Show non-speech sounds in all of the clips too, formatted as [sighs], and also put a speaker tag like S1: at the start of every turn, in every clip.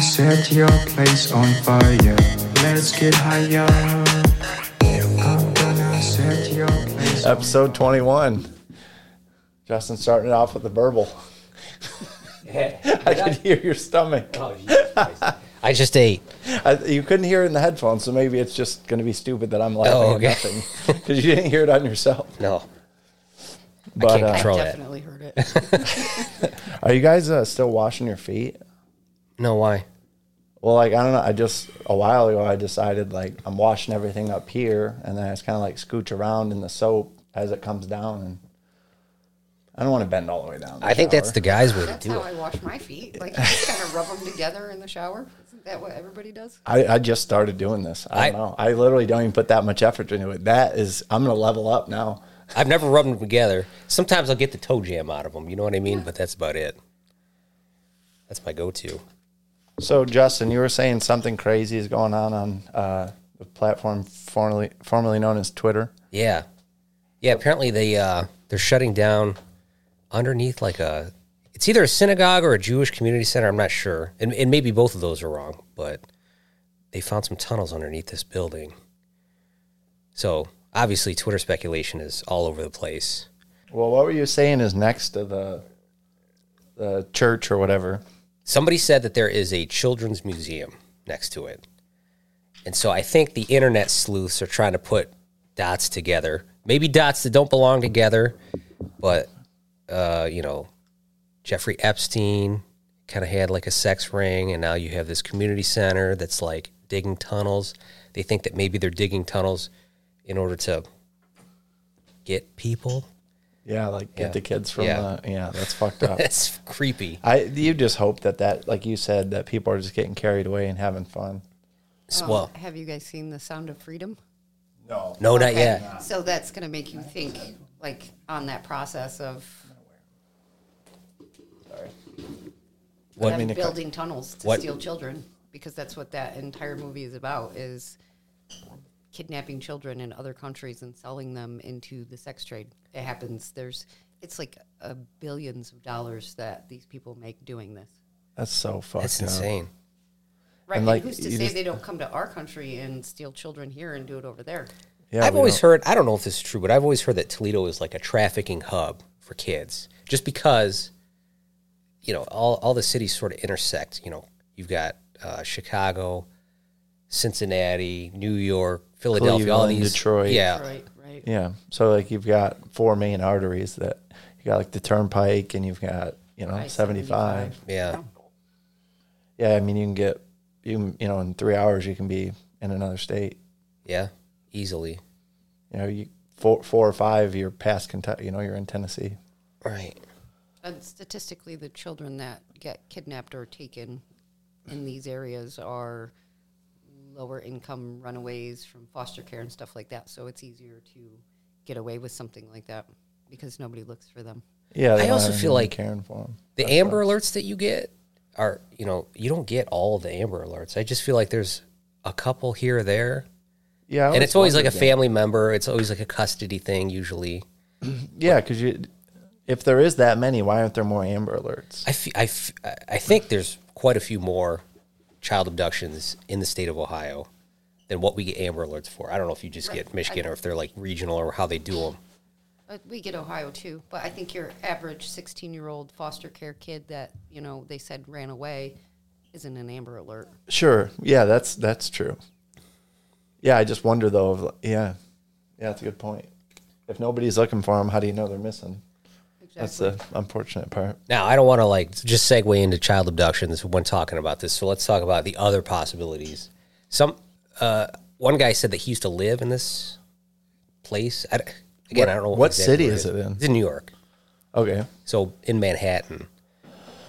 S1: Set your place on fire. Let's get higher. I'm gonna set your place.
S2: Episode 21. Justin starting it off with the burble. [laughs]
S3: [laughs]
S2: I could hear your stomach.
S3: Oh, Jesus Christ. [laughs] I just ate.
S2: I, you couldn't hear it in the headphones, so maybe it's just going to be stupid that I'm laughing
S3: Oh,
S2: at
S3: okay.
S2: nothing [laughs] because you didn't hear it on yourself.
S3: No.
S2: But
S3: can't
S2: uh,
S3: control- Throw it.
S4: Definitely heard
S3: [laughs]
S4: it.
S2: are you guys uh, still washing your feet?
S3: No, why?
S2: Well, like I don't know. I just a while ago I decided like I'm washing everything up here, and then I just kind of like scooch around in the soap as it comes down, and I don't want to bend all the way down. in the
S3: I think that's
S2: shower.
S3: the guy's way to
S4: That's
S3: do
S4: how
S3: it.
S4: I wash my feet. Like, you just kind of rub them together in the shower. Isn't that what everybody does?
S2: I, I just started doing this. I, don't
S3: I-
S2: know. I literally don't even put that much effort into it. That is, I'm gonna level up now.
S3: I've never rubbed them together. Sometimes I'll get the toe jam out of them. You know what I mean? But that's about it. That's my go-to.
S2: So, Justin, you were saying something crazy is going on on uh, the platform formerly formerly known as Twitter.
S3: Yeah, yeah. Apparently they uh, they're shutting down underneath like a. It's either a synagogue or a Jewish community center. I'm not sure, and, and maybe both of those are wrong. But they found some tunnels underneath this building. So obviously, Twitter speculation is all over the place.
S2: Well, what were you saying is next to the the church or whatever?
S3: somebody said that there is a children's museum next to it. And so I think the internet sleuths are trying to put dots together. Maybe dots that don't belong together, but uh, you know, Jeffrey Epstein kind of had like a sex ring and now you have this community center that's like digging tunnels. They think that maybe they're digging tunnels in order to get people. [laughs]
S2: Yeah, like get
S3: Yeah.
S2: the kids from
S3: Yeah.
S2: the yeah. [laughs] That's fucked up.
S3: That's creepy.
S2: I you just hope that that like you said that people are just getting carried away and having fun.
S3: So-
S4: Um,
S3: well,
S4: have you guys seen The Sound of Freedom?
S2: No,
S3: no, not
S4: Okay,
S3: yet.
S4: So that's going to make you think, like, on that process of
S2: What
S4: them
S2: mean to cut-
S4: building tunnels to
S3: What-
S4: steal children, because that's what that entire movie is about: is kidnapping children in other countries and selling them into the sex trade. It happens. There's, it's like a billions of dollars that these people make doing this.
S2: that's so fucked
S3: That's
S2: up.
S3: insane.
S2: And,
S4: Right. And,
S2: like,
S4: who's to
S2: you
S4: say
S2: just-
S4: they don't come to our country and steal children here and do it over there?
S2: Yeah,
S3: I've
S2: we
S3: always
S2: don't-
S3: heard, I don't know if this is true, but I've always heard that Toledo is like a trafficking hub for kids just because, you know, all, all the cities sort of intersect. You know, you've got uh, Chicago, Cincinnati, New York, Philadelphia, all
S2: Cleveland,
S3: these.
S2: Detroit.
S3: Yeah.
S4: Right. Right.
S2: Uh, Yeah. So like you've got four main arteries that you got like the turnpike and you've got, you know, 75.
S3: Yeah.
S2: Yeah, I mean you can get you can- you know in 3 hours you can be in another state.
S3: Yeah. Easily.
S2: You know, you four four or five you're past Kentucky, you know, you're in Tennessee.
S3: Right.
S4: And statistically, the children that get kidnapped or taken in these areas are lower income runaways from foster care and stuff like that. So it's easier to get away with something like that because nobody looks for them.
S2: Yeah, they
S3: I
S2: don't
S3: also
S2: have
S3: feel
S2: anyone
S3: like-
S2: caring for them.
S3: The Amber Alerts that you get are, you know, you don't get all the Amber Alerts. I just feel like there's a couple here or there.
S2: Yeah, I
S3: And it's always like
S2: wondered
S3: a
S2: that.
S3: family member. It's always like a custody thing, usually.
S2: Yeah, cuz you if there is that many, why aren't there more Amber Alerts?
S3: I, f- I, f- I think there's quite a few more child abductions in the state of Ohio than what we get Amber Alerts for. I don't know if you just get Michigan or if they're like regional or how they do them.
S4: Uh, we get Ohio too, but I think your average 16 year old foster care kid that, you know, they said ran away isn't an Amber Alert.
S2: Sure. Yeah, that's that's true. Yeah, I just wonder though. If, yeah, yeah, that's a good point. If nobody's looking for them, how do you know they're missing? That's the unfortunate part.
S3: Now, I don't want to like just segue into child abductions when talking about this. So let's talk about the other possibilities. Some uh, one guy said that he used to live in this place. I d again, I don't know
S2: What- what
S3: exactly
S2: city
S3: where
S2: is it in?
S3: It's in New York.
S2: Okay.
S3: so in Manhattan.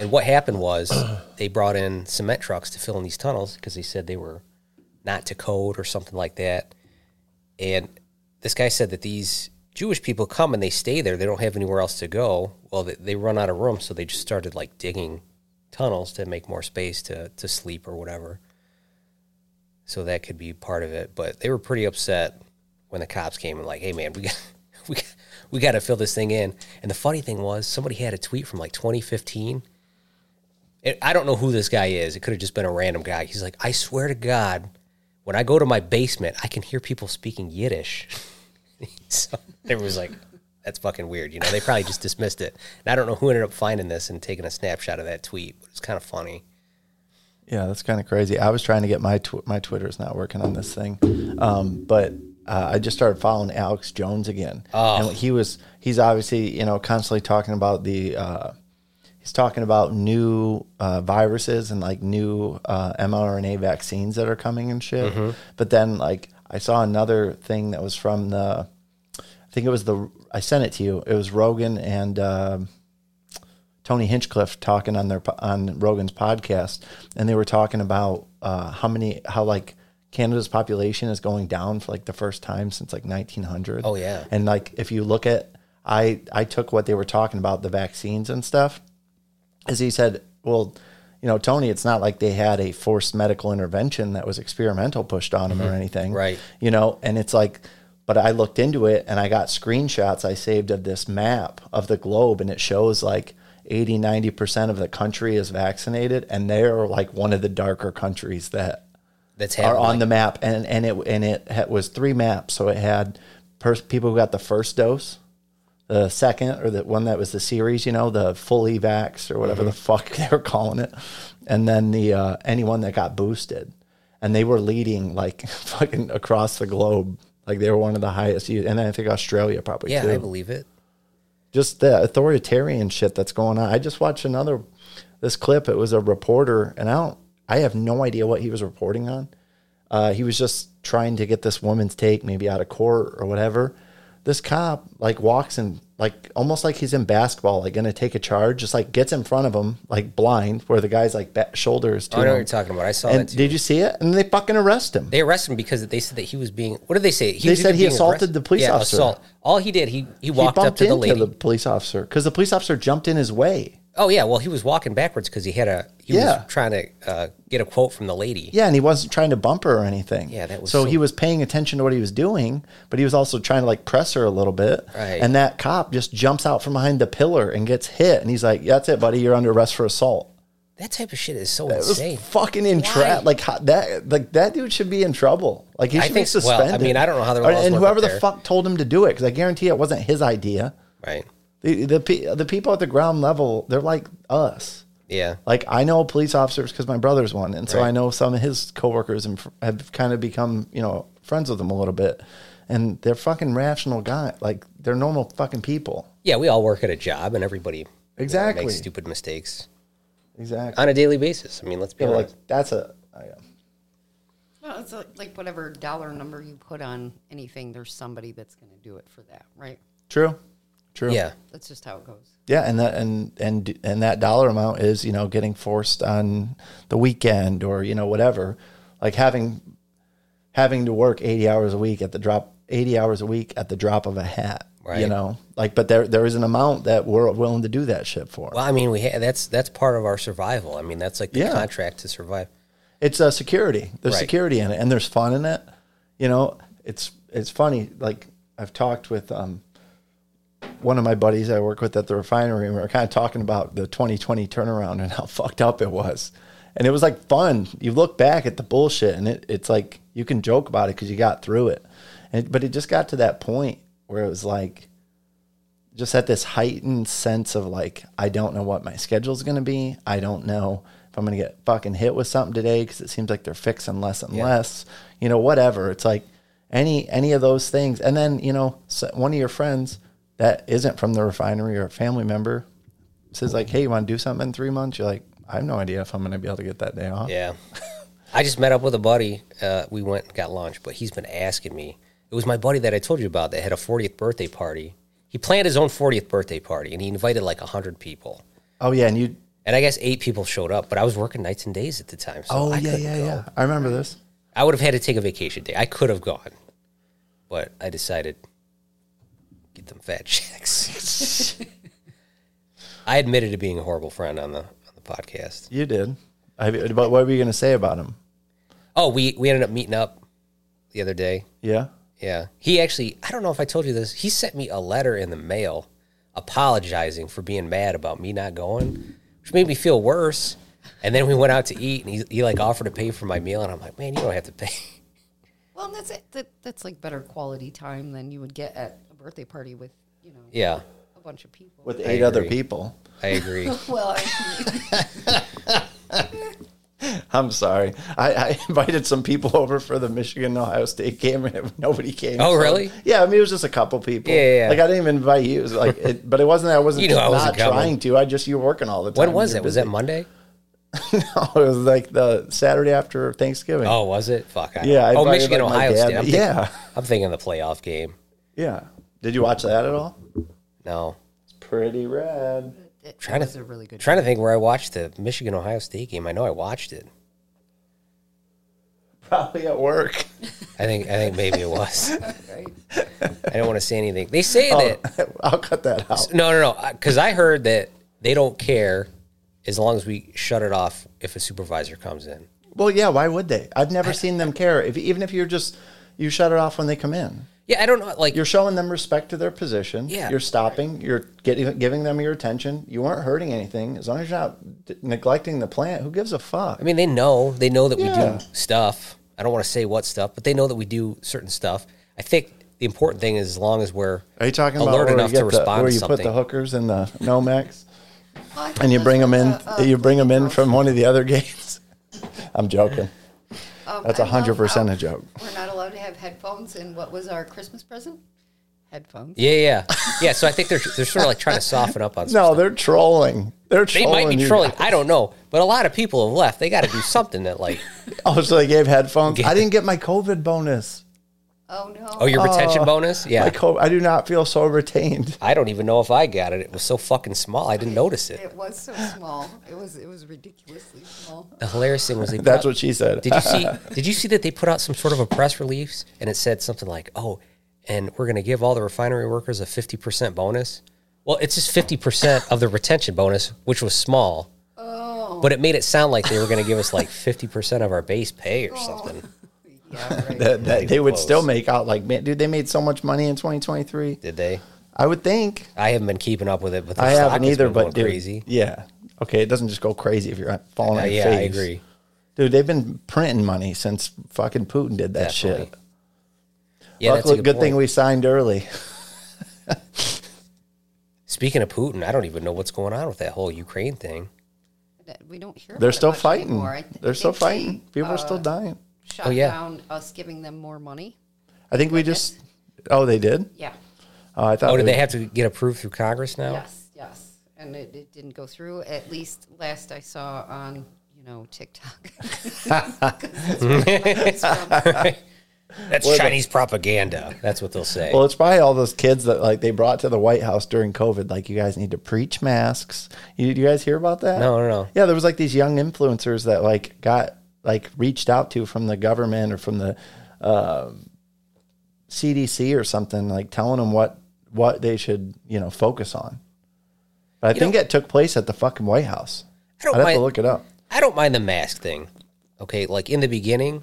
S3: And what happened was they brought in cement trucks to fill in these tunnels because they said they were not to code or something like that. And this guy said that these Jewish people come and they stay there. They don't have anywhere else to go. Well, they, they run out of room, so they just started like digging tunnels to make more space to, to sleep or whatever. So that could be part of it. But they were pretty upset when the cops came and like, hey man, we got [laughs] we got, we got to fill this thing in. And the funny thing was, somebody had a tweet from like 2015, And I don't know who this guy is. It could have just been a random guy. He's like, I swear to God, when I go to my basement, I can hear people speaking Yiddish. [laughs] so everyone's like, that's fucking weird. You know, they probably just dismissed it. And I don't know who ended up finding this and taking a snapshot of that tweet, but it's kind of funny.
S2: Yeah, that's kind of crazy. I was trying to get my tw- my Twitter's not working on this thing, um, but uh, I just started following Alex Jones again. Oh. And he was he's obviously you know constantly talking about the uh, he's talking about new uh, viruses and like new uh, mRNA vaccines that are coming and shit.
S3: Mm-hmm.
S2: But then like I saw another thing that was from the I think it was the I sent it to you. It was Rogan and. um Tony Hinchcliffe talking on their po- on Rogan's podcast, and they were talking about uh, how many how like Canada's population is going down for like the first time since like 1900.
S3: Oh, yeah.
S2: and like if you look at I I took what they were talking about the vaccines and stuff, as he said, well. You know, Tony, it's not like they had a forced medical intervention that was experimental pushed on them or anything.
S3: Right.
S2: You know, and it's like, but I looked into it and I got screenshots I saved of this map of the globe and it shows like 80, 90% of the country is vaccinated and they're like one of the darker countries that
S3: That's
S2: are
S3: happening.
S2: on the map. And, and it, and it ha- was three maps. So it had pers- people who got the first dose. The second, or the one that was the series, you know, the fully vax or whatever
S3: Mm-hmm.
S2: the fuck [laughs] they were calling it, and then the uh, anyone that got boosted, and they were leading like [laughs] fucking across the globe, like they were one of the highest, u- and I think Australia probably
S3: yeah,
S2: too
S3: I believe it.
S2: just the authoritarian shit that's going on. I just watched another this clip. It was a reporter, and I don't, I have no idea what he was reporting on. Uh, he was just trying to get this woman's take, maybe out of court or whatever. This cop like walks in, like almost like he's in basketball, like going to take a charge, just like gets in front of him, like blind, where the guy's like ba- shoulders to
S3: Oh, I know what
S2: him.
S3: you're talking about. I saw
S2: and
S3: that too.
S2: did you see it? And they fucking arrest him.
S3: They arrested him because they said that he was being. What did they say? He
S2: They
S3: was
S2: said
S3: either
S2: he
S3: being
S2: assaulted
S3: aggressive-
S2: the police
S3: yeah,
S2: officer.
S3: Assault. All he did, he he
S2: he
S3: walked up
S2: bumped
S3: to the
S2: into
S3: lady.
S2: the police officer because the police officer jumped in his way.
S3: oh yeah, well he was walking backwards because he had a. He
S2: Yeah.
S3: was trying to uh, get a quote from the lady.
S2: Yeah, and he wasn't trying to bump her or anything.
S3: Yeah, that was
S2: so,
S3: so-
S2: he was paying attention to what he was doing, but he was also trying to like press her a little bit.
S3: Right.
S2: And that cop just jumps out from behind the pillar and gets hit, and he's like, yeah, "That's it, buddy. You're under arrest for assault."
S3: That type of shit is so
S2: It was
S3: insane.
S2: fucking in
S3: Why?
S2: trap. Like how, that. Like that dude should be in trouble. Like he
S3: I
S2: should be
S3: think- well, I
S2: suspended.
S3: mean, I don't know how the
S2: Or-
S3: laws
S2: and
S3: work
S2: whoever
S3: up
S2: the
S3: there.
S2: fuck told him to do it, because I guarantee it wasn't his idea.
S3: Right.
S2: The, the pe- the people at the ground level, they're like us.
S3: Yeah.
S2: Like I know police officers because my brother's one, and so
S3: Right.
S2: I know some of his coworkers and fr- have kind of become you know friends with them a little bit, and they're fucking rational guy. Like they're normal fucking people.
S3: Yeah. We all work at a job, and everybody you know,
S2: Exactly.
S3: makes stupid mistakes
S2: Exactly.
S3: on a daily basis. I mean, let's be
S2: So, like
S3: honest.
S2: that's a I, uh,
S4: Well, it's like- like whatever dollar number you put on anything, there's somebody that's going to do it for that, right?
S2: true, true.
S3: yeah.
S4: That's just how it goes.
S2: yeah, and that and and and that dollar amount is you know getting forced on the weekend or you know whatever, like having having to work 80 hours a week at the drop 80 hours a week at the drop of a hat you
S3: Right.
S2: know like but there there is an amount that we're willing to do that shit for
S3: Well, I mean, we ha- that's that's part of our survival. I mean, that's like the
S2: Yeah.
S3: contract to survive.
S2: it's uh, security. There's
S3: Right.
S2: security in it, and there's fun in it. You know, it's it's funny. Like I've talked with um, one of my buddies I work with at the refinery, and we were kind of talking about the 2020 turnaround and how [laughs] fucked up it was. And it was like fun. You look back at the bullshit, and it, it's like you can joke about it because you got through it. And but it just got to that point where it was like just at this heightened sense of like, I don't know what my schedule's going to be. I don't know if I'm going to get fucking hit with something today because it seems like they're fixing less and less. You know, whatever. It's like any any of those things. And then you know, so one of your friends that isn't from the refinery or a family member says like, "Hey, you want to do something in three months?" You're like, "I have no idea if I'm going to be able to get that day off."
S3: Yeah. I just met up with a buddy. Uh, we went and got lunch, but he's been asking me. It was my buddy that I told you about that had a 40th birthday party. He planned his own 40th birthday party and he invited like 100 people.
S2: Oh yeah, and you.
S3: And I guess eight people showed up, but I was working nights and days at the time. So
S2: Oh
S3: I
S2: yeah,
S3: couldn't
S2: yeah,
S3: go.
S2: yeah. I remember this.
S3: I would have had to take a vacation day. I could have gone, but I decided get them fat [laughs] checks. I admitted to being a horrible friend on the on the podcast.
S2: You did. I, but what were you going to say about him?
S3: Oh, we we ended up meeting up the other day.
S2: Yeah.
S3: Yeah. He actually, I don't know if I told you this, he sent me a letter in the mail apologizing for being mad about me not going, which made me feel worse. And then we went out to eat, and he, he like offered to pay for my meal, and I'm like, man, you don't have to pay. [laughs]
S4: Well, and that's it. That, that's like better quality time than you would get at a birthday party with, you know,
S3: Yeah,
S4: a bunch of people.
S2: with eight other
S3: agree.
S2: people.
S3: I
S2: [laughs]
S3: agree.
S4: well, [laughs] I,
S2: I'm sorry. I, I [laughs] invited some people over for the Michigan Ohio State game and nobody came.
S3: Oh, really?
S2: Yeah, I mean it was just a couple people.
S3: Yeah, yeah, yeah.
S2: Like I didn't even invite you. It was like, it, but it wasn't. that I wasn't
S3: You know I
S2: not
S3: wasn't coming.
S2: trying to. I just you were working all the time.
S3: When
S2: and
S3: was
S2: you're
S3: it? Was
S2: busy.
S3: that Monday?
S2: [laughs] No, it was like the Saturday after Thanksgiving.
S3: Oh, was it? Fuck. I
S2: Yeah, I
S3: oh,
S2: invited,
S3: Michigan,
S2: like, my
S3: Ohio
S2: dad.
S3: State. I'm thinking,
S2: Yeah. [laughs]
S3: I'm thinking the playoff game.
S2: yeah. Did you watch that at all?
S3: No,
S2: It's pretty rad.
S4: it,
S3: Trying
S4: trying
S3: to-
S4: was a really good.
S3: trying to think where I watched the Michigan Ohio State game. I know I watched it.
S2: Probably at work. [laughs]
S3: I think I think maybe it was.
S4: right?
S3: I don't want to say anything. They say
S2: Oh.
S3: that
S2: I'll cut that out.
S3: No, no, no. Because I heard that they don't care as long as we shut it off if a supervisor comes in.
S2: Well, yeah. Why would they? I've never seen them care. If even if you're just you shut it off when they come in.
S3: Yeah, I don't know. Like,
S2: You're showing them respect to their position.
S3: Yeah.
S2: You're stopping. You're getting giving them your attention. You aren't hurting anything as long as you're not d- neglecting the plant. Who gives a fuck?
S3: I mean, they know they know that
S2: Yeah.
S3: we do stuff. I don't want to say what stuff, but they know that we do certain stuff. I think the important thing is as long as we're
S2: Are you talking about
S3: alert
S2: where,
S3: enough
S2: you
S3: to
S2: get the,
S3: respond
S2: where
S3: to
S2: you
S3: something.
S2: put the hookers in the
S4: [laughs]
S2: Nomex
S4: Well, I think
S2: and you
S4: that's
S2: bring them
S4: what
S2: in?
S4: the, uh,
S2: you bring them in from one of the other gates. [laughs] I'm joking.
S4: um,
S2: That's
S4: I
S2: a hundred
S4: love how
S2: percent a joke.
S4: We're not allowed to have headphones. And what was our Christmas present? Headphones.
S3: yeah, yeah, yeah. So I think they're they're sort of like trying to soften up on. Some
S2: [laughs] No,
S3: stuff.
S2: they're trolling. They're
S3: they
S2: trolling.
S3: might be
S2: you
S3: trolling.
S2: guys.
S3: I don't know, but a lot of people have left. They got to do something that like.
S2: Oh, so they gave headphones. I didn't get my COVID bonus.
S4: Oh no.
S3: Oh,
S2: [laughs]
S3: your retention bonus? Yeah.
S2: My co- I do not feel so retained.
S3: I don't even know if I got it. It was so fucking small. I didn't notice it.
S4: It was so small. It was it was ridiculously small.
S3: The hilarious thing
S2: [laughs]
S3: was they put
S2: That's
S3: out-
S2: what she said. [laughs]
S3: [laughs] Did you see? did you see that they put out some sort of a press release and it said something like, "Oh, and we're going to give all the refinery workers a fifty percent bonus." Well, it's just fifty percent of the retention bonus, which was small. Oh. But it made it sound like they were going to give us like fifty percent of our base pay or something.
S4: Yeah, right.
S2: that, that they would
S3: close.
S2: still make out like man, dude, they made so much money in 2023.
S3: Did they?
S2: I would think.
S3: I haven't been keeping up with it, but the
S2: I
S3: stock
S2: haven't
S3: has
S2: either,
S3: been
S2: but
S3: going
S2: dude,
S3: crazy.
S2: yeah. Okay, it doesn't just go crazy if you're falling
S3: Uh,
S2: on your
S3: yeah, I
S2: face.
S3: agree.
S2: Dude, they've been printing money since fucking Putin did that
S3: Definitely.
S2: shit.
S3: Yeah, that's
S2: Luckily,
S3: a good,
S2: good thing
S3: point.
S2: we signed
S3: [laughs]
S2: early. [laughs]
S3: Speaking of Putin, I don't even know what's going on with that whole Ukraine thing.
S4: That we don't hear.
S2: They're
S4: about it
S2: still
S4: much
S2: fighting.
S4: anymore. I th-
S2: They're still
S4: think
S2: fighting.
S4: they,
S2: People are still
S4: uh,
S2: dying.
S4: Shut
S3: Oh, yeah.
S4: down us giving them more money.
S2: I think we just. Oh, they did.
S4: Yeah.
S2: Oh, I thought.
S3: Oh, did
S2: we-
S3: they have to get approved through Congress now?
S4: Yes. Yes. And it, it didn't go through. At least last I saw on you know TikTok. [laughs] 'Cause that's where my money's from.
S3: That's Chinese propaganda. That's what they'll say.
S2: Well, it's probably all those kids that like they brought to the White House during COVID. Like, you guys need to preach masks. You, you guys hear about that?
S3: No, no, no.
S2: Yeah, there was like these young influencers that like got like reached out to from the government or from the uh, CDC or something, like telling them what what they should you know focus on. But I think it took place at the fucking White House.
S3: I don't
S2: I'd have
S3: mind-
S2: to look it up.
S3: I don't mind the mask thing. Okay, like in the beginning,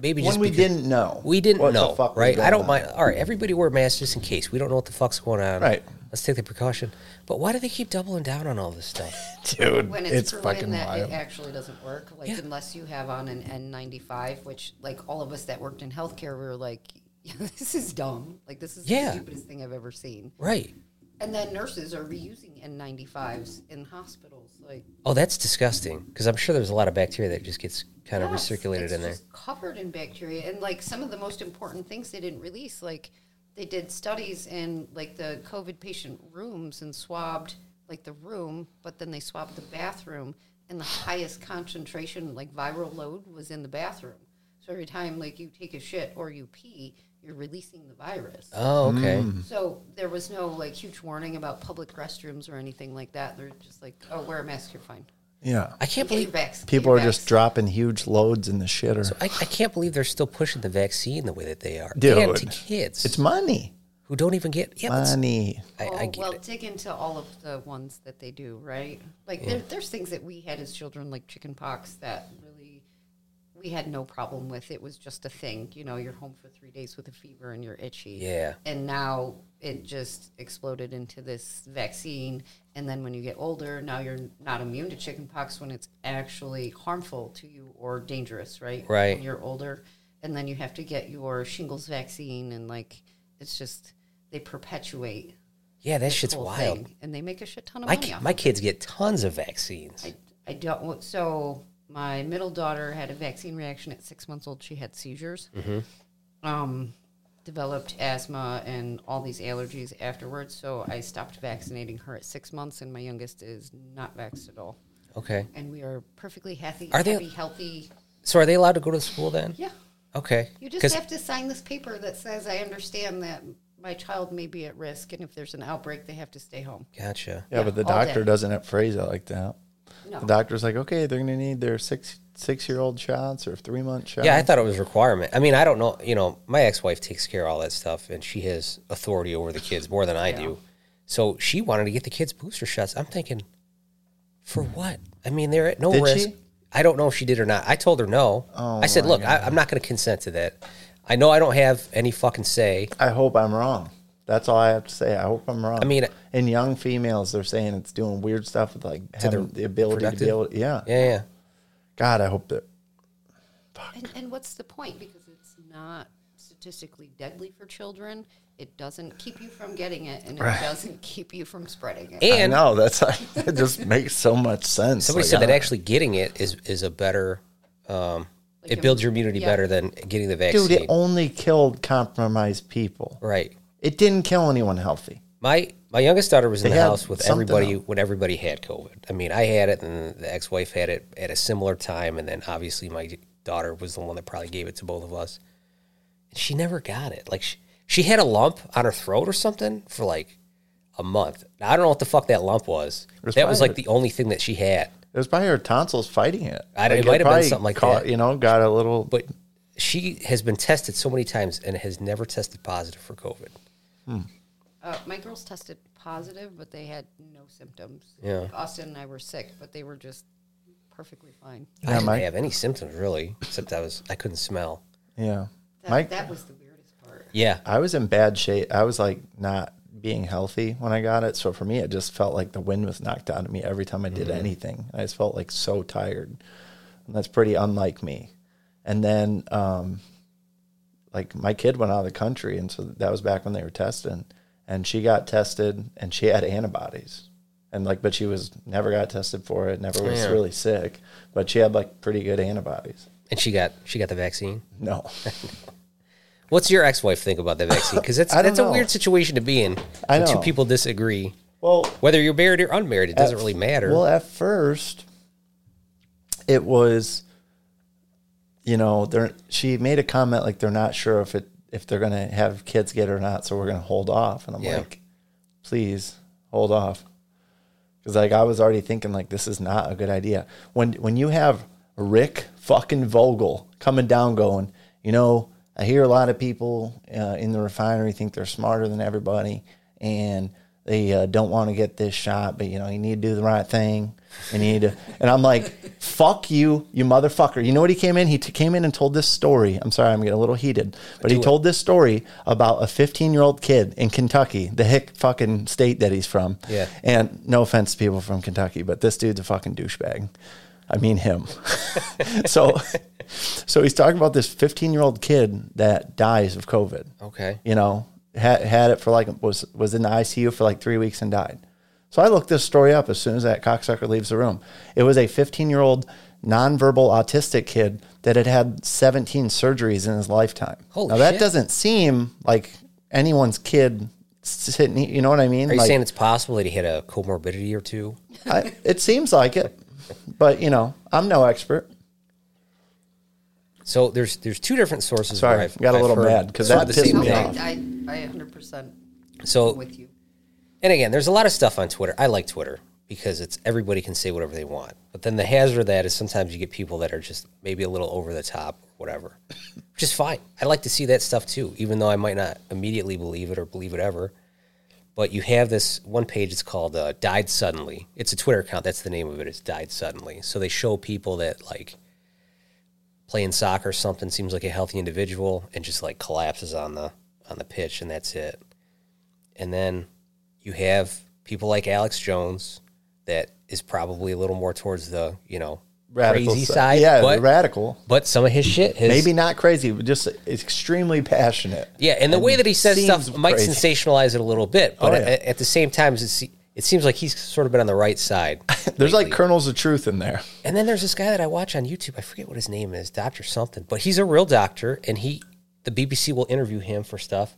S3: maybe just
S2: When we
S3: because-
S2: didn't know,
S3: we didn't
S2: what the
S3: know,
S2: fuck was
S3: right?
S2: going
S3: I don't
S2: on.
S3: mind. All right, everybody wear masks just in case. We don't know what the fuck's going on.
S2: Right.
S3: Let's take the precaution. But why do they keep doubling down on all this stuff?
S2: [laughs] dude.
S4: when it's,
S2: it's
S4: proven
S2: fucking
S4: that
S2: wild.
S4: it actually doesn't work, like unless you have on an N95, which like all of us that worked in healthcare, we were like, [laughs] this is dumb. Like this is
S3: Yeah.
S4: the stupidest thing I've ever seen.
S3: Right.
S4: And then nurses are reusing N95s in hospitals. Like
S3: Oh, that's disgusting. Because I'm sure there's a lot of bacteria that just gets kind of
S4: yes,
S3: recirculated
S4: it's
S3: in there.
S4: just covered in bacteria. And like some of the most important things they didn't release, like they did studies in like the COVID patient rooms and swabbed like the room, but then they swabbed the bathroom, and the highest concentration like viral load was in the bathroom. So every time like you take a shit or you pee, you're releasing the virus.
S3: Oh, okay.
S2: Mm.
S4: So there was no like huge warning about public restrooms or anything like that. They're just like, oh, wear a mask, you're fine.
S2: Yeah,
S3: I can't
S4: Get your
S3: believe
S4: vax.
S2: people are just dropping huge loads in the shitter.
S3: I, I can't believe they're still pushing the vaccine the way that they are.
S2: Dude.
S3: and to kids
S2: it's money,
S3: who don't even get yeah, but it's-
S2: money.
S3: I,
S4: oh,
S3: I get
S4: well,
S3: it.
S4: dig into all of the ones that they do, right? Like there, there's things that we had as children, like chicken pox, that really we we had no problem with. It was just a thing. You know, you're home for three days with a fever and you're itchy.
S3: Yeah.
S4: And now it just exploded into this vaccine. And then when you get older, now you're not immune to chickenpox when it's actually harmful to you or dangerous, right?
S3: Right.
S4: When you're older. And then you have to get your shingles vaccine. And like, it's just, they perpetuate
S3: Yeah, that
S4: this
S3: shit's
S4: whole
S3: wild.
S4: thing, And they make a shit ton of
S3: My,
S4: money
S3: ki-
S4: off
S3: my kids get tons of vaccines.
S4: Oh, I, I don't. want- So my middle daughter had a vaccine reaction at six months old. She had seizures,
S3: Mm-hmm.
S4: um, developed asthma, and all these allergies afterwards. So I stopped vaccinating her at six months, and my youngest is not vaxxed at all.
S3: Okay.
S4: And we are perfectly happy,
S3: Are they-
S4: happy, healthy.
S3: So are they allowed to go to school then?
S4: Yeah,
S3: Okay.
S4: you
S3: 'Cause-
S4: just have to sign this paper that says I understand that my child may be at risk, and if there's an outbreak, they have to stay home.
S3: Gotcha.
S2: Yeah, but the
S4: all
S2: doctor
S4: day.
S2: doesn't phrase it like that.
S4: No.
S2: The doctor's like, okay, they're gonna need their six six year old shots or three month shots.
S3: Yeah, I thought it was a requirement. I mean, I don't know. You know, my ex wife takes care of all that stuff, and she has authority over the kids more than I do. So she wanted to get the kids booster shots. I'm thinking, for what? I mean, they're at no
S2: Did
S3: risk.
S2: she? Oh
S3: I don't know if she did or not. I told her no. I said, look, I, I'm not going to consent to that. I know I don't have any fucking say.
S2: I hope I'm wrong. That's all I have to say. I hope I'm wrong.
S3: I mean-
S2: in young females, they're saying it's doing weird stuff with like having the ability to
S3: productive?
S2: be able. To, yeah.
S3: Yeah, yeah.
S2: God, I hope that.
S4: And, and what's the point? Because it's not statistically deadly for children. It doesn't keep you from getting it, and it doesn't keep you from spreading it.
S2: I
S3: And
S2: know that's [laughs] like, it just makes so much sense.
S3: somebody
S2: Like,
S3: said
S2: I
S3: that
S4: uh,
S2: don't-
S3: actually getting it is is a better. Um,
S4: Like
S3: it builds your
S4: im-
S3: immunity
S4: yeah.
S3: better than getting the vaccine.
S2: dude, it only killed compromised people.
S3: right.
S2: It didn't kill anyone healthy.
S3: My my youngest daughter was in
S2: They
S3: the
S2: had
S3: house with
S2: something
S3: everybody
S2: else.
S3: when everybody had COVID. I mean, I had it, and the ex-wife had it at a similar time, and then obviously my daughter was the one that probably gave it to both of us. And she never got it. Like she, she had a lump on her throat or something for like a month. Now, I don't know what the fuck that lump was.
S2: was
S3: That was
S2: probably-
S3: like the only thing that she had.
S2: It was probably her tonsils fighting it.
S3: I don't- it
S2: Like,
S3: might have been
S2: probably
S3: something like
S2: caught,
S3: that.
S2: You know, got a little.
S3: But she has been tested so many times and has never tested positive for COVID.
S4: Uh, my girls tested positive, but they had no symptoms.
S3: Yeah.
S4: Like, Austin and I were sick, but they were just perfectly fine.
S3: I didn't
S2: my-
S3: have any symptoms really, except I was I couldn't smell.
S2: yeah,
S4: That,
S2: Mike,
S4: that was the weirdest part.
S3: Yeah,
S2: I was in bad shape. I was like not being healthy when I got it. So for me, it just felt like the wind was knocked out of me every time I did anything. I just felt like so tired. And that's pretty unlike me. And then, um, like my kid went out of the country, and so that was back when they were testing. And she got tested, and she had antibodies, and like, but she was never got tested for it. Never was
S3: Yeah.
S2: really sick, but she had like pretty good antibodies.
S3: and she got she got the vaccine.
S2: No, [laughs]
S3: What's your ex-wife think about the vaccine? Because
S2: [laughs]
S3: that's
S2: I don't
S3: that's a
S2: know.
S3: weird situation to be in.
S2: I
S3: when Two
S2: know.
S3: people disagree.
S2: well,
S3: Whether you're married or unmarried, it doesn't
S2: at-
S3: really matter.
S2: Well, at first, it was, you know, they're, she made a comment like they're not sure if it if they're gonna have kids get it or not, so we're gonna hold off. And I'm
S3: Yeah.
S2: like, please hold off, because like I was already thinking like this is not a good idea. When when you have Rick fucking Vogel coming down going, you know, I hear a lot of people uh, in the refinery think they're smarter than everybody and they uh, don't want to get this shot, but you know, you need to do the right thing. And you need to, [laughs] and I'm like, fuck you, you motherfucker. You know what he came in? He t- came in and told this story. I'm sorry, I'm getting a little heated, but he told this story about a 15 year old kid in Kentucky, the hick fucking state that he's from.
S3: Yeah.
S2: And no offense to people from Kentucky, but this dude's a fucking douchebag. I mean him. [laughs] so so he's talking about this 15 year old kid that dies of COVID.
S3: okay.
S2: You know, had had it for like was was in the ICU for like three weeks and died. So I looked this story up as soon as that cocksucker leaves the room. It was a 15 year old nonverbal autistic kid that had had 17 surgeries in his lifetime.
S3: Holy
S2: now that
S3: shit.
S2: doesn't seem like anyone's kid sitting. You know what I mean?
S3: Are you
S2: like,
S3: saying it's possible that he had a comorbidity or two?
S2: I, it seems like it, but you know, I'm no expert.
S3: So there's there's two different sources.
S2: Sorry,
S3: where I've,
S2: got a
S3: I've
S2: little
S3: heard-
S2: mad 'cause
S3: heard
S2: that
S3: the
S2: pissed
S3: same
S2: me
S4: No,
S3: thing.
S2: off.
S4: I, I, I 100%
S3: So
S4: am with you.
S3: And again, there's a lot of stuff on Twitter. I like Twitter because it's everybody can say whatever they want. But then the hazard of that is sometimes you get people that are just maybe a little over the top or whatever, which is fine. I like to see that stuff too, even though I might not immediately believe it or believe it ever. But you have this one page, it's called uh, Died Suddenly. It's a Twitter account. That's the name of it. It's Died Suddenly. So they show people that, like, playing soccer or something, seems like a healthy individual, and just like collapses on the on the pitch, and that's it. And then you have people like Alex Jones that is probably a little more towards the you know
S2: Radical
S3: crazy
S2: si-
S3: side,
S2: Yeah,
S3: but,
S2: radical.
S3: but some of his shit, his,
S2: Maybe not crazy, but just extremely passionate.
S3: Yeah, and the way that he says
S2: seems
S3: stuff might
S2: crazy.
S3: sensationalize it a little bit, but
S2: Oh,
S3: at,
S2: yeah.
S3: at the same time, it's, it seems like he's sort of been on the right side.
S2: [laughs] There's like kernels of truth in there.
S3: and then there's this guy that I watch on YouTube. I forget what his name is, Doctor something, but he's a real doctor, and he the BBC will interview him for stuff.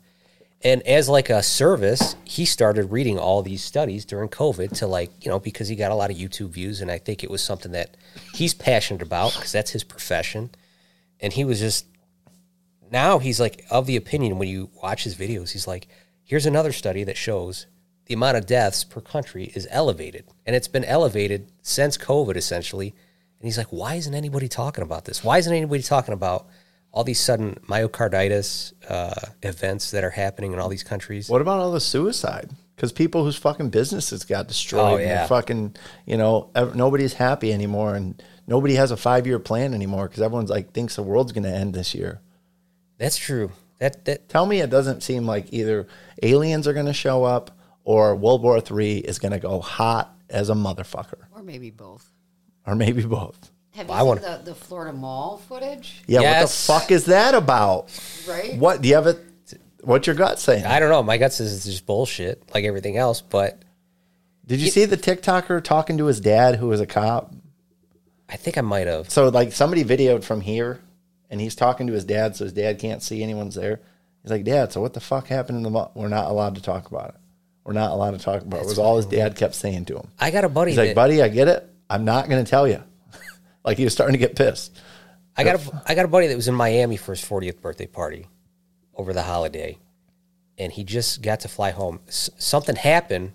S3: And as like a service, he started reading all these studies during COVID to like you know because he got a lot of YouTube views, and I think it was something that he's passionate about because that's his profession. And he was just now he's like of the opinion when you watch his videos, he's like, here's another study that shows the amount of deaths per country is elevated. And it's been elevated since COVID essentially. And he's like, why isn't anybody talking about this? Why isn't anybody talking about all these sudden myocarditis uh, events that are happening in all these countries?
S2: What about all the suicide? Because people whose fucking businesses got destroyed,
S3: Oh,
S2: and
S3: yeah.
S2: they're fucking, you know, ev- nobody's happy anymore, and nobody has a five year plan anymore because everyone's like thinks the world's gonna end this year.
S3: That's true. That that
S2: Tell me, it doesn't seem like either aliens are gonna show up or World War Three is gonna go hot as a motherfucker,
S4: or maybe both.
S2: or maybe both.
S4: Have
S3: Well, I
S4: you
S3: wanna-
S4: seen the, the Florida Mall footage?
S2: Yeah,
S3: Yes.
S2: what the fuck is that about?
S4: Right?
S2: What do you have it? What's your gut saying?
S3: I don't know. My gut says it's just bullshit, like everything else. But
S2: Did you see the TikToker talking to his dad, who was a cop?
S3: I think I might have.
S2: So like somebody videoed from here, and he's talking to his dad, so his dad can't see anyone's there. He's like, Dad, so what the fuck happened in the? Mo-? We're not allowed to talk about it. We're not allowed to talk about it. It was all his dad kept saying to him.
S3: I got a buddy.
S2: He's like,
S3: that-
S2: Buddy, I get it. I'm not going to tell you. [laughs] like he was starting to get pissed.
S3: I got a, I got a buddy that was in Miami for his 40th birthday party over the holiday, and he just got to fly home. S- something happened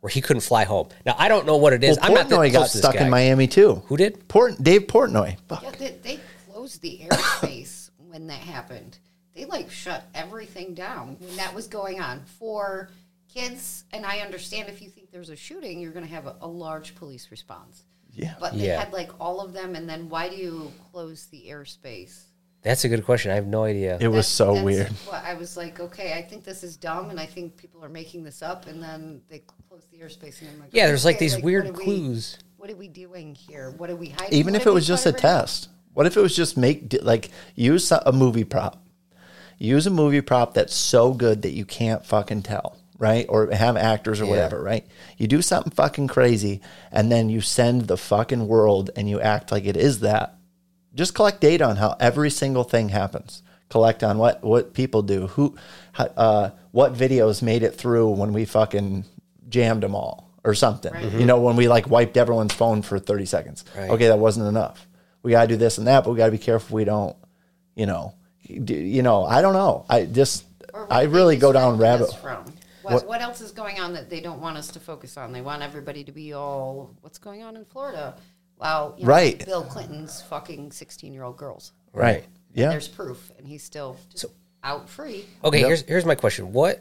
S3: where he couldn't fly home. Now I don't know what it is.
S2: Well,
S3: I'm not that
S2: Portnoy
S3: close
S2: got
S3: to this
S2: stuck
S3: guy.
S2: in Miami too.
S3: Who did?
S2: Port Dave Portnoy. Fuck.
S4: Yeah, they, they closed the airspace when that happened. They like shut everything down when that was going on for kids. And I understand if you think there's a shooting, you're going to have a, a large police response.
S2: Yeah.
S4: But they
S3: Yeah.
S4: had like all of them, and then why do you close the airspace?
S3: That's a good question. I have no idea.
S2: It was
S4: That's-
S2: so
S4: that's
S2: weird.
S4: What I was like, okay, I think this is dumb, and I think people are making this up. And then they closed the airspace, and I'm like,
S3: yeah, there's like
S4: okay,
S3: these
S4: what
S3: weird
S4: are we-
S3: clues.
S4: what are we doing here? What are we hiding?
S2: even
S4: What
S2: if
S4: are
S2: it
S4: we
S2: was just a
S4: covering up?
S2: test what if it was just make di- like use so- a movie prop use a movie prop that's so good that you can't fucking tell right or have actors or whatever right you do something fucking crazy and then you send the fucking world and you act like it is that just collect data on how every single thing happens collect on what what people do who how- uh, what videos made it through when we fucking jammed them all or something you know when we like wiped everyone's phone for 30 seconds okay that wasn't enough we got to do this and that but we got to be careful we don't you know do, you know i don't know i just
S4: Or where
S2: i
S4: they
S2: really go down
S4: distracted
S2: rabbit
S4: us From what, what? else is going on that they don't want us to focus on? They want everybody to be all what's going on in Florida. Wow, you know,
S2: Right.
S4: Bill Clinton's fucking sixteen-year-old girls.
S2: right yeah
S4: There's proof, and he's still just out free.
S3: Okay, here's here's my question. What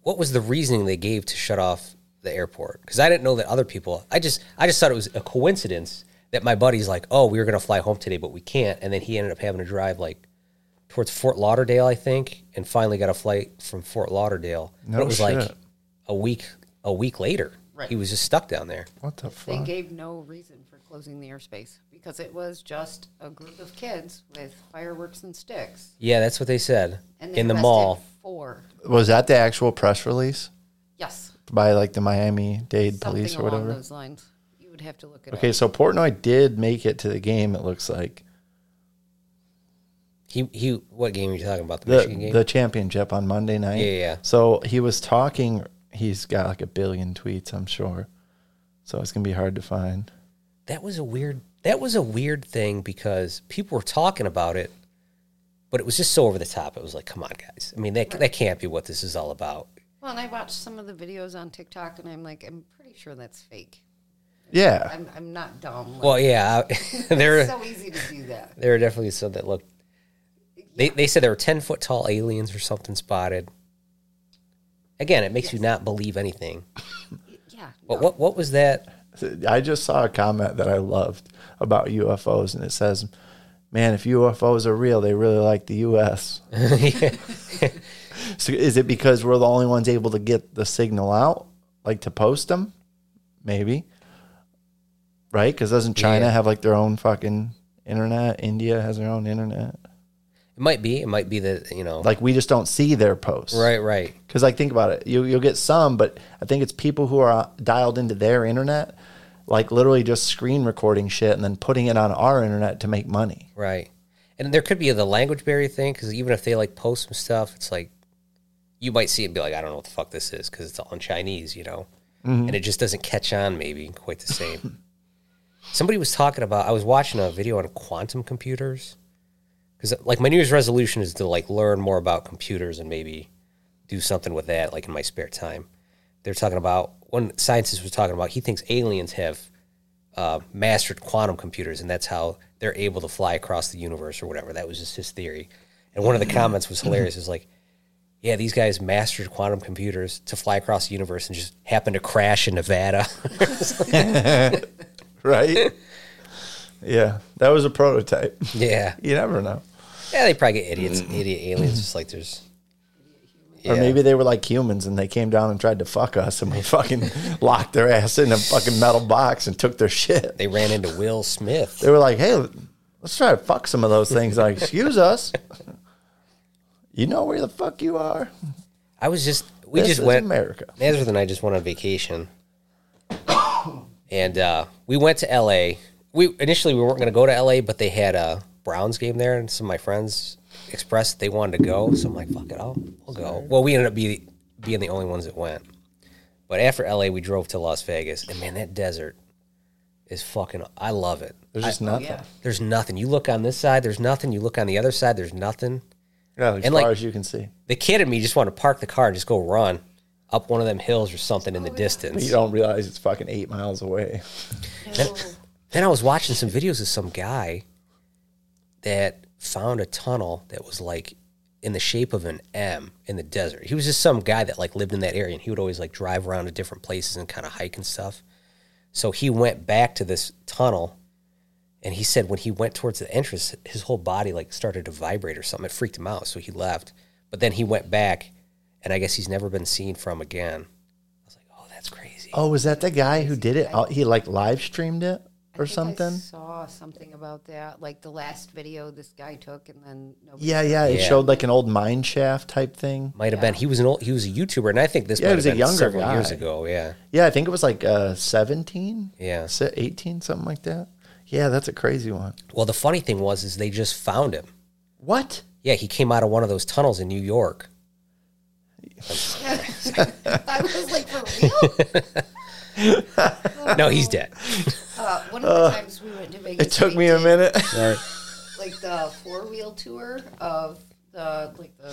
S3: what was the reasoning they gave to shut off the airport? Because I didn't know that other people. I just I just thought it was a coincidence that my buddy's like, oh, we were gonna fly home today, but we can't, and then he ended up having to drive like towards Fort Lauderdale, I think, and finally got a flight from Fort Lauderdale. but
S2: No
S3: it was like
S2: shit.
S3: a week a week later.
S4: Right.
S3: He was just stuck down there.
S2: what the
S4: They
S2: fuck
S4: gave no reason for closing the airspace because it was just a group of kids with fireworks and sticks,
S3: Yeah, that's what they said
S4: and they
S3: in the
S4: arrested
S3: mall.
S4: Four,
S2: was that the actual press release
S4: yes,
S2: by like the miami dade
S4: something
S2: police or
S4: along
S2: whatever
S4: those lines. You would have to look it
S2: Okay,
S4: up.
S2: so Portnoy did make it to the game. It looks like
S3: He he. What game are you talking about? The,
S2: the
S3: Michigan game.
S2: the championship on Monday night.
S3: Yeah, yeah, yeah.
S2: So he was talking. He's got like a billion tweets, I'm sure. So it's gonna be hard to find.
S3: that was a weird that was a weird thing because people were talking about it but it was just so over the top it was like come on guys i mean that, that can't be what this is all about
S4: Well, and I watched some of the videos on TikTok, and I'm like, I'm pretty sure that's fake.
S2: Yeah,
S4: I'm, I'm not dumb. Like,
S3: well yeah I- [laughs] there
S4: it's so easy to do
S3: [laughs]
S4: that.
S3: there are definitely some that looked they, they said there were 10 foot tall aliens or something spotted again it makes you not believe anything
S4: Yeah.
S3: but what what was that
S2: I just saw a comment that I loved about UFOs, and it says, man, if UFOs are real, they really like the U.S.
S3: Yeah.
S2: So is it because we're the only ones able to get the signal out, like to post them? Maybe. Right? Because doesn't China
S3: Yeah.
S2: have like their own fucking internet? India has their own internet.
S3: It might be. It might be that you know.
S2: Like we just don't see their posts.
S3: right, right.
S2: Because like think about it, you you'll get some, but I think it's people who are uh, dialed into their internet, like literally just screen recording shit and then putting it on our internet to make money.
S3: Right. And there could be the language barrier thing because even if they like post some stuff, it's like you might see it and be like, I don't know what the fuck this is because it's all in Chinese, you know? And it just doesn't catch on maybe quite the same. [laughs] Somebody was talking about, I was watching a video on quantum computers because like my New Year's resolution is to like learn more about computers and maybe do something with that like in my spare time. They're talking about, one scientist was talking about, he thinks aliens have uh, mastered quantum computers, and that's how they're able to fly across the universe or whatever. That was just his theory. And one of the comments was hilarious. Is like, yeah, these guys mastered quantum computers to fly across the universe and just happened to crash in Nevada. [laughs]
S2: [laughs] Right? yeah. That was a prototype. [laughs]
S3: yeah,
S2: you never know.
S3: yeah, they probably get idiots, idiot aliens. Just like there's,
S2: Or
S3: Yeah.
S2: maybe they were like humans and they came down and tried to fuck us and we [laughs] fucking locked their ass in a fucking metal box and took their shit.
S3: they ran into Will Smith.
S2: They were like, hey, let's try to fuck some of those things. Like, excuse us. [laughs] You know where the fuck you are?
S3: I was just, we
S2: This
S3: just
S2: is
S3: went
S2: America.
S3: Nazareth and I just went on vacation, and uh, we went to L.A. We initially we weren't going to go to L.A., but they had a Browns game there, and some of my friends expressed they wanted to go. So I'm like, "Fuck it, I'll we'll go." Well, we ended up be, being the only ones that went. But after L.A., we drove to Las Vegas, and man, that desert is fucking. I Oh, love it.
S2: There's just nothing. Yeah,
S3: There's nothing. You look on this side, there's nothing. You look on the other side, there's nothing
S2: as
S3: And,
S2: far
S3: like-
S2: as you can see.
S3: the kid in me just wanted to park the car and just go run up one of them hills or something in the distance.
S2: You don't realize it's fucking eight miles away.
S3: Then, then I was watching some videos of some guy that found a tunnel that was like in the shape of an M in the desert. He was just some guy that like lived in that area and he would always like drive around to different places and kind of hike and stuff. So he went back to this tunnel and he said when he went towards the entrance, his whole body like started to vibrate or something. It freaked him out. So he left. But then he went back and I guess he's never been seen from again. I was like, oh, that's crazy.
S2: Oh, was that the guy who did it? Oh, He like live streamed it
S4: I
S2: or
S4: think I
S2: something?
S4: saw something about that, like the last video this guy took, and then nobody
S2: Yeah, yeah. It
S3: Yeah.
S2: showed like an old mine shaft type thing.
S3: Might have been he was an old he was a YouTuber, and I think this
S2: Yeah,
S3: might
S2: he
S3: have
S2: was a
S3: been
S2: younger
S3: several years
S2: guy.
S3: ago. Yeah,
S2: Yeah, I think it was like uh, 17.
S3: Yeah.
S2: Se- 18, something like that. Yeah, that's a crazy one.
S3: well, the funny thing was is they just found him.
S2: What?
S3: Yeah, he came out of one of those tunnels in
S2: [laughs]
S3: New York.
S4: [laughs] I was like, for
S3: [laughs]
S4: real?
S3: No, he's dead.
S4: Uh, one of the times we went to Vegas,
S2: It took
S4: we
S2: me a
S4: did,
S2: minute.
S4: Like the four wheel tour of the like the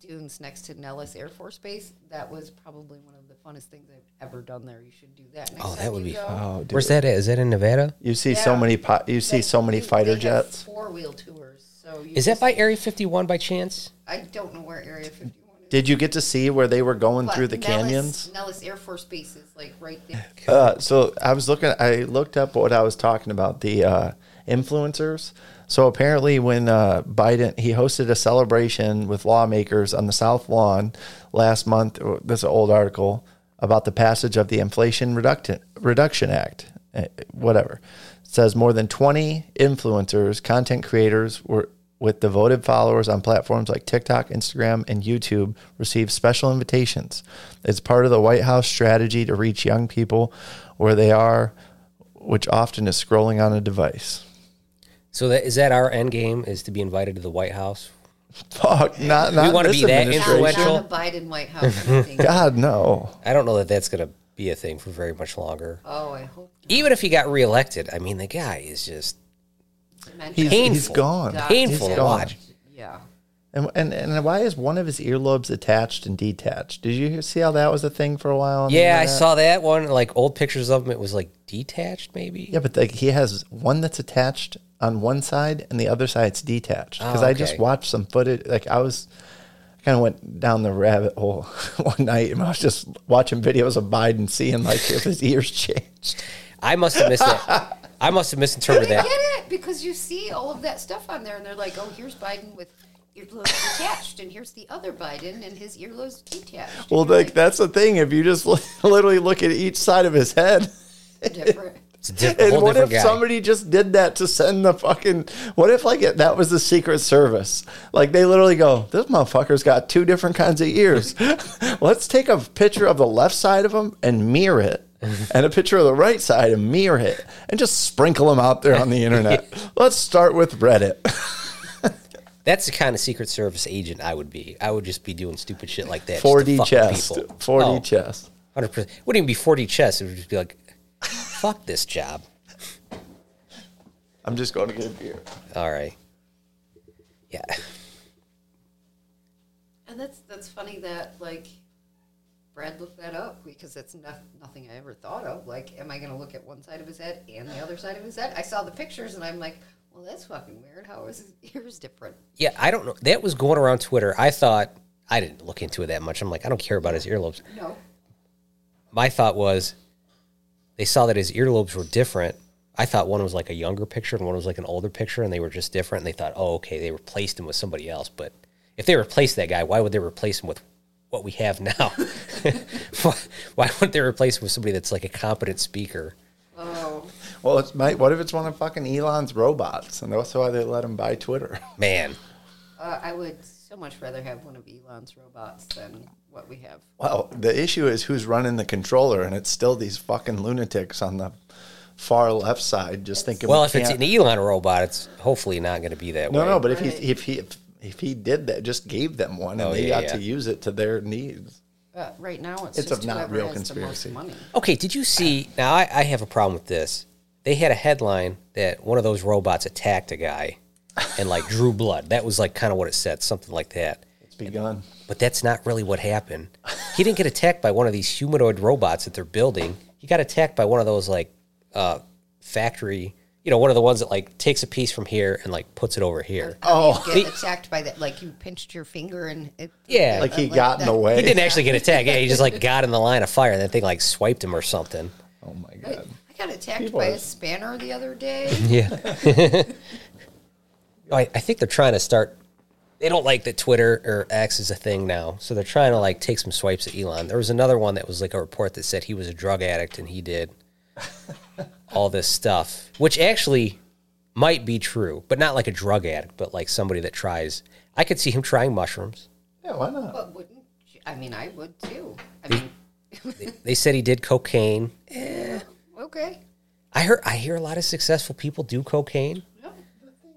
S4: dunes next to Nellis Air Force Base. That was probably one of the funnest things I've ever done there. You should do that. Next
S3: Oh, that
S4: time
S3: would
S4: you
S3: be
S4: go.
S3: fun. Where's that at? Is that in Nevada?
S2: [laughs] You see so
S4: Yeah.
S2: many po- you see
S4: Like,
S2: so many
S4: they-
S2: fighter
S4: they have
S2: jets.
S4: Four wheel tours. So you
S3: Is that
S4: just-
S3: by Area 51 by chance?
S4: I don't know where Area 51 is.
S2: Did you get to see where they were going
S4: but
S2: through the
S4: Nellis-
S2: canyons?
S4: Nellis Air Force Base is like right there.
S2: Uh, so I was looking. I looked up what I was talking about the uh, influencers. So apparently, when uh, Biden he hosted a celebration with lawmakers on the South Lawn last month. This is an old article about the passage of the Inflation Reduction Reduction Act. eh, Whatever it says, more than twenty influencers, content creators were. With devoted followers on platforms like TikTok, Instagram, and YouTube, received special invitations. It's part of the White House strategy to reach young people where they are, which often is scrolling on a device. [laughs]
S3: So that is that our end game is to be invited to the White House?
S2: Fuck, not not
S3: wanna
S2: this
S3: be that
S2: administration.
S4: Not,
S3: influential?
S4: not a Biden White House.
S2: [laughs]
S4: I think.
S2: God no.
S3: I don't know that that's going to be a thing for very much longer.
S4: Oh, I hope
S3: Even if he got reelected, I mean, the guy is just
S4: it's meant
S2: He's,
S4: to-
S2: he's
S3: Painful.
S2: gone.
S4: God.
S3: painful
S2: Ah, He's
S3: to
S2: gone.
S3: watch.
S4: Yeah.
S2: And, and and why is one of his earlobes attached and detached? Did you see how that was a thing for a while? on the
S3: Yeah, I
S2: internet?
S3: saw that one. Like old pictures of him, it was like detached, maybe.
S2: Yeah, but like he has one that's attached on one side and the other side's detached. Because
S3: Oh,
S2: I just
S3: okay.
S2: watched some footage. Like I was, I kind of went down the rabbit hole [laughs] one night and I was just watching videos of Biden seeing like if his ears [laughs] changed. [laughs]
S3: I must have missed that. I must have misinterpreted that.
S4: Get it? because you see all of that stuff on there, and they're like, "Oh, here's Biden with earlobes detached, and here's the other Biden, and his earlobes detached."
S2: Well, like that's the thing. If you just [laughs] literally look at each side of his head, [laughs]
S4: Different.
S3: It's a diff- a
S2: and
S3: whole
S2: what if
S3: different guy.
S2: somebody just did that to send the fucking? What if like that was the Secret Service? Like they literally go, "This motherfucker's got two different kinds of ears. [laughs] Let's take a picture of the left side of him and mirror
S3: [laughs]
S2: it." and a picture of the right side and mirror it and just sprinkle them out there on the
S3: [laughs]
S2: internet. Let's start with Reddit.
S3: That's the kind of Secret Service agent I would be. I would just be doing stupid shit like that. just to
S2: 4D
S3: fuck with
S2: chest.
S3: people.
S2: 4D
S3: Oh.
S2: chest.
S3: Hundred percent. Wouldn't even be forty chess. It would just be like, fuck this job.
S2: I'm just going to get a beer.
S3: All right. Yeah.
S4: And that's that's funny that like Brad looked that up because that's not, nothing I ever thought of. Like, am I going to look at one side of his head and the other side of his head? I saw the pictures and I'm like, well, that's fucking weird. How is his [laughs] ears different?
S3: Yeah. I don't know. That was going around Twitter. I thought I didn't look into it that much. I'm like, I don't care about his earlobes.
S4: No,
S3: My thought was, they saw that his earlobes were different. I thought one was like a younger picture and one was like an older picture, and they were just different. And they thought, oh, okay, they replaced him with somebody else. But if they replaced that guy, why would they replace him with what we have now? [laughs] why, why wouldn't they replace him with somebody that's like a competent speaker?
S4: oh,
S2: Well, it's might. What if it's one of fucking Elon's robots, and that's why they let him buy Twitter?
S3: Man,
S4: uh, I would so much rather have one of Elon's robots than what we have.
S2: Well, the issue is who's running the controller, and it's still these fucking lunatics on the far left side just thinking. we
S3: Well, if it's
S2: can't-
S3: an e- Elon robot, it's hopefully not going to be that
S2: no,
S3: way.
S2: no, but if he
S4: Right.
S2: if he if, if he did that, just gave them one, and
S3: Oh,
S2: they
S3: yeah,
S2: got to
S3: yeah.
S2: use it to their needs.
S4: Uh, right now, it's,
S2: It's
S4: just
S2: a not
S4: whoever
S2: real
S4: has
S2: conspiracy.
S4: The most money.
S3: Okay, did you see? Now, I, I have a problem with this. They had a headline that one of those robots attacked a guy and like drew blood. That was like kind of what it said, something like that.
S2: It's begun.
S3: But that's not really what happened. He didn't get attacked by one of these humanoid robots that they're building. He got attacked by one of those like uh, factory, you know, one of the ones that like takes a piece from here and like puts it over here.
S2: Oh,
S4: Get
S2: [laughs]
S4: attacked by that, like you pinched your finger and it.
S3: Yeah.
S2: like he
S4: Like
S2: got in the
S4: that.
S2: way.
S3: He didn't actually get attacked. Yeah, he just like got in the line of fire and that thing like swiped him or something.
S2: Oh my
S4: I
S2: god.
S4: I got attacked
S2: People
S4: by
S2: are-
S4: a spanner the other day.
S3: Yeah. I, I think they're trying to start. They don't like that Twitter or X is a thing now, so they're trying to like take some swipes at Elon. There was another one that was like a report that said he was a drug addict and he did all this stuff, which actually might be true, but not like a drug addict, but like somebody that tries. I could see him trying mushrooms.
S2: Yeah, why not?
S4: But wouldn't you- I mean I would too. I mean,
S3: They said he did cocaine.
S4: okay.
S3: I heard. I hear a lot of successful people do cocaine.
S4: No.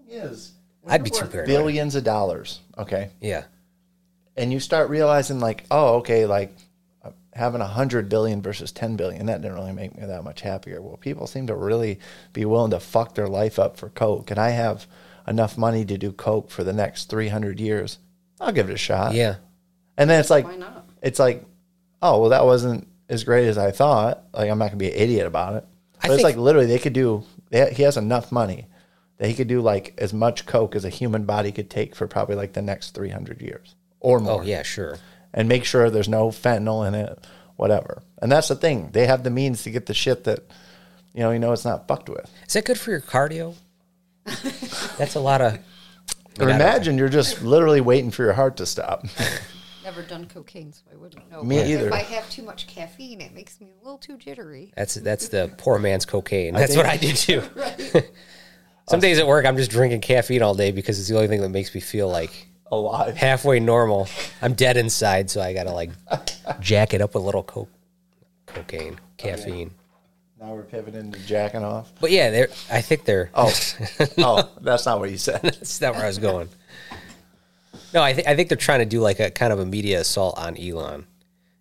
S2: Is
S3: I'd be too paranoid.
S2: billions of dollars. Okay,
S3: Yeah.
S2: and you start realizing like oh okay like uh, having 100 billion versus 10 billion that didn't really make me that much happier well people seem to really be willing to fuck their life up for coke and i have enough money to do coke for the next 300 years i'll give it a shot
S3: Yeah.
S2: and then it's like
S4: Why not?
S2: it's like oh well that wasn't as great as i thought like i'm not gonna be an idiot about it
S3: I
S2: but it's
S3: think-
S2: like literally they could do they, he has enough money that he could do like as much coke as a human body could take for probably like the next 300 years or more
S3: Oh yeah. Sure.
S2: and make sure there's no fentanyl in it, whatever. And that's the thing. They have the means to get the shit that, you know, you know it's not fucked with.
S3: Is that good for your cardio? That's a lot of.
S2: Or imagine you're just literally waiting for your heart to stop. [laughs]
S4: Never done cocaine, so I wouldn't know.
S2: Me
S4: But
S2: either.
S4: If I have too much caffeine, it makes me a little too jittery.
S3: That's that's the poor man's cocaine. That's what I do too.
S4: Right.
S3: [laughs] Some days at work, I'm just drinking caffeine all day because it's the only thing that makes me feel like
S2: Alive.
S3: halfway normal. I'm dead inside, so I gotta like jack it up with a little co- cocaine, caffeine.
S2: Now we're pivoting to jacking off.
S3: But yeah, they're. I think they're.
S2: Oh, [laughs] oh, that's not what you
S3: [laughs]
S2: said.
S3: That's not where I was going. No, I think I think they're trying to do like a kind of a media assault on Elon.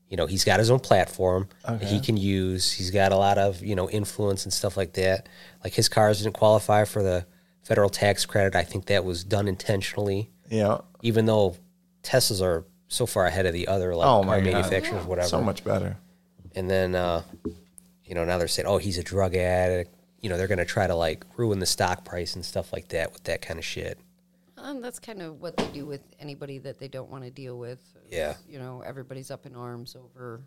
S3: You know, he's got his own platform that he can use. He's got a lot of you know influence and stuff like that. Like his cars didn't qualify for the federal tax credit. I think that was done intentionally,
S2: You know,
S3: even though Teslas are so far ahead of the other like
S2: Oh,
S3: car
S2: my God.
S3: manufacturers, whatever.
S2: so much better.
S3: And then, uh, you know, now they're saying, oh, he's a drug addict. You know, they're going to try to like ruin the stock price and stuff like that with that kind of shit.
S4: Um, that's kind of what they do with anybody that they don't want to deal with.
S3: Yeah.
S4: You know, everybody's up in arms over,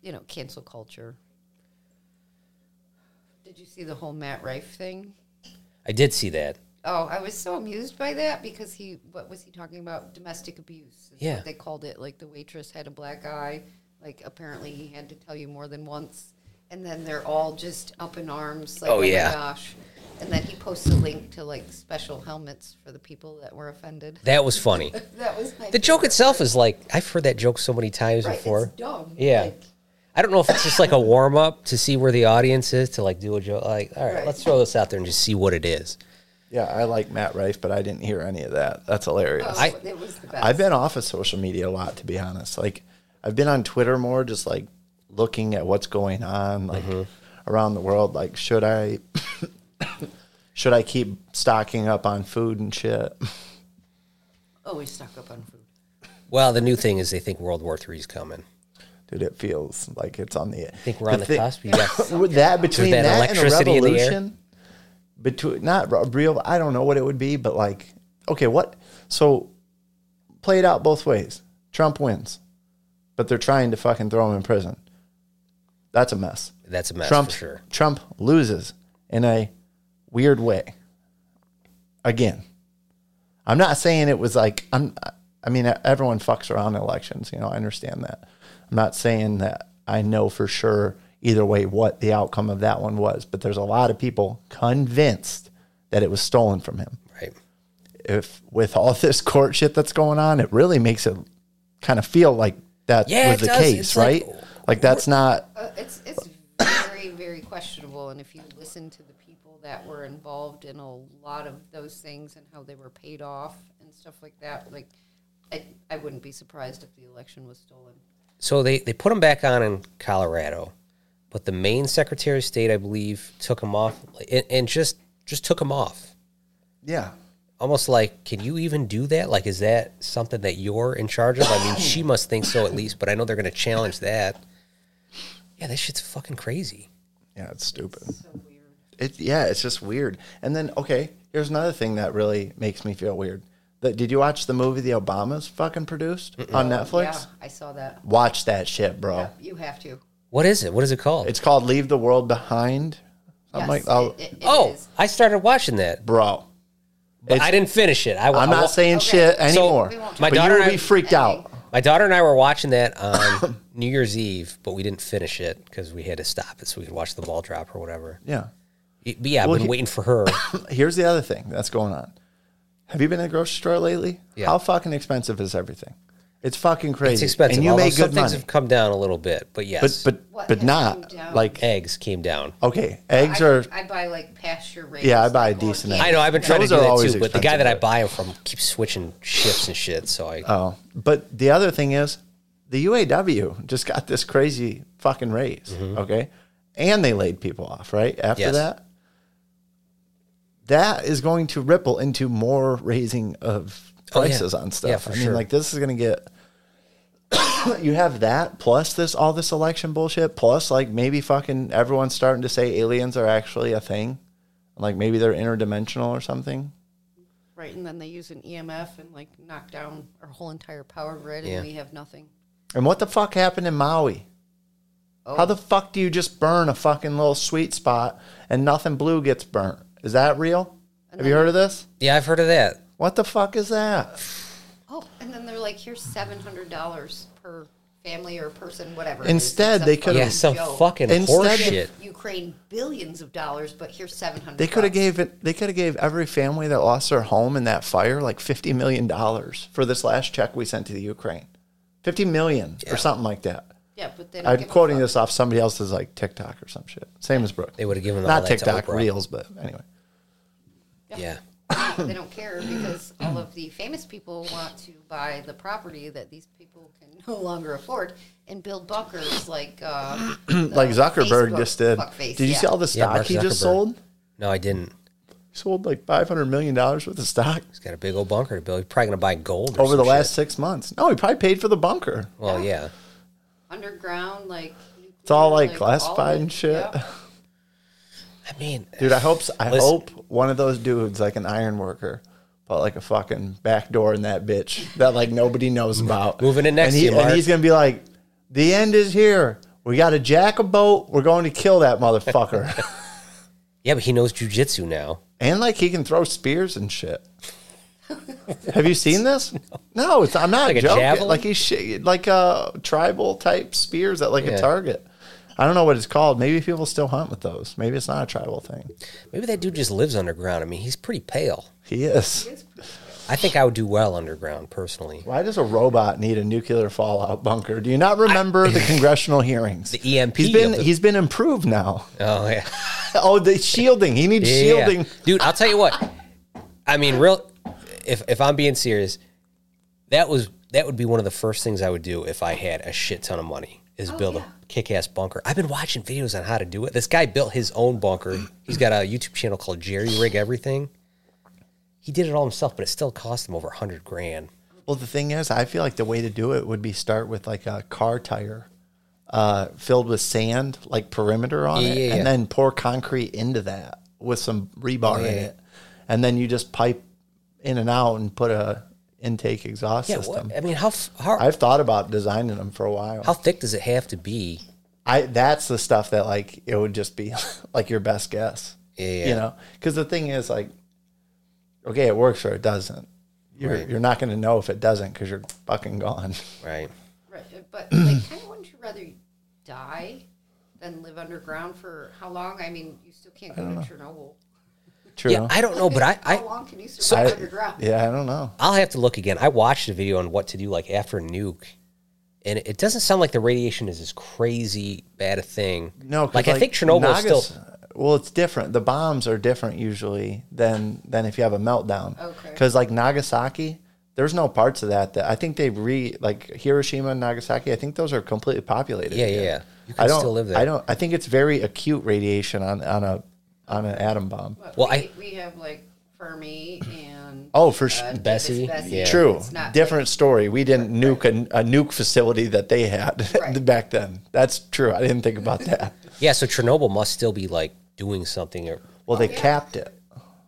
S4: you know, cancel culture. Did you see the whole Matt Rife thing?
S3: I did see that.
S4: Oh, I was so amused by that because he, what was he talking about? Domestic abuse. is
S3: Yeah.
S4: What they called it. Like the waitress had a black eye. Like apparently he had to tell you more than once. And then they're all just up in arms. Like,
S3: Oh,
S4: oh,
S3: yeah.
S4: my gosh. And then he posts a link to like special helmets for the people that were offended.
S3: That was funny.
S4: That was my
S3: The joke
S4: favorite.
S3: itself is like I've heard that joke so many times
S4: Right,
S3: before.
S4: It's dumb.
S3: Yeah.
S4: Like,
S3: I don't know if it's just like a warm up to see where the audience is to like do a joke. Like, all right,
S4: Right.
S3: let's throw this out there and just see what it is.
S2: Yeah, I like Matt Rife, but I didn't hear any of that. That's hilarious.
S4: oh,
S3: I-
S4: it was the best.
S2: I've been off of social media a lot, to be honest. Like, I've been on Twitter more, just like looking at what's going on, like
S3: Mm-hmm.
S2: around the world. Like, should I, [coughs] should I keep stocking up on food and shit? [laughs]
S4: always Oh, stuck up on food.
S3: Well, the new thing is they think World War Three is coming.
S2: Dude, it feels like it's on the. I
S3: think we're on the cusp, you
S2: [laughs]
S3: got-
S2: with that between
S3: that
S2: that,
S3: electricity in
S2: and a
S3: the air?
S2: revolution, between not r- real. I don't know what it would be, but like, okay, what? So, play it out both ways. Trump wins, but they're trying to fucking throw him in prison. That's a mess.
S3: That's a mess
S2: Trump
S3: for sure.
S2: Trump loses in a weird way. Again, I'm not saying it was like I'm. I mean, everyone fucks around in elections. You know, I understand that. I'm not saying that I know for sure either way what the outcome of that one was, but there's a lot of people convinced that it was stolen from him.
S3: Right.
S2: If with all [laughs] this court shit that's going on, it really makes it kind of feel like that
S3: Yeah,
S2: was
S3: it
S2: the
S3: does.
S2: case,
S3: It's like-
S2: right? like that's not
S4: Uh, it's it's very very questionable, and if you listen to the people that were involved in a lot of those things and how they were paid off and stuff like that, like I I wouldn't be surprised if the election was stolen.
S3: So they they put him back on in Colorado, but the main Secretary of State, I believe, took him off and, and just just took him off.
S2: yeah.
S3: Almost like, can you even do that? Like, is that something that you're in charge of? I
S2: [coughs]
S3: mean, she must think so at least, but I know they're going to challenge that. Yeah, that shit's fucking crazy.
S2: Yeah, it's stupid.
S4: So weird.
S2: It, yeah, it's just weird. And then okay, here's another thing that really makes me feel weird. That did you watch the movie the Obamas fucking produced on Netflix?
S4: Yeah, I saw that.
S2: Watch that shit, bro.
S4: You have to.
S3: What is it? What is it called?
S2: It's called Leave the World Behind. I'm
S4: Yes,
S2: like, oh,
S4: it- it- it
S3: oh,
S4: is.
S3: I started watching that.
S2: bro.
S3: But I didn't finish it. I,
S2: I'm
S3: I,
S2: not saying
S4: Okay.
S2: shit
S4: So,
S2: anymore.
S4: we won't
S2: my
S4: My
S2: but
S3: daughter
S2: you
S3: and
S2: would
S3: I-
S2: be freaked out.
S3: My daughter and I were watching that on
S2: [coughs]
S3: New Year's Eve, but we didn't finish it because we had to stop it so we could watch the ball drop or whatever.
S2: Yeah.
S3: Y- But yeah, I've
S2: Well,
S3: been
S2: he-
S3: waiting for her.
S2: Here's the other thing that's going on. Have you been in the grocery store lately?
S3: Yeah.
S2: How fucking expensive is everything? It's fucking crazy. [coughs]
S3: It's expensive.
S2: And you
S3: although
S2: make
S3: some
S2: good
S3: things
S2: money.
S3: have come down a little bit, but
S2: but
S3: yes,
S2: but
S4: What
S2: but
S4: has come
S2: not
S4: down?
S2: like
S3: eggs came down.
S2: okay, eggs
S4: I,
S2: are
S4: I buy like pasture raised.
S2: Yeah, I buy
S4: like,
S2: decent
S4: organic
S3: I know I've been
S4: stuff.
S3: trying to
S2: Those
S3: do
S2: are
S3: that
S2: always
S3: too, but the guy that I
S2: expensive,
S3: buy them from keeps switching ships and shit. So I
S2: Oh, but the other thing is the UAW just got this crazy fucking raise, okay? And they laid people off, right? After
S3: Mm-hmm. Yes.
S2: that. That is going to ripple into more raising of
S3: Oh, yeah.
S2: prices on stuff.
S3: Yeah, for
S2: I
S3: sure.
S2: mean, like this is going to get [coughs] you have that plus this all this election bullshit plus like maybe fucking everyone's starting to say aliens are actually a thing. Like maybe they're interdimensional or something.
S4: Right, and then they use an EMF and like knock down our whole entire power grid,
S3: Yeah.
S4: and we have nothing.
S2: And what the fuck happened in Maui?
S3: Oh.
S2: How the fuck do you just burn a fucking little sweet spot and nothing blue gets burnt? Is that real? Have you heard of this?
S3: yeah, I've heard of that.
S2: What the fuck is that?
S4: Oh, and then they're like, here's seven hundred dollars per family or person, whatever.
S2: Instead, they could've-
S3: Yeah, some fucking
S2: Instead
S3: horse
S2: of-
S3: shit.
S4: Ukraine billions of dollars, but here's seven hundred.
S2: They could have gave it. They could have gave every family that lost their home in that fire like fifty million dollars for this last check we sent to the Ukraine, fifty million or something like that.
S4: Yeah, but they don't
S2: I'm
S4: give a
S2: quoting
S4: fuck.
S2: this off somebody else's like TikTok or some shit. Same as Brooke.
S3: They would've given all
S2: not
S3: that to
S2: TikTok
S3: Oprah.
S2: reels, but anyway.
S3: Yeah,
S4: they don't care because all of the famous people want to buy the property that these people can no longer afford and build bunkers like uh,
S2: [clears throat] Like Zuckerberg
S4: Facebook
S2: just did.
S4: fuckface,
S2: did you see
S4: yeah.
S2: all the
S3: Yeah,
S2: stock
S3: Mark
S2: he just
S3: Zuckerberg.
S2: sold?
S3: no, I didn't.
S2: sold like five hundred million dollars worth of stock
S3: He's got a big old bunker to build. He's probably gonna buy gold or
S2: over the
S3: some
S2: last
S3: shit.
S2: six months. No, he probably paid for the bunker.
S3: Well, yeah.
S4: underground like.
S2: It's all like
S4: nuclear, all of
S2: classified
S4: it,
S2: and shit.
S4: yeah.
S3: I mean,
S2: Dude, I hope s- I
S3: Listen.
S2: hope one of those dudes, like an iron worker, put like a fucking back door in that bitch that like nobody
S3: [laughs]
S2: knows about.
S3: Moving in
S2: and,
S3: next
S2: he-
S3: to you, Mark.
S2: and he's gonna be like, "The end is here. We got to
S3: [laughs]
S2: jack a boat. We're going to kill that motherfucker."
S3: yeah, but he knows jujitsu now.
S2: And like he can throw spears and shit. Have you seen
S3: [laughs]
S2: this? No, it's, I'm not
S3: Like a
S2: joking.
S3: javelin?
S2: Like he's sh- like a tribal type spears at like
S3: Yeah.
S2: a target. I don't know what it's called. Maybe people still hunt with those. Maybe it's not a tribal thing.
S3: Maybe that dude just lives underground. I mean, he's pretty pale.
S2: He is.
S3: I think I would do well underground personally.
S2: Why does a robot need a nuclear fallout bunker? Do you not remember
S3: [laughs]
S2: the congressional hearings?
S3: The EMP
S2: He's been
S3: of the-
S2: he's been improved now. [laughs]
S3: Oh yeah.
S2: Oh, the shielding. He needs
S3: Yeah.
S2: shielding.
S3: Dude, I'll tell you what. I mean, real if if I'm being serious, that was that would be one of the first things I would do if I had a shit ton of money is build
S4: yeah.
S3: a kick-ass bunker. I've been watching videos on how to do it. This guy built his own bunker. He's got a YouTube channel called Jerry Rig Everything. He did it all himself, but it still cost him over 100 grand.
S2: Well, the thing is, I feel like the way to do it would be start with like a car tire uh, filled with sand, like perimeter on it,
S3: Yeah, yeah, yeah.
S2: and then pour concrete into that with some rebar in
S3: yeah.
S2: it, and then you just pipe in and out and put a intake exhaust
S3: Yeah,
S2: system.
S3: what? I mean, how f- how
S2: I've thought about designing them for a while.
S3: how thick does it have to be?
S2: I that's the stuff that like it would just be [laughs] like your best guess.
S3: Yeah.
S2: You know, because the thing is like, okay, it works or it doesn't. You're
S3: Right.
S2: you're not going to know if it doesn't because you're fucking gone. [laughs]
S3: Right.
S4: Right, uh, but like, kind of wouldn't you rather die than live underground for how long? I mean, you still can't go to Chernobyl.
S2: True.
S3: Yeah, I don't know, but I, I
S4: [laughs] how long can you survive
S2: I-
S4: underground?
S2: yeah, I don't know.
S3: I'll have to look again. I watched a video on what to do like after a nuke, and it doesn't sound like the radiation is as crazy bad a thing.
S2: No, 'cause,
S3: like, I think Chernobyl is
S2: Nagas-
S3: still.
S2: Well, it's different. The bombs are different usually than than if you have a meltdown.
S3: Oh,
S4: Okay.
S2: Because like Nagasaki, there's no parts of that that I think they re like Hiroshima and Nagasaki. I think those are completely populated.
S3: Yeah, yeah,
S2: again.
S3: yeah. You can
S2: I don't
S3: still live there.
S2: I don't. I think it's very acute radiation on on a on an atom bomb.
S4: But
S3: Well,
S4: we,
S3: I-
S4: we have like Fermi and
S2: Oh, for sure.
S4: Davis
S3: Bessie, Uh, yeah.
S2: True.
S4: It's not
S2: Different story. We didn't nuke a, a nuke facility that they had
S4: Right.
S2: [laughs] back then. That's true. I didn't think
S3: [laughs]
S2: about that.
S3: Yeah, so Chernobyl must still be like doing something. Or
S2: Well, they capped it.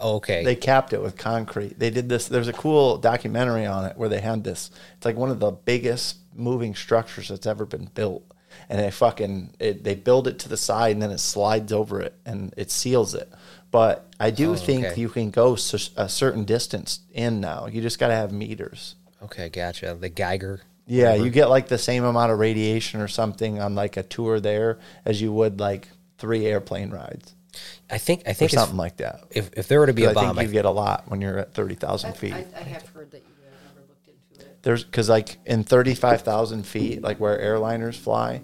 S3: oh, okay,
S2: they capped it with concrete. They did this. There's a cool documentary on it where they had this. It's like one of the biggest moving structures that's ever been built, and they fucking it, they build it to the side and then it slides over it and it seals it. But I do think
S3: okay.
S2: you can go s- a certain distance in now. You just got to have meters.
S3: okay, gotcha. The Geiger.
S2: Yeah, you get like the same amount of radiation or something on like a tour there as you would like three airplane rides
S3: I think. I
S2: or
S3: think if,
S2: something like that.
S3: if if there were to be a
S2: I
S3: bomb,
S2: think
S3: I
S2: you get a lot when you're at thirty thousand feet.
S4: I, I have heard that you have never looked into it.
S2: there's because like in 35,000 feet, like where airliners fly,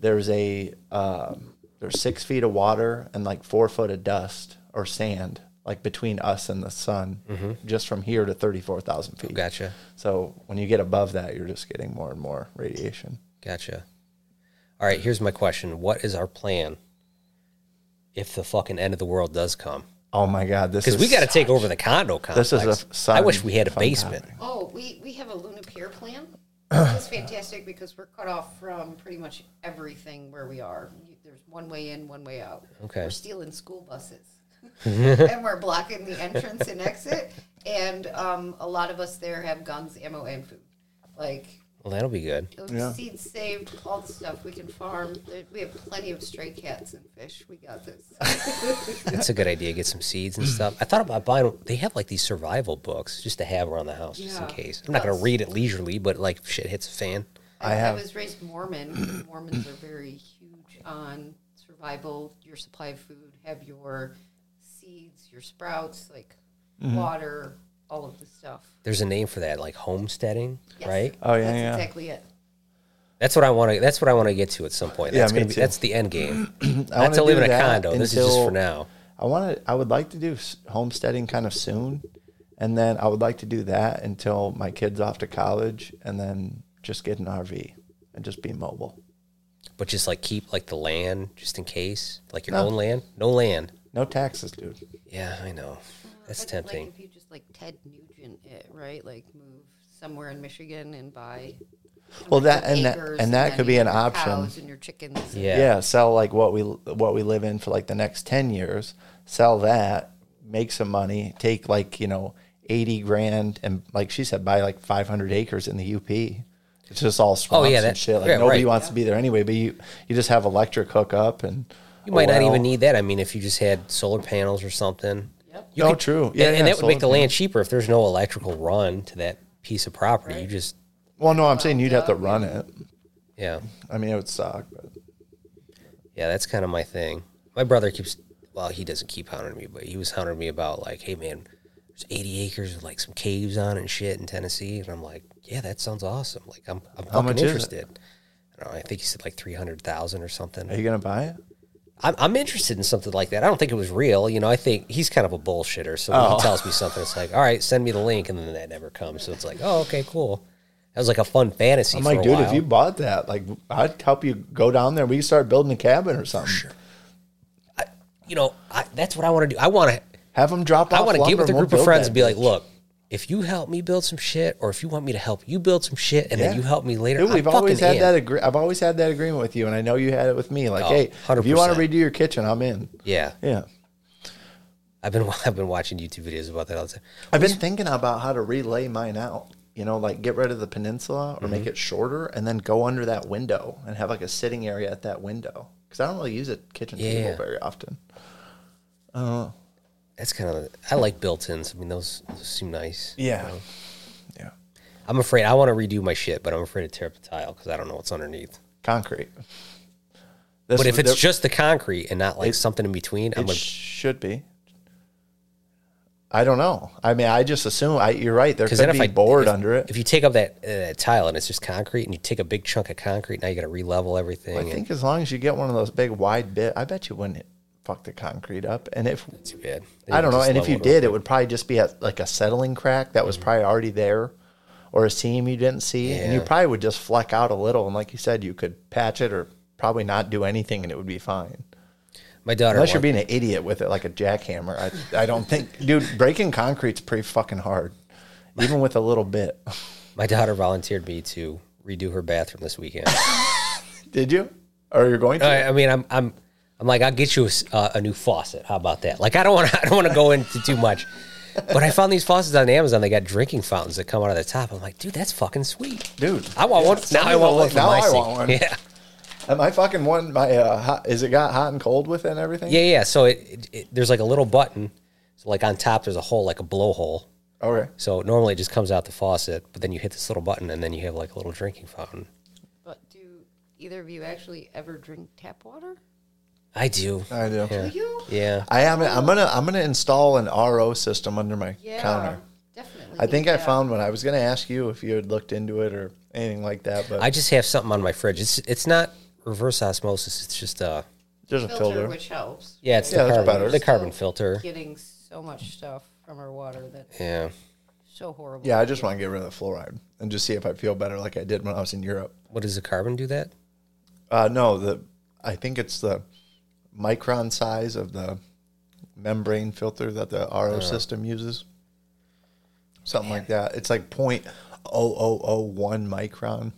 S2: there's a um, there's six feet of water and like four foot of dust or sand, like between us and the sun, just from here to 34,000 feet.
S3: Mm-hmm. [laughs] gotcha,
S2: So when you get above that, you're just getting more and more radiation.
S3: gotcha. All right, here's my question: What is our plan if the fucking end of the world does come?
S2: Oh my God, this is
S3: Because we got to take over the condo complex.
S2: This is a f-
S3: I wish we had a
S2: fun
S3: basement.
S2: topic.
S4: Oh, we, we have a Luna Pier plan. It's fantastic because we're cut off from pretty much everything where we are. You- There's one way in, one way out.
S3: Okay.
S4: We're stealing school buses. and we're blocking the entrance and exit. And um, a lot of us there have guns, ammo, and food. Like,
S3: Well, that'll be good.
S2: Yeah.
S4: seeds saved, all the stuff we can farm. There- We have plenty of stray cats and fish. We got this.
S3: That's a good idea. Get some seeds and stuff. I thought about buying. They have like these survival books just to have around the house, just in
S4: Yeah.
S3: case. I'm not going to
S4: Yes.
S3: read it leisurely, but like if shit hits a fan.
S4: I,
S2: I
S4: I,
S2: have-
S4: was raised Mormon.
S2: [clears throat]
S4: Mormons are very huge on survival, your supply of food, have your seeds, your sprouts, like
S2: Mm-hmm.
S4: water, all of the stuff.
S3: There's a name for that, like homesteading,
S4: Yes.
S3: right?
S2: Oh yeah,
S4: That's
S2: yeah.
S4: exactly it.
S3: That's what I want to. That's what I want to get to at some point.
S2: Yeah,
S3: That's
S2: me
S3: gonna be,
S2: too.
S3: That's the
S2: [clears throat]
S3: end game.
S2: I
S3: not
S2: wanna
S3: to live
S2: do
S3: in a
S2: that
S3: condo. this is just for
S2: until-
S3: now.
S2: I want to. I would like to do s- homesteading kind of soon, and then I would like to do that until my kids off to college, and then just get an RV and just be mobile.
S3: But just like keep like the land, just in case, like your
S2: No.
S3: own land. No land.
S2: No taxes, dude.
S3: Yeah, I know. That's
S4: But,
S3: tempting.
S4: Like if you just like Ted Nugent it, right? Like move somewhere in Michigan and buy
S2: Well, that and that
S4: acres
S2: and that
S4: then
S2: could
S4: you
S2: be an
S4: have your
S2: option.
S4: Cows and your chickens. and-
S3: yeah.
S2: Yeah. sell like what we what we live in for like the next ten years. Sell that, make some money, take like you know eighty grand, and like she said, buy like five hundred acres in the UP. It's just all swamps
S3: Oh, yeah, that-
S2: and shit. Like
S3: yeah,
S2: nobody
S3: right.
S2: wants to be there anyway. But you you just have electric hookup and
S3: You might
S2: a
S3: not
S2: well.
S3: even need that. I mean, if you just had solar panels or something, You
S2: No, Oh, true. Yeah,
S3: and,
S2: yeah,
S3: and that would make
S2: solar
S3: the land cheaper if there's no electrical run to that piece of property. You just,
S2: Well, no, I'm saying you'd have to run it.
S3: yeah,
S2: I mean, it would suck. But
S3: yeah. That's kind of my thing. My brother keeps, well, he doesn't keep hounding me, but he was hounding me about like, hey man, there's 80 acres with like some caves on it and shit in Tennessee, and I'm like, yeah, that sounds awesome. Like I'm, I'm fucking
S2: much is it?
S3: interested. I don't know. I think he said like 300,000 or something.
S2: are you gonna buy it?
S3: I'm, I'm interested in something like that. I don't think it was real. You know, I think he's kind of a bullshitter. So
S2: Oh.
S3: when he tells me something, it's like, all right, send me the link. And then that never comes. So it's like, oh, okay, cool. That was like a fun fantasy.
S2: I'm
S3: for
S2: like,
S3: a
S2: dude,
S3: while.
S2: if you bought that, like, I'd help you go down there. We could start building a cabin or something.
S3: you know, I, that's what I want to do. I want to,
S2: Have them drop off.
S3: I want to
S2: lumber
S3: get with a
S2: we'll
S3: group of
S2: build
S3: friends
S2: that
S3: and be like,
S2: bitch.
S3: look, if you help me build some shit, or if you want me to help you build some shit, and then
S2: Yeah.
S3: you help me later,
S2: Dude, we've
S3: I'm
S2: always had
S3: fucking in.
S2: that. Agree- I've always had that agreement with you, and I know you had it with me. Like,
S3: Oh,
S2: hey, if you want to
S3: 100%.
S2: redo your kitchen, I'm in.
S3: Yeah,
S2: Yeah,
S3: I've been [laughs] I've been watching YouTube videos about that all the time.
S2: I've been thinking about how to relay mine out. You know, like get rid of the peninsula or make it shorter, and then go under that window and have like a sitting area at that window. Because I don't really use a kitchen
S3: Yeah.
S2: table very often.
S3: That's kind of I like built-ins. I mean, those, those seem nice.
S2: Yeah, yeah,
S3: I'm afraid I want to redo my shit, but I'm afraid to tear up the tile because I don't know what's underneath.
S2: concrete. This
S3: But if
S2: was-
S3: it's
S2: there-
S3: just the concrete and not like something in between, I'm
S2: It
S3: like,
S2: should be. I don't know. I mean, I just assume. I, you're right. There could
S3: because then
S2: be
S3: if I
S2: board
S3: if-
S2: under it.
S3: if you take up that, uh, that tile and it's just concrete, and you take a big chunk of concrete, now you got to re-level everything.
S2: I
S3: and
S2: think as long as you get one of those big wide bit, I bet you wouldn't fuck the concrete up. And if
S3: it's too bad.
S2: I don't know,
S3: Just
S2: and if you
S3: level it Mm.
S2: did, it would probably just be a, like a settling crack that was probably already there, or a seam you didn't see, and you
S3: Yeah.
S2: probably would just fleck out a little. And like you said, you could patch it or probably not do anything, and it would be fine.
S3: up. My daughter,
S2: Unless you're
S3: wa-
S2: being an idiot with it, like a jackhammer. I, I don't think, dude, breaking concrete's pretty fucking hard, even with a little bit.
S3: my daughter volunteered me to redo her bathroom
S2: [laughs]
S3: this weekend.
S2: Did you? Or you're going to?
S3: I, I mean, I'm I'm I'm like, I'll get you a, s- uh, a new faucet. How about that? Like, I don't want to [laughs] I don't want to go into too much. But I found these faucets on Amazon. They got drinking fountains that come out of the top. I'm like, dude, that's fucking sweet.
S2: Dude,
S3: I want one.
S2: send
S3: Now
S2: me
S3: I want
S2: the
S3: one
S2: link.
S3: for
S2: Now
S3: my
S2: I
S3: sink.
S2: want one.
S3: Yeah,
S2: Am I fucking one? My uh, hot, is it got hot and cold with it and everything?
S3: yeah, yeah. So it, it, it there's like a little button. So like on top, there's a hole, like a blowhole.
S2: Okay.
S3: So normally it just comes out the faucet, but then you hit this little button, and then you have like a little drinking fountain.
S4: But do either of you actually ever drink tap water?
S3: I do.
S2: I do.
S4: Do you?
S3: Yeah.
S2: I am. I'm gonna. I'm gonna install an RO system under my
S4: Yeah,
S2: counter.
S4: definitely.
S2: I think I
S4: that.
S2: found one. I was gonna ask you if you had looked into it or anything like that, but
S3: I just have something on my fridge. It's it's not reverse osmosis. It's just uh
S2: there's a
S4: filter,
S2: filter.
S4: which helps.
S3: yeah, it's
S2: Yeah,
S3: the
S2: that's
S3: carbon
S2: better.
S3: the carbon
S4: Still
S3: filter.
S4: Getting so much stuff from our water that's
S3: Yeah.
S4: so horrible.
S2: Yeah, I just want to get rid of the fluoride and just see if I feel better, like I did when I was in Europe.
S3: What does the carbon do that?
S2: Uh, no, the I think it's the micron size of the membrane filter that the RO system uses. Something like that. It's like point oh oh oh one micron.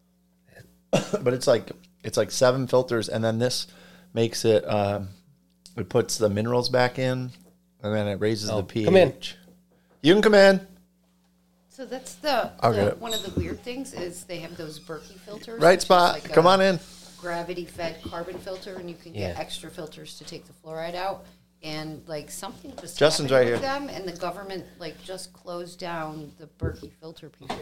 S2: [coughs] but it's like it's like seven filters, and then this makes it. Uh, it puts the minerals back in, and then it raises the pH.
S3: Oh, come in.
S2: You can come in.
S4: So that's the,
S2: I'll
S4: the-
S2: get it.
S4: one of the weird things is they have those Berkey filters.
S2: Right spot. come on in.
S4: Gravity fed carbon filter, and you can get
S3: Yeah.
S4: extra filters to take the fluoride out. And like something just
S2: Justin's
S4: happened
S2: right
S4: with
S2: here.
S4: Them and the government like just closed down the Berkey filter people.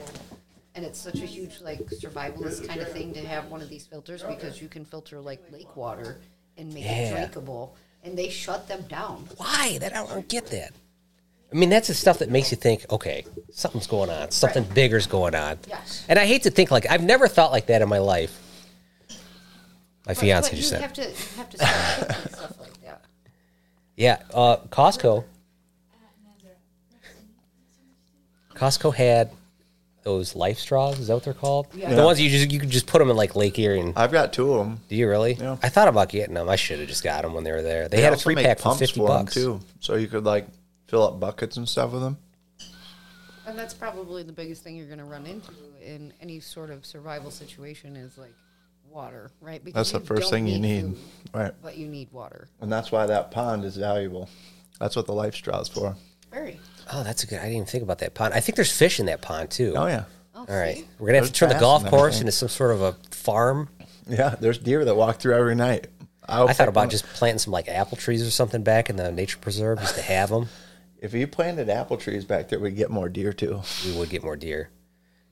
S4: And it's such a huge like survivalist kind of thing to have one of these filters because you can filter like lake water and make it
S3: Yeah.
S4: drinkable. And they shut them down.
S3: Why? That I don't get that. I mean, that's the stuff that makes you think, okay, something's going on. Something bigger's going on.
S4: Yes.
S3: And I hate to think like I've never thought like that in my life. My
S4: But-
S3: fiance
S4: but
S3: just
S4: you
S3: said.
S4: have to you have to stop thinking stuff like that.
S3: Yeah, uh, Costco. Costco had those life straws. Is that what they're called?
S4: Yeah.
S3: The ones you just you could just put them in like Lake Erie. And
S2: I've got two of them.
S3: do you really?
S2: Yeah.
S3: I thought about getting them. I should have just got them when they were there. They,
S2: They
S3: had a
S2: also
S3: three
S2: make
S3: pack for
S2: pumps
S3: fifty
S2: 'em,
S3: bucks.
S2: too, so you could like fill up buckets and stuff with them.
S4: And that's probably the biggest thing you're going to run into in any sort of survival situation is like water, right?
S2: That's
S4: Because
S2: the first
S4: don't
S2: thing you need,
S4: food,
S2: right?
S4: but you need water.
S2: And that's why that pond is valuable. That's what the life straw is for.
S4: Very.
S3: Oh, that's a good. I didn't even think about that pond. I think there's fish in that pond too.
S2: Oh yeah,
S4: Oh,
S3: All right,
S4: see?
S3: we're gonna have to
S2: There's
S3: turn the
S2: bass
S3: golf
S2: and
S3: course
S2: everything.
S3: into some sort of a farm.
S2: yeah. There's deer that walk through every night. I'll
S3: I thought
S2: pick
S3: about
S2: one-
S3: just planting some like apple trees or something back in the nature preserve just to have them.
S2: If you planted apple trees back there, we'd get more deer too.
S3: [laughs] we would get more deer.